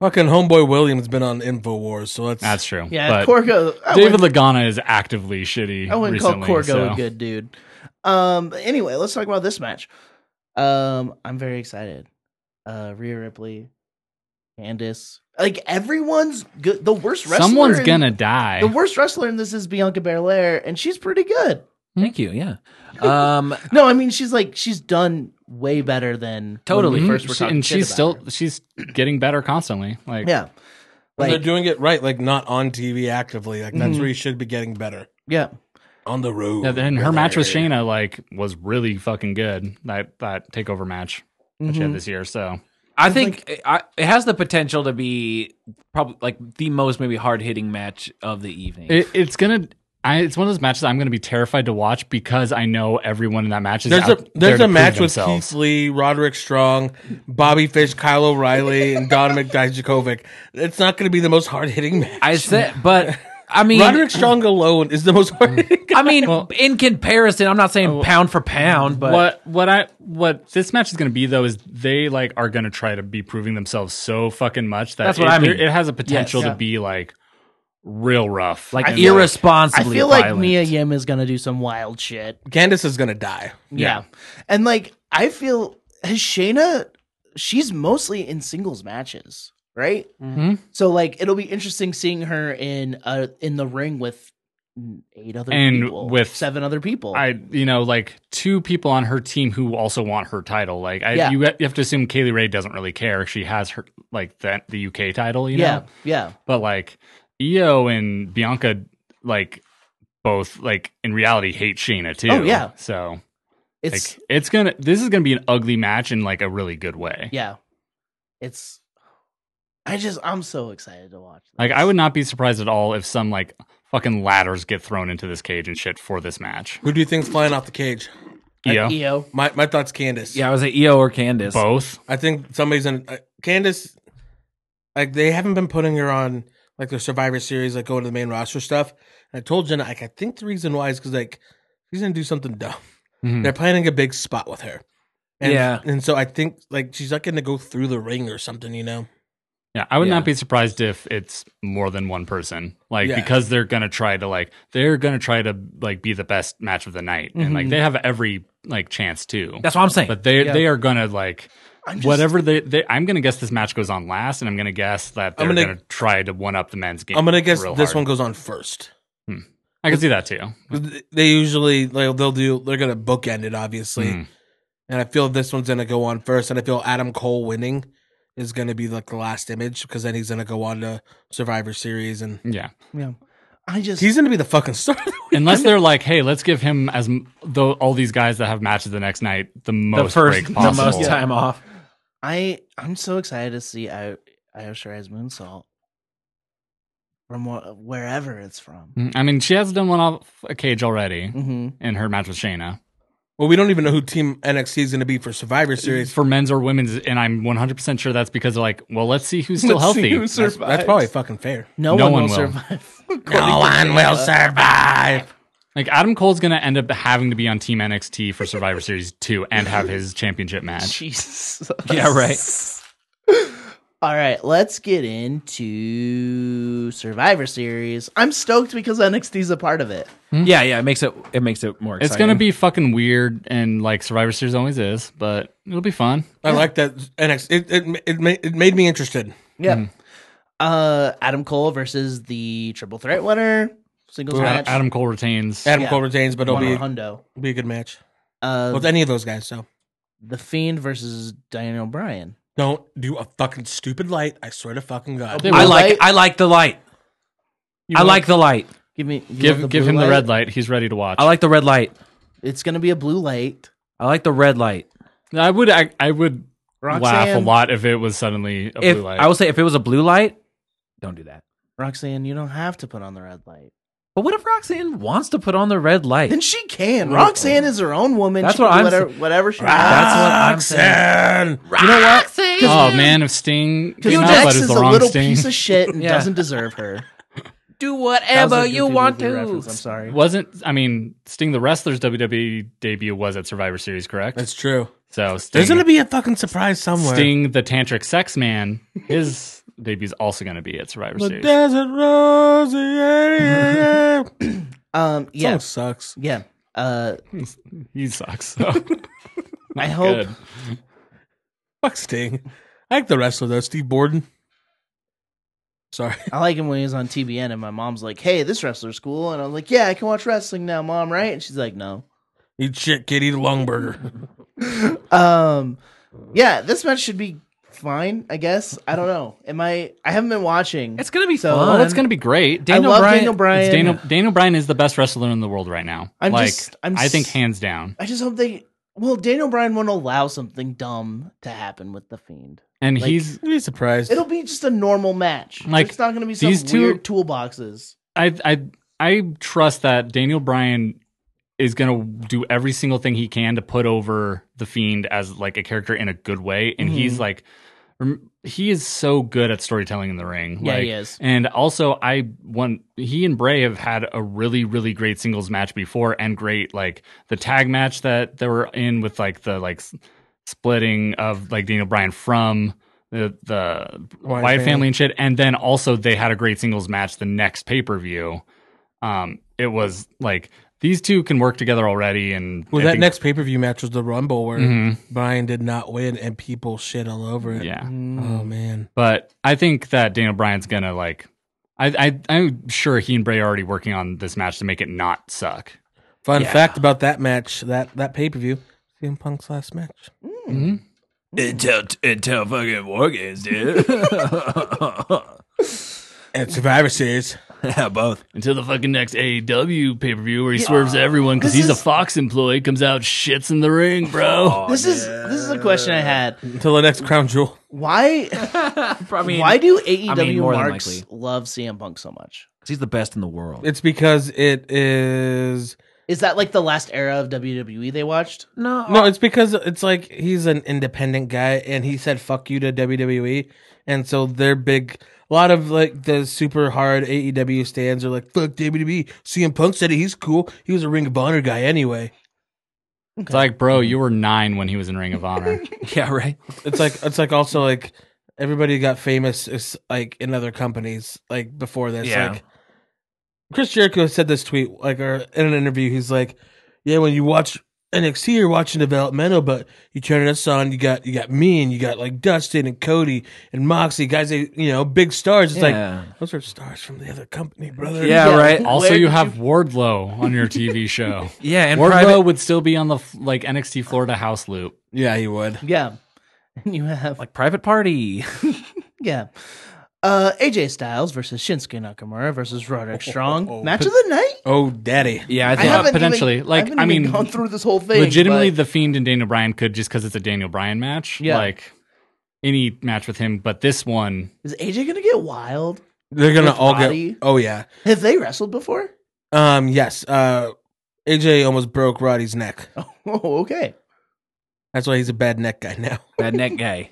Fucking homeboy Williams been on Infowars, so let's That's true. Yeah, but Corgo. I David wouldn't, Lagana is actively shitty. I wouldn't call recently, Oh, Corgo so. a good dude. Um. but Anyway, let's talk about this match. Um. I'm very excited. Uh. Rhea Ripley, Candice. Like everyone's good. The worst wrestler. Someone's in- gonna die. The worst wrestler in this is Bianca Belair, and she's pretty good. Thank you. Yeah. Um, No, I mean she's like she's done way better than Totally. when we Mhm. first were She- talking and shit she's about still her. she's getting better constantly. Like yeah, And like they're doing it right, like not on TV actively. Like that's where you should be getting better. yeah. On the road. Yeah, and her match with Shayna like was really fucking good. That that takeover match that Mm-hmm. she had this year. So I think it, I, it has the potential to be probably like the most maybe hard hitting match of the evening. it, it's gonna. I, it's one of those matches I'm going to be terrified to watch because I know everyone in that match is There's out a there's there a to match prove with themselves. Keith Lee, Roderick Strong, Bobby Fish, Kyle O'Reilly, and Dominic Dijakovic. It's not going to be the most hard hitting match. I said, but I mean, Roderick Strong uh, alone is the most hard hitting. I mean, in comparison, I'm not saying pound for pound, but Oh, what what I what this match is going to be though is they like are going to try to be proving themselves so fucking much that That's what it, I mean. it has a potential Yes. to be like real rough. like And, I irresponsibly. feel like violent. Mia Yim is gonna do some wild shit. Candace is going to die. Yeah. and like I feel has Shayna. She's mostly in singles matches, right? Mhm. So like it'll be interesting seeing her in uh in the ring with eight other And people, with- seven other people. I you know like two people on her team who also want her title. Like I, Yeah. you, ha- you have to assume Kaylee Ray doesn't really care. She has her like the the UK title, you yeah, know. yeah, But like Io and Bianca, like both like in reality hate Shayna too. Oh, yeah. So like it's it's gonna this is gonna be an ugly match in like a really good way. yeah, it's. I just I'm so excited to watch. This. Like I would not be surprised at all if some like fucking ladders get thrown into this cage and shit for this match. Who do you think's flying off the cage? Io, EO. My my thoughts, Candace. yeah, I was like EO or Candace. both. I think somebody's in uh, Candace. Like they haven't been putting her on like the Survivor Series, like going to the main roster stuff. And I told Jenna, like I think the reason why is because like she's gonna do something dumb. Mm-hmm. They're planning a big spot with her. And, Yeah. and so I think like she's not gonna go through the ring or something, you know. Yeah, I would Yeah. not be surprised if it's more than one person. Like Yeah. because they're gonna try to like they're gonna try to like be the best match of the night, and Mm-hmm. like they have every like chance too. That's what I'm saying. but they they are gonna like I'm just- whatever they, they I'm gonna guess this match goes on last, and I'm gonna guess that they're I'm gonna- gonna, try to one up the men's game. I'm gonna guess real this hard. one goes on first. I can see that too. 'Cause They usually like, they'll do they're gonna bookend it obviously, Mhm. and I feel this one's gonna go on first, and I feel Adam Cole winning is gonna be like the last image because then he's gonna go on to Survivor Series and Yeah. Yeah. I just He's gonna be the fucking star. Unless they're like, hey, let's give him as m- though all these guys that have matches the next night the most the first, break the possible. most time off. I I'm so excited to see I Ioshirai's Moonsault from wh- wherever it's from. I mean, she has done one off a cage already hmm in her match with Shayna Well, we don't even know who Team NXT is going to be for Survivor Series. for men's or women's, and I'm 100 percent sure that's because they're like, well, let's see who's still Let's see healthy. who survives. That's, probably fucking fair. No, one, will survive. No one will survive. Like Adam Cole's gonna end up having to be on Team NXT for Survivor Series two and have his championship match. Jesus. Yeah, right. All right, let's get into Survivor Series. I'm stoked because NXT's a part of it. Yeah, yeah, it makes it it makes it more. Exciting. Hmm? It's gonna be fucking weird and like Survivor Series always is, but it'll be fun. I like that NXT. It it it made, it made me interested. Yep. Mm-hmm. Uh, Adam Cole versus the Triple Threat winner singles Ad- match. Adam Cole retains. Adam Yeah. Cole retains, but it'll One be, Hundo. be a good match Uh, with any of those guys. So the Fiend versus Diana O'Brien. don't do a fucking stupid light. I swear to fucking God. Okay. I like Light. I like the light. I like the light. Give me you give want give blue him the red light. He's ready to watch. I like the red light. It's gonna be a blue light. I like the red light. I would I, I would Roxanne, laugh a lot if it was suddenly a if blue light. I will say, if it was a blue light, don't do that. Roxanne, you don't have to put on the red light. But what if Roxanne wants to put on the red light? Then she can. Roxanne is her own woman. That's She what can do I'm Whatever, whatever she wants. That's what I'm saying. Roxanne! You know what? oh man, if Sting Because came out, Dex but it's is the a wrong little Sting. piece of shit and Yeah. doesn't deserve her. That Do was a whatever you goofy want movie to. reference, I'm sorry. Wasn't I mean Sting the wrestler's WWE debut was at Survivor Series, correct? That's true. so Sting, There's going to be a fucking surprise somewhere. Sting the tantric sex man. His debut's also going to be at Survivor The Series. desert rose. Yeah, yeah, yeah. Um, Song yeah, sucks. yeah. Uh, he sucks. So. I hope Good. Fuck Sting. I like the wrestler though, Steve Borden. Sorry. I like him when he's on TBN, and my mom's like, "Hey, this wrestler's cool," and I'm like, "Yeah, I can watch wrestling now, mom, right?" And she's like, "No." Eat shit, kid. Eat a long burger. Um, yeah, this match should be fine, I guess. I don't know. Am I? I haven't been watching. It's gonna be So- fun. Well, it's going to be great. I Daniel love Bryan- Daniel Bryan. It's Daniel, Daniel Bryan is the best wrestler in the world right now. I'm like, just- I'm I think s- hands down. I just hope they. Well, Daniel Bryan won't allow something dumb to happen with the Fiend. And Like- he's, You'd be surprised. It'll be just a normal match. Like, it's not going to be some these two- weird toolboxes. I, I, I trust that Daniel Bryan is going to do every single thing he can to put over the Fiend as like a character in a good way. And Mm-hmm. he's like, rem- he is so good at storytelling in the ring. Yeah, like, he is. And also, I want he and Bray have had a really, really great singles match before, and great like the tag match that they were in with like the like s- splitting of like Daniel Bryan from the the Wyatt, Wyatt family. family. and shit, and then also they had a great singles match the next pay per view. Um, it was like these two can work together already, and Well, I that think- next pay per view match was the Rumble where Mhm. Brian did not win and people shit all over it. yeah. Oh man. But I think that Daniel Bryan's gonna like. I, I I'm sure he and Bray are already working on this match to make it not suck. Fun fact about that match, that that pay per view, CM Punk's last match. until until fucking war games, dude. And Survivor Series. yeah, both. Until the fucking next AEW pay per view where he swerves everyone because he's a Fox employee, comes out, shits in the ring, bro. This is this is a question I had. Until the next crown jewel. Why I mean, why do AEW more than marks likely. love CM Punk so much? 'cause he's the best in the world. It's because it is Is that like the last era of WWE they watched? no, no, it's because it's like he's an independent guy and he said fuck you to WWE and so they're big a lot of like the super hard AEW stands are like fuck WWE. CM Punk said he's cool. He was a Ring of Honor guy anyway. It's like, bro, you were nine when he was in Ring of Honor. yeah, right. it's like it's like also like everybody got famous is like in other companies like before this Yeah. like chris jericho said this tweet like or in an interview he's like yeah when you watch nxt you're watching developmental but you turn us on you got you got me and you got like dustin and cody and moxie guys they you know big stars it's Yeah. like those are stars from the other company brother Yeah, Yeah. right. also, Where you did have Wardlow on your TV show. Yeah, and Wardlow private. would still be on the like NXT Florida house loop. yeah he would Yeah. And you have Like private party. yeah. Uh, AJ Styles versus Shinsuke Nakamura versus Roderick Strong. Match of the night? oh daddy Yeah, I I think haven't potentially. even- Like, I, haven't I even mean, gone through this whole thing. Legitimately, but the Fiend and Daniel Bryan could just because it's a Daniel Bryan match. Yeah. Like, any match with him, but this one, Is AJ gonna get wild? They're gonna With all Roddy? get. Oh yeah. Have they wrestled before? Um. Yes. Uh. AJ almost broke Roddy's neck. Oh, okay. That's why he's a bad neck guy now. That neck guy.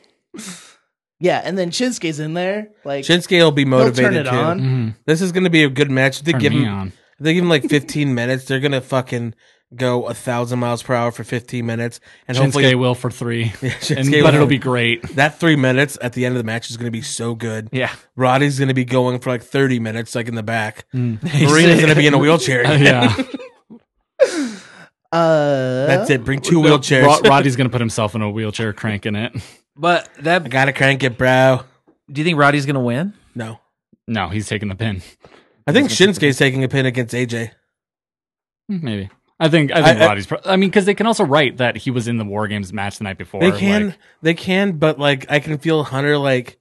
Yeah, and then Shinsuke's in there. Like Shinsuke will be turn motivated it too. on. This is gonna be a good match. If They turn give me him. on. if They give him like 15 minutes. They're gonna fucking go a thousand miles per hour for 15 minutes, and Shinsuke hopefully, will for three, Yeah, and, Shinsuke but will- it'll be great. that three minutes at the end of the match is gonna be so good. Yeah. Roddy's gonna be going for like 30 minutes, like in the back. Mm. Marina's gonna be in a wheelchair. yeah, Uh, That's it. Bring two Ro- wheelchairs. Ro- Roddy's gonna put himself in a wheelchair, cranking it. But I that gotta crank it, bro. do you think Roddy's gonna win? No. No, he's taking the pin. I think Shinsuke's taking a pin against AJ. Maybe. I think I think I- I- Roddy's. Pro- I mean, because they can also write that he was in the War Games match the night before. They can, like- they can, but like I can feel Hunter like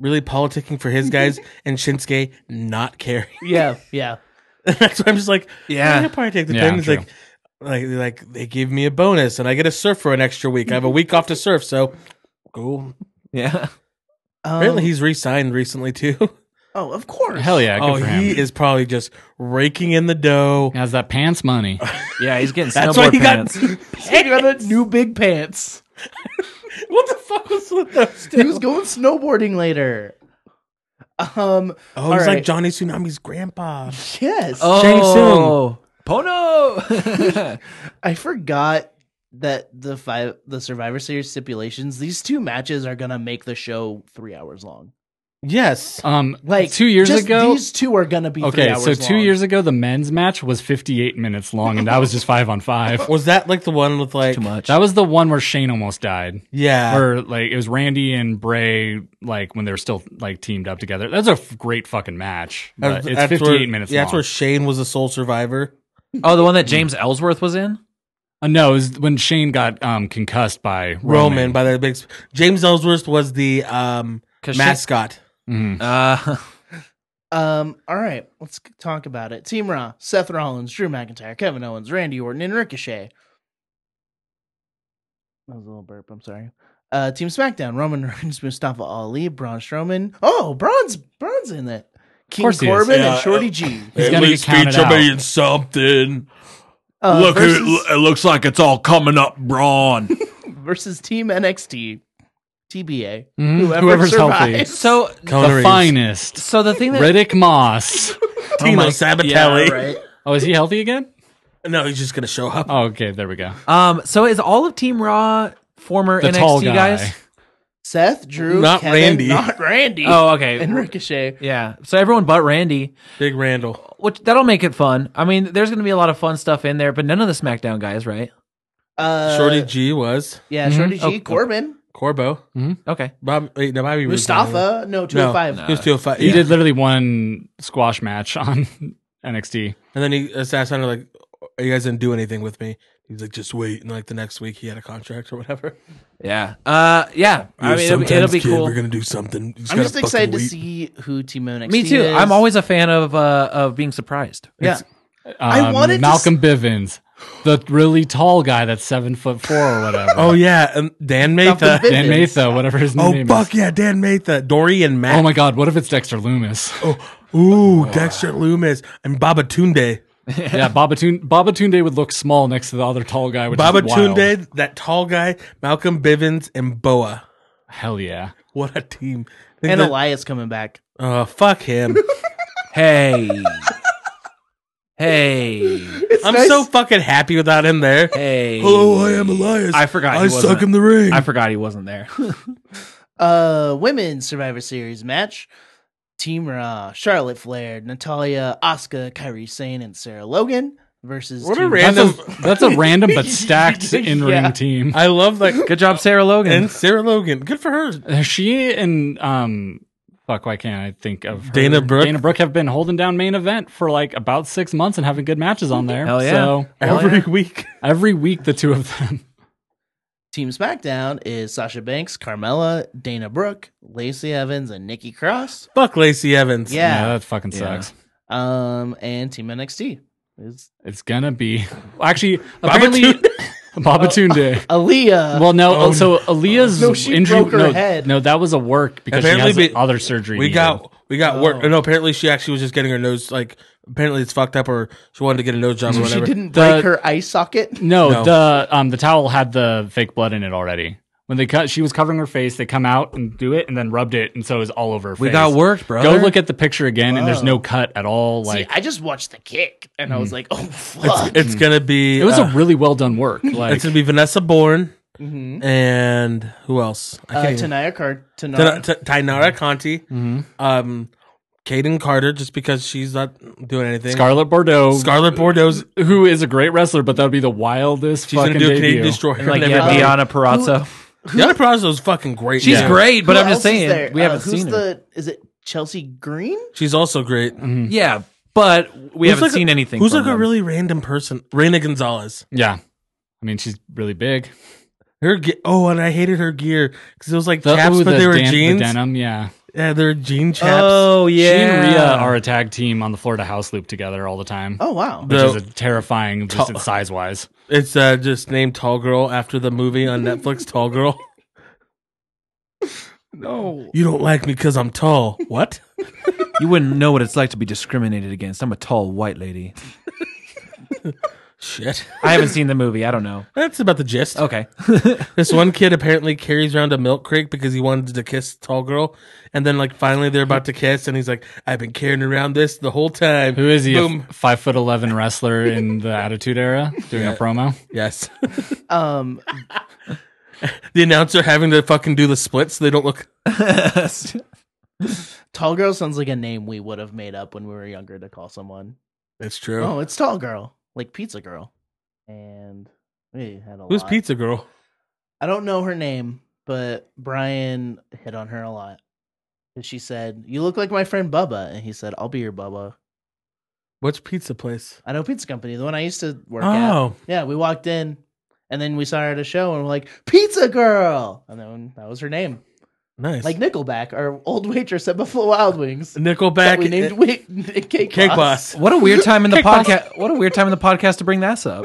really politicking for his guys and Shinsuke not caring. yeah, yeah. That's why I'm just like, yeah, Yeah. I'll probably take the Eh, Yeah, pin. It's true. like, like, like they give me a bonus and I get a surf for an extra week. I have a week off to surf, so cool. Yeah. Um, Apparently, he's re-signed recently too. oh, of course. hell yeah, good oh, for him. he is probably just raking in the dough. He has that pants money. Yeah, he's getting That's snowboard why he pants. got. He got a new big pants. what the fuck was with those? He was going snowboarding later. Um. Oh, he's right. like Johnny Tsunami's grandpa. Yes. oh, Pono. I forgot that the five the Survivor Series stipulations. These two matches are gonna make the show three hours long. Yes. Um, Like two years just ago. these two are gonna be Three okay, hours so two long. years ago, the men's match was 58 minutes long, and that was just five on five. Was that like the one with like Too much. That was the one where Shane almost died. yeah? Where like it was Randy and Bray, like when they were still like teamed up together. That's a f- great fucking match. But That's- it's that's 58 where- minutes. Yeah, that's long. where Shane was a sole survivor. oh, the one that James Ellsworth was in. Uh, no, it was when Shane got um concussed by Roman, Roman. by the big sp- James Ellsworth was the um 'Cause mascot. Mhm. Uh, Um. All right. Let's c- talk about it. Team Raw: Seth Rollins, Drew McIntyre, Kevin Owens, Randy Orton, and Ricochet. That was a little burp. I'm sorry. Uh, Team SmackDown: Roman Reigns, Mustafa Ali, Braun Strowman. Oh, Braun's Braun's in it. King course he is. Corbin Yeah, uh, and Shorty G. He's gonna get counted out. something. Uh, versus, looks like it's all coming up, Braun. versus Team NXT, TBA. Mhm. Whoever Whoever's healthy. survives. so Conan the Reeves. finest. so the thing that Riddick Moss. Tino Sabatelli. Oh, is he healthy again? No, he's just gonna show up. Oh, okay, there we go. um so is all of Team Raw former The NXT tall guy. guys? Seth, Drew, Not Kevin, Randy. not Randy. Oh, okay. and Ricochet. yeah. So everyone but Randy, Big Randall. which that'll make it fun. I mean, there's going to be a lot of fun stuff in there, but none of the SmackDown guys, right? Uh, Shorty G was Yeah, Mhm. Shorty G. Oh, Corbin, Corbo. Okay. Bob, wait, no, Bobby Roode. Mustafa. No, two No, five. He was 205. He Yeah. did literally one squash match on NXT. And then he uh, assassinated like, "You guys didn't do anything with me." He's like, "Just wait." And like the next week, he had a contract or whatever. Yeah. Uh yeah. I mean, it'll, be- it'll be cool. gonna do something. I'm just excited to see who Team NXT Me too. is. I'm always a fan of uh of being surprised. yeah. Um, I wanted to Malcolm Bivens, the really tall guy that's seven foot four or whatever. Oh yeah, and Dan Matha. Bivens. Dan Matha, whatever his Oh name fuck is. yeah, Dan Matha, Dory and Matt. Oh my god, what if it's Dexter Loomis? Oh. god. Ooh, Dexter Loomis and Babatunde. yeah, Babatunde, Babatunde would look small next to the other tall guy. Which is wild. Babatunde, that tall guy, Malcolm Bivens, and Boa. Hell yeah. What a team! I think And that- Elias coming back. Oh fuck him! Hey. hey. I'm so fucking happy without him there. Hey. Hello, Oh, I am Elias. I forgot I he suck wasn't- in the ring. I forgot he wasn't there. Uh, women's Survivor Series match. Team Raw, Charlotte Flair, Natalia, Asuka, Kyrie Sane, and Sarah Logan versus What a Team- random- That's a, that's a random but stacked in ring Yeah. team. I love like Good job, Sarah Logan. and Sarah Logan. Good for her. Uh, She and um fuck, why can't I think of her? Dana Brooke? Dana Brooke have been holding down main event for like about six months and having good matches on there. Hell yeah. So Hell Every yeah. week. every week the two of them. Team SmackDown is Sasha Banks, Carmella, Dana Brooke, Lacey Evans, and Nikki Cross. Fuck Lacey Evans. Yeah, Yeah. that fucking Yeah. sucks. Um, and Team NXT is It's gonna be actually apparently Oh. Baba Tunde. Aaliyah. Well, no. so Aaliyah's No, she injury. broke her no, head. no, that was a work because Apparently she has be- other surgery. We needed. Oh. got we got work. No, apparently she actually was just getting her nose like apparently it's fucked up or she wanted to get a nose job or she whatever. didn't The- break her eye socket. no, No. The um the towel had the fake blood in it already. When they cut, she was covering her face. They come out and do it, and then rubbed it, and so it was all over. Her we face. got worked, bro. Go look at the picture again, and there's no cut at all. Like See, I just watched the kick and I was like, oh It's, fuck. it's gonna be. it was uh, a really well done work. Like Mm-hmm. it's gonna be Vanessa Bourne Mhm. and who else? I Uh, can't. even- Tanaya Card. Tanaya. Tana- T- Tainara Conti, Mm-hmm. um, Kaden Carter, just because she's not doing anything. Scarlet Bordeaux, Scarlet Bordeaux's. who is a great wrestler, but that would be the wildest She's fucking gonna do a debut. Canadian Destroyer. Like and yeah, everybody. Diana Perazzo. Diana Perazzo's fucking great. She's Yeah. great, but Who I'm just else is saying there? we Uh, haven't who's seen her. Hmm. the, Is it Chelsea Green? She's also great. Yeah, but we Who's haven't like a- seen anything. Who's from like a them. really random person? Reina Gonzalez. Yeah, I mean she's really big. Her ge- oh, and I hated her gear because it was like The- chaps, ooh, but the they were dan- the jeans. denim, yeah. yeah, they're jean chaps. Oh She and yeah, Rhea are a tag team on the Florida House Loop together all the time, Oh wow. which The- is a terrifying just Tall- size wise. It's uh, just named Tall Girl after the movie on Netflix, Tall Girl. No. You don't like me because I'm tall. What? you wouldn't know what it's like to be discriminated against. I'm a tall white lady. Shit. I haven't seen the movie. I don't know. That's about the gist. Okay, This one kid apparently carries around a milk crate because he wanted to kiss Tall Girl. And then, like, finally they're about to kiss. And he's like, I've been carrying around this the whole time. Who is he? A Boom. f- five foot eleven wrestler in the Attitude Era doing a promo. Yes. Um. the announcer having to fucking do the splits so they don't look. Tall girl sounds like a name we would have made up when we were younger to call someone. That's true. Oh, it's tall girl, like pizza girl, and we had a Who's lot. Pizza Girl? I don't know her name, but Brian hit on her a lot. And she said, "You look like my friend Bubba," and he said, "I'll be your Bubba." What's Pizza Place? I know Pizza Company, the one I used to work at. Oh. Yeah, we walked in, and then we saw her at a show, and we're like, "Pizza Girl," and then that was her name, Nice. like Nickelback, our old waitress at Buffalo Wild Wings. Nickelback. That we named Wait, Cake, Cake Boss. Boss. what a weird time in the podcast. What a weird time in the podcast to bring this up.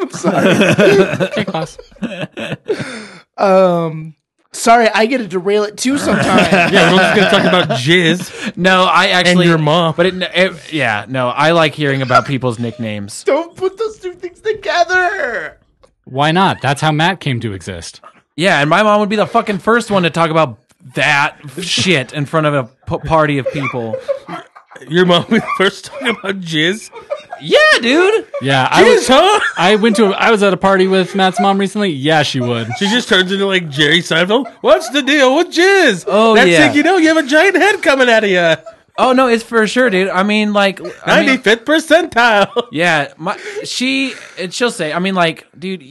Um, sorry, I get to derail it too sometimes. yeah, we're just going to talk about Jizz No, I and actually your mom. But it, it, yeah, no, I like hearing about people's nicknames. Don't put those two things together. Why not? That's how Matt came to exist. Yeah, and my mom would be the fucking first one to talk about that shit in front of a p- party of people. Your mom was first talking about Jizz. Yeah, dude. Yeah, I Jizz, was. huh? I went to. I was at a party with Matt's mom recently. Yeah, she would. She just turns into like Jerry Seinfeld. What's the deal with jizz? Oh, Next yeah. thing you know, you have a giant head coming out of you. Oh no, it's for sure, dude. I mean, like, I mean, Ninety fifth percentile. yeah, my she and she'll say. I mean, like, dude.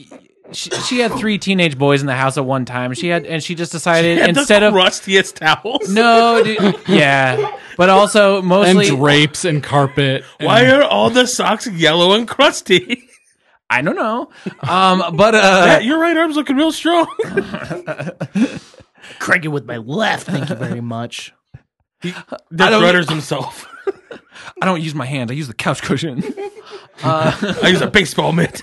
She, she had three teenage boys in the house at one time. She had, and she just decided And instead the of rustiest towels. no, dude, yeah, but also And mostly drapes and carpet. and- Why are all the socks yellow and crusty? I don't know, um, but uh, Matt, your right arm's looking real strong. Crank it with my left. Thank you very much. That don't- rudders himself. I don't use my hand. I use the couch cushion. I use a baseball mitt.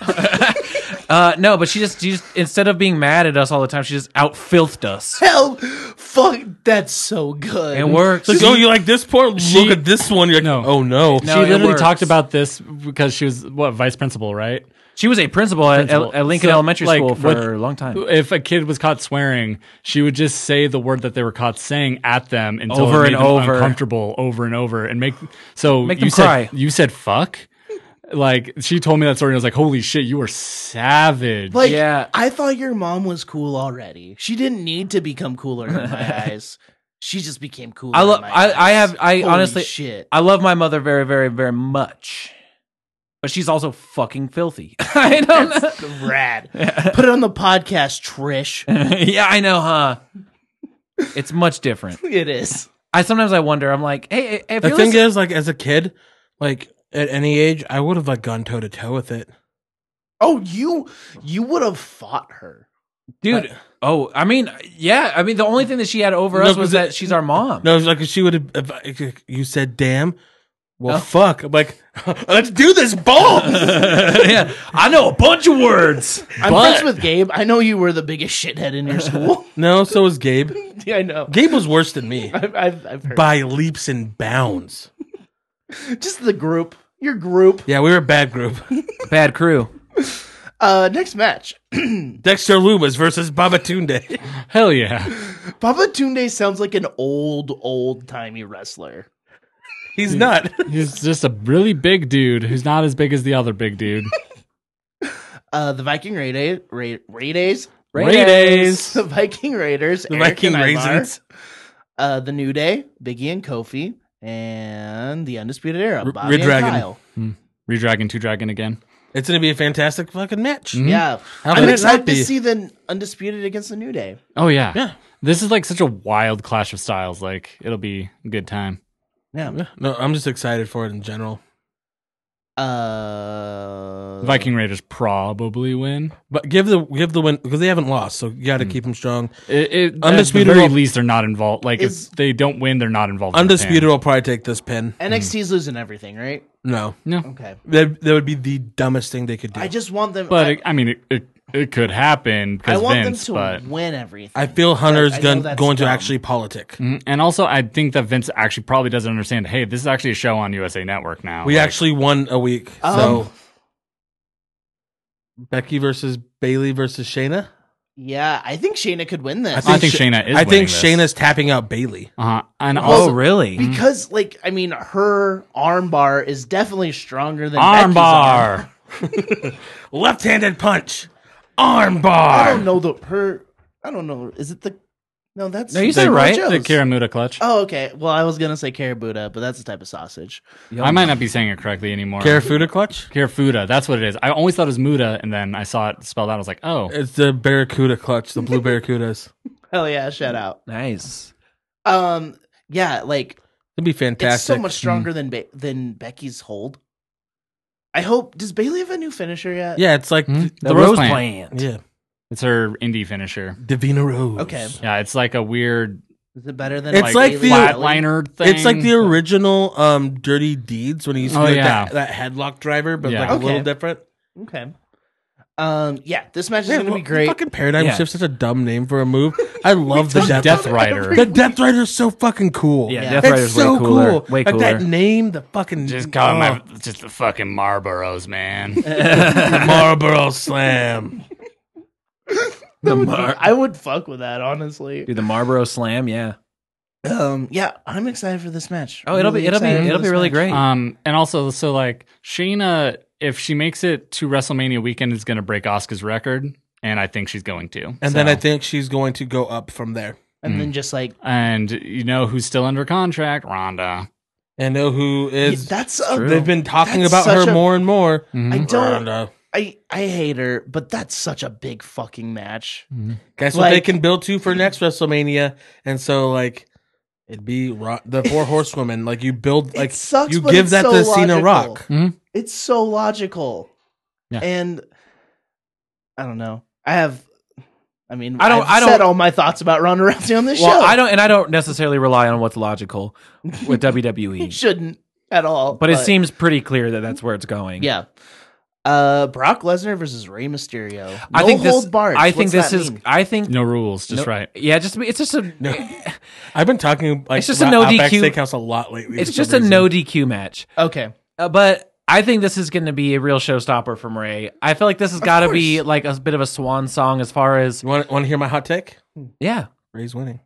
Uh, no, but she just, she just instead of being mad at us all the time, she just outfilthed us. Hell, fuck, that's so good. It works. Like, oh, you like this porn? She- Look at this one. You're like, No. oh no. No. she it literally works. talked about this because she was what vice principal, right? She was a principal, at- Principal. At, at Lincoln So, Elementary like, School for what- a long time. If a kid was caught swearing, she would just say the word that they were caught saying at them until Over it made and them over. uncomfortable over and over, and make so Make you them said, cry. You said fuck. Like she told me that story, and I was like, "Holy shit, you were savage!" Like, Yeah. I thought your mom was cool already. She didn't need to become cooler in my eyes. She just became cooler. I in love. my I, I eyes. have. I Holy honestly. shit. I love my mother very, very, very much, but she's also fucking filthy. I don't. know. Rad. Put it on the podcast, Trish. yeah, I know, huh? It's much different. it is. I sometimes I wonder. I'm like, hey, if The you're thing listening- is, like, as a kid, like at any age, I would have like gone toe to toe with it. Oh, you you would have fought her. dude. Oh, I mean, yeah. I mean, the only thing that she had over No, us was 'cause it- that she's our mom. No, it's like she would have. if I- You said, "Damn, Well, fuck. I'm like, let's do this, balls. yeah, I know a bunch of words. I'm friends with Gabe. I know you were the biggest shithead in your school. no, so was Gabe. yeah, I know. Gabe was worse than me I've, I've, I've heard. by leaps and bounds. Just the group. Your group. Yeah, we were a bad group. Bad crew. Uh, next match. Dexter Loomis versus Babatunde. Hell yeah. Baba Tunde sounds like an old, old timey wrestler. He's not. He's just a really big dude who's not as big as the other big dude. Uh, the Viking Raid Raid Raiders. Raiders. The Viking Raiders. The Viking Raisins. Uh, the New Day, Biggie and Kofi, and the Undisputed Era. R- Bobby Red and Dragon. Kyle. Redragon, two dragon again. It's going to be a fantastic fucking match. Yeah, could it I'm not excited to be? see the Undisputed against the New Day. Oh yeah. Yeah. This is like such a wild clash of styles. Like it'll be a good time. Yeah. No, I'm just excited for it in general. Uh, Viking Raiders probably win. But give the give the win because they haven't lost, so you got to keep them strong. It, it, Undisputed At the very will- least, they're not involved. Like Is- if they don't win, they're not involved. in the Undisputed fan. will probably take this pin. NXT's losing everything, right? No, Okay. that that would be the dumbest thing they could do. I I, just want them. But I, it, I mean, it, it, it could happen I because want Vince. them to But win everything. feel Hunter's I know gun, that's going to dumb. actually politic. Mhm. and also, I think that Vince actually probably doesn't understand. Hey, this is actually a show on USA Network now. We Like, actually won a week, so Um. Becky versus Bailey versus Shayna. yeah, I think Shayna could win this. I think Sha- Shayna is I think winning this. Shayna's tapping out Bailey. Uh-huh. And Oh, also, Hmm. really? because, like, I mean, her armbar is definitely stronger than Becky's arm. armbar. Left-handed punch. I Armbar. don't know the her. I don't know. Is it the? No, that's No, you said it right. Joe's. The Kiramuda clutch. Oh, okay. Well, I was gonna say Karabuda, but that's a type of sausage. I might not be saying it correctly anymore. Carafuda clutch. Karafuda, that's what it is. I always thought it was Muda, and then I saw it spelled out. I was like, oh, It's the Barracuda clutch. The blue Barracudas. Hell yeah! Shout out. Nice. Um. Yeah, like It'd be it's fantastic. so much Mm. stronger than ba- than Becky's hold. I hope. Does Bailey have a new finisher yet? Yeah, it's like Hmm? The, rose, plant. yeah, it's her indie finisher. Divina Rose. Okay. Yeah, it's like a weird Is it better than? It's like Bayley? the- flatliner thing. It's like the original um, Dirty Deeds when he used to Oh, do like, yeah. that, that headlock driver, but Yeah. like a little Okay. different. Okay. Um. Yeah, this match is Yeah, gonna well, be great. Fucking Paradigm Yeah. Shift's such a dumb name for a move. I love the Death, Death Rider. Rider. The Death Rider's so fucking cool. Yeah, Yeah. Death It's Rider's so way cooler. cool. Way like cooler. that name, the fucking Just call him oh, my- just the fucking Marlboros, man. the Marlboro Slam. the Mar- I would fuck with that, honestly. Dude, the Marlboro Slam. Yeah. Um. Yeah, I'm excited for this match. Oh, it'll be Really it'll be excited for it'll this be really match. great. um, and also, so like Shayna, if she makes it to WrestleMania weekend, is going to break Oscar's record, and I think she's going to. And then I think she's going to go up from there. And Mm. then just like and you know who's still under contract, Rhonda. And know who is. that's a true. Mm. They've been talking That's about such her a- Mm-hmm. more and more. I don't. Rhonda. I I hate her, but that's such a big fucking match. Guess what they Like- can build to for next WrestleMania, and so like it'd be ro- the four horsewomen. Like you build, like it sucks. you but give it's that so to logical. Cena Rock. It's so logical. Yeah. And I don't know. I have. I mean, I I don't- don't. I I've don't- said all my thoughts about Ronda Rousey on this well, show. I don't, and I don't necessarily rely on what's logical with You WWE, shouldn't at all. but it seems pretty clear that that's where it's going. Yeah. Uh, Brock Lesnar versus Rey Mysterio. I No think this. hold barred. I think What's this is. that mean? I think. No rules, just no- right. Yeah, just it's just a No, I've been talking like It's just a about no Outback DQ. Steakhouse a lot lately. it's for some just a reason. no DQ match. okay. Uh, but I think this is going to be a real showstopper from Ray. I feel like this has got to be like a bit of a swan song as far as You want want to hear my hot take? yeah. Ray's winning.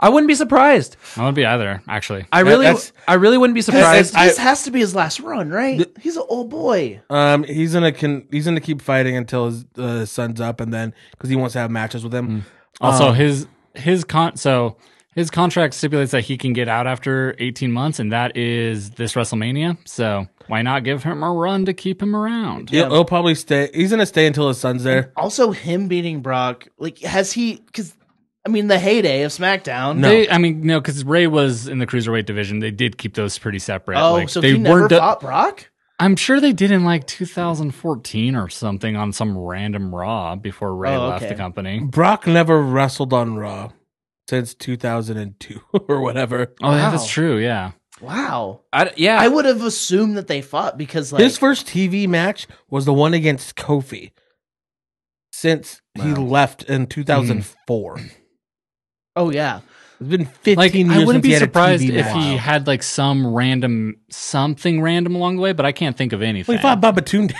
I wouldn't be surprised. I wouldn't be either, actually. I Yeah, really, that's- I really wouldn't be surprised. this has to be his last run, right? Th- He's an old boy. Um, he's gonna can he's gonna keep fighting until his uh, his son's up, and then because he wants to have matches with him. Also, his his con so his contract stipulates that he can get out after 18 months, and that is this WrestleMania. So why not give him a run to keep him around? He'll, he'll probably stay. He's gonna stay until his son's there. Also, him beating Brock, like, has he? Because I mean, the heyday of SmackDown. No. They, I mean, no, because Ray was in the cruiserweight division. They did keep those pretty separate. Oh, Like, so they he never weren't do- fought Brock. I'm sure they did in like 2014 or something on some random Raw before Ray Oh, left okay. the company. Brock never wrestled on Raw since 2002 or whatever. Oh, yeah, that's Wow. true. Yeah. Wow. I, yeah, I would have assumed that they fought because like His first TV match was the one against Kofi since he left in 2004. oh yeah. It's been 15 Like years. I since wouldn't he be had a surprised TV if match. he had like some random something random along the way, but I can't think of anything. Well, he fought Babatunde.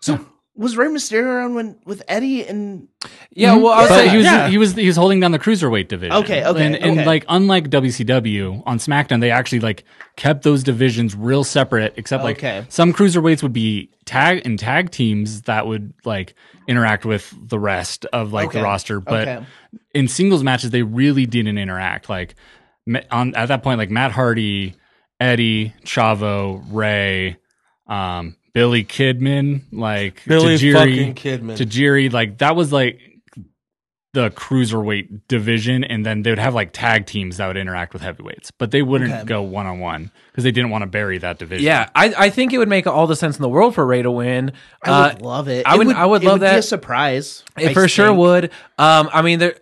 So was Rey Mysterio around when with Eddie and yeah. Well, I Oh, was But saying he was yeah. he was he was holding down the cruiserweight division. Okay, okay, And, and okay. like unlike WCW on SmackDown, they actually like kept those divisions real separate. Except like Okay. some cruiserweights would be tag and tag teams that would like interact with the rest of like Okay, the roster, but okay. in singles matches they really didn't interact. Like ma- on at that point, like Matt Hardy, Eddie, Chavo, Ray, um, Billy Kidman, like Billy Tajiri, fucking Kidman. Tajiri, like that was like the cruiserweight division, and then they would have like tag teams that would interact with heavyweights, but they wouldn't go one on one because they didn't want to bury that division. yeah, I, I think it would make all the sense in the world for Ray to win. I would Uh, love it. I It would- I would it love Be a that. surprise. It I for sure think. would. Um, I mean, there,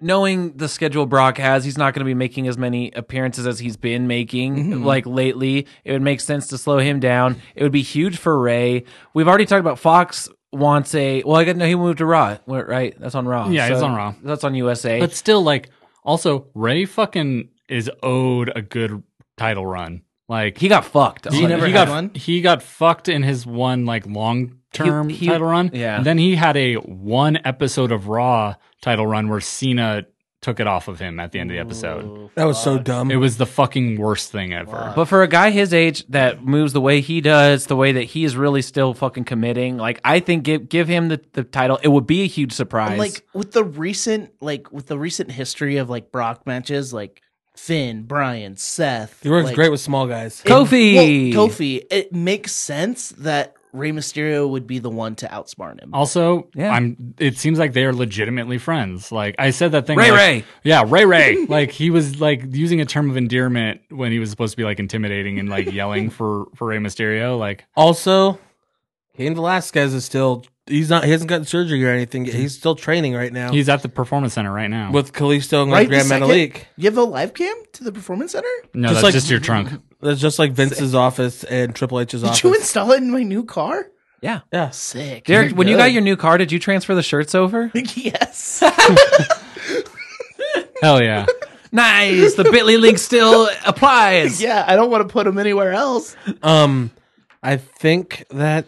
knowing the schedule Brock has, he's not going to be making as many appearances as he's been making Mm-hmm. like lately. It would make sense to slow him down. It would be huge for Ray. We've already talked about Fox wants a. Well, I got no. He moved to Raw, right? That's on Raw. Yeah, it's on Raw. That's on USA. but still, like also Ray fucking is owed a good title run. Like he got fucked. he, Like, never he had got one? he got fucked in his one like long term He- he- title run. yeah. And then he had a one episode of Raw title run where Cena took it off of him at the end of the episode. That was so dumb. It was the fucking worst thing ever. But for a guy his age that moves the way he does, the way that he is really still fucking committing, like I think give give him the, the title. It would be a huge surprise. And, like with the recent like with the recent history of like Brock matches like Finn, Brian, Seth. he works like- great with small guys. and- Kofi! Well, Kofi. It makes sense that Rey Mysterio would be the one to outsmart him. also, Yeah. I'm. It seems like they are legitimately friends. Like I said that thing. Ray like- Ray. Yeah, Ray Ray. like he was like using a term of endearment when he was supposed to be like intimidating and like yelling for for Ray Mysterio. Like Also, Cain Velasquez is still he's not he hasn't gotten surgery or anything. yet. Mm-hmm. He's still training right Oh. now he's at the performance center right now. with Kalisto and Right Grand this second, Metalik. You have a live cam to the performance center? no, just that's like- just your trunk. That's just like Vince's office and Triple H's Did office. you install it in my new car? yeah. yeah. Sick. Derek, when you got Good. your new car, did you transfer the shirts over? yes. Hell yeah. nice. The Bitly link still applies. yeah, I don't want to put them anywhere else. Um, I think that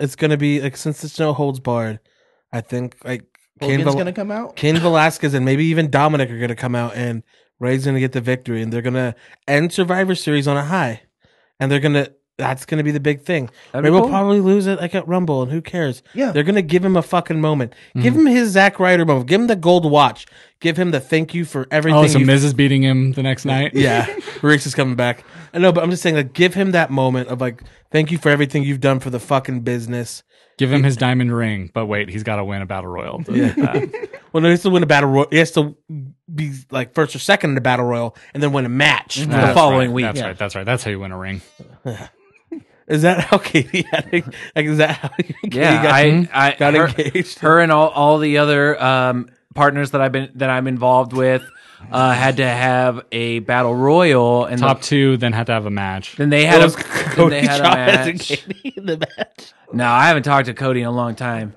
it's gonna be like since it's no holds barred. I think like Cain, Hogan's Vel- gonna come out. Cain Velasquez and maybe even Dominic are gonna come out and Ray's gonna get the victory and they're gonna end Survivor Series on a high, and they're gonna. That's gonna be the big thing. That'd Ray be will cool. probably lose it like at Rumble, and who cares? Yeah. they're gonna give him a fucking moment. Mm-hmm. Give him his Zack Ryder moment. Give him the gold watch. Give him the thank you for everything. Oh, so you've Miz is beating him the next night. Yeah, Reeks is coming back. I know, but I'm just saying, like, give him that moment of like, thank you for everything you've done for the fucking business. Give him his diamond ring, but wait, he's got to win a battle royal. to get that. Well, no, he has to win a battle royal. He has to be like first or second in the battle royal, and then win a match. The That's following right. week. That's right. That's right. That's how you win a ring. Is that how Katie? Had it? Like, is that how Katie Yeah, got, I, I got her, engaged? Her and all, all the other um, partners that I've been that I'm involved with uh, had to have a battle royal and Top the, two then had to have a match. then they had a, Those then they Cody had a Chavez and match. Katie in the match. No, I haven't talked to Cody in a long time.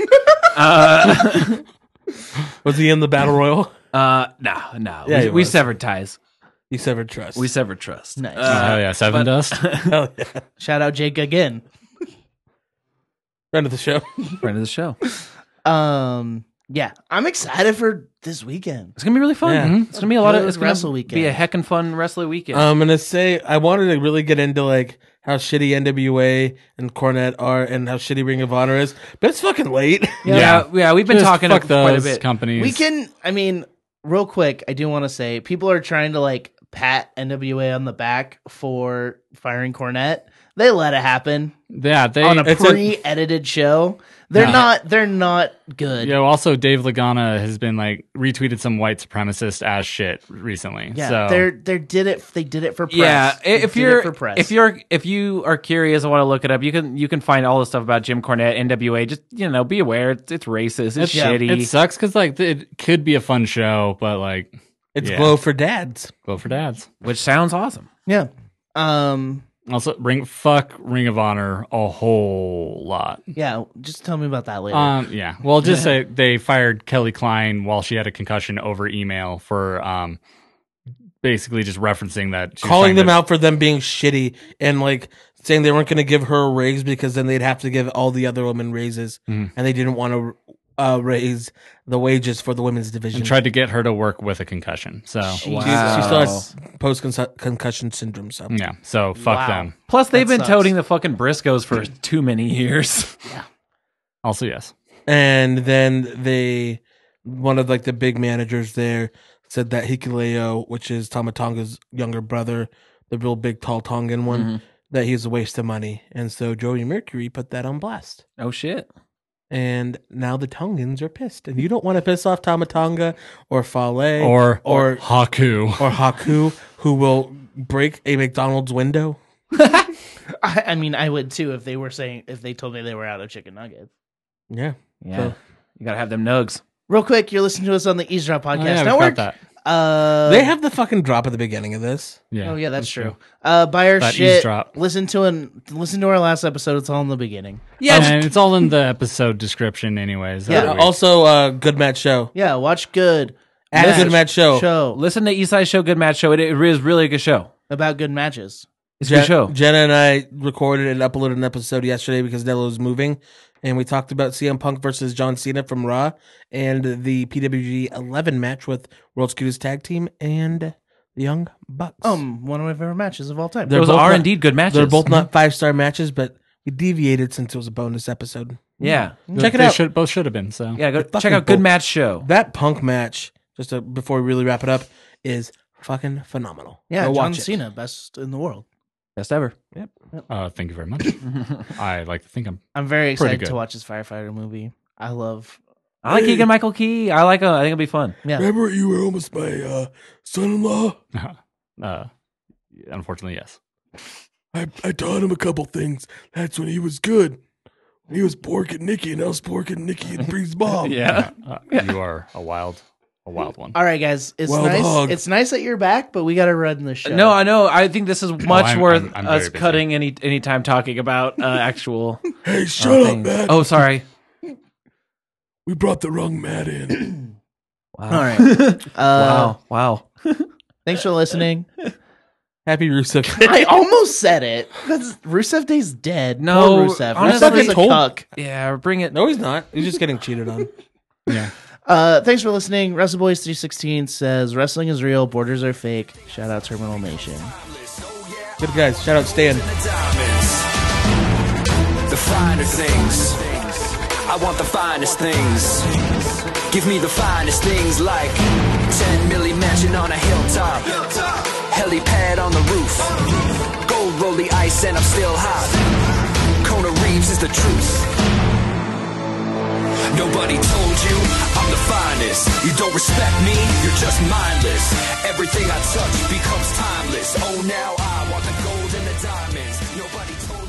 Was he in the battle royal? Uh, no, no, Yeah, we, he we was. severed ties. You severed trust. We severed trust. Nice. Uh, Hell yeah. Seven dust. Hell yeah. Shout out Jake again. Friend of the show. friend of the show. It's Um, yeah, I'm excited for this weekend. gonna be really fun. Yeah. Mhm. It's gonna be a lot of Good it's gonna wrestle be weekend. a heckin' fun wrestling weekend. I'm gonna say I wanted to really get into like how shitty NWA and Cornette are, and how shitty Ring of Honor is, but it's fucking late. yeah, yeah, yeah. we've been Just talking fuck quite a those bit. companies. We can, I mean, real quick, I do want to say people are trying to like pat NWA on the back for firing Cornette. They let it happen yeah. They. on a it's a- pre-edited show. They're No. not. They're not good. Yo, also Dave Lagana has been like retweeted some white supremacist ass shit recently. Yeah, so they're they did it. They did it for press. Yeah, i- They if did it you're for press, if you're if you are curious and want to look it up, you can you can find all the stuff about Jim Cornette, NWA. Just you know, be aware it's, it's racist, it's, yeah, shitty. it sucks because like th- it could be a fun show, but like It's Yeah. glow for dads. go for dads. which sounds awesome. yeah. Um, Also, ring fuck Ring of Honor a whole lot. yeah, just tell me about that later. Um, yeah. Well, just say they fired Kelly Klein while she had a concussion over email for um, basically just referencing that she was calling trying them to- out for them being shitty and like saying they weren't going to give her a raise because then they'd have to give all the other women raises, and they didn't want to uh, raise the wages for the women's division. and tried to get her to work with a concussion. So Jeez. She's- She still has post concussion syndrome. So yeah. So fuck Wow. them. Plus, they've That been sucks. toting the fucking Briscoes for too many years. Also, yes. and then they one of like the big managers there said that Hikuleo, which is Tamatonga's younger brother, the real big tall Tongan one, that he's a waste of money. And so Joey Mercury put that on blast. Oh shit! And now the Tongans are pissed. And you don't want to piss off Tamatonga or Fale Or or Haku. or Haku, who will break a McDonald's window. I, I mean, I would too if they were saying if they told me they were out of chicken nuggets. Yeah. Yeah, So- you gotta have them nugs. Real quick, you're listening to us on the Eavesdrop Oh, Podcast yeah, we Network. forgot that. Uh, they have the fucking drop at the beginning of this. Yeah. Oh yeah, that's true. Uh, buy our That shit. eavesdrop. Listen to an listen to our last episode. It's all in the beginning. and it's all in the episode description, anyways. Yeah. That'll be- Also, uh, Good Match Show. Yeah, watch good At Match Good Match Show. show Listen to Eastside Show, Good Match Show. It, it is really a good show. about good matches. It's a Je- good show. Jenna and I recorded and uploaded an episode yesterday because Nello was moving, and we talked about CM Punk versus John Cena from Raw and the PWG 11 match with World's Cutest Tag Team and the Young Bucks. Um, one of my favorite matches of all time. They're Those both are not- indeed good matches. they're both not five star matches, but we deviated since it was a bonus episode. Yeah, Check it they out. Should, both should have been. So yeah. Go Fucking check out Good both. Match Show. That Punk match, just to, before we really wrap it up, is fucking phenomenal. yeah, Go John watch it. Cena, best in the world. Best ever. Uh, thank you very much. I like to think I'm. I'm very Pretty excited good. to watch this firefighter movie. I love. I like Keegan Michael Key. I like. Uh, I think it'll be fun. Yeah, Remember, you were almost my uh, son in law? Uh, unfortunately, yes. I, I taught him a couple things. That's when he was good. He was porking Nikki, and I was porking Nikki and Bree's mom. Yeah. Uh, You are a wild, a wild one. All right, guys, it's Wild nice. hog. It's nice that you're back, but we got to run the show. No, I know. I think this is much Oh, I'm- worth I'm- I'm very us busy. cutting any any time talking about uh, actual. Hey, shut uh, up, things. Matt. Oh, sorry. We brought the wrong Matt in. Wow. All right. Uh, wow. Wow. Thanks for listening. Happy Rusev. I almost said it. That's Rusev Day's dead. Poor No, Rusev. honestly- Rusev is a Told- cuck. Yeah. Bring it. No, he's not. He's just getting cheated on. Uh, thanks for listening. Wrestle Boys 316 says wrestling is real, borders are fake. Shout out Terminal Nation. Good guys. Shout out Stan. the diamonds, the finer things. I want the finest things. Give me the finest things like 10 milli mansion on a hilltop, helipad on the roof, gold rolly ice, and I'm still hot. Kona Reeves is the truth. Nobody told you I'm the finest. You don't respect me, you're just mindless. Everything I touch becomes timeless. Oh, now I want the gold and the diamonds. Nobody told you.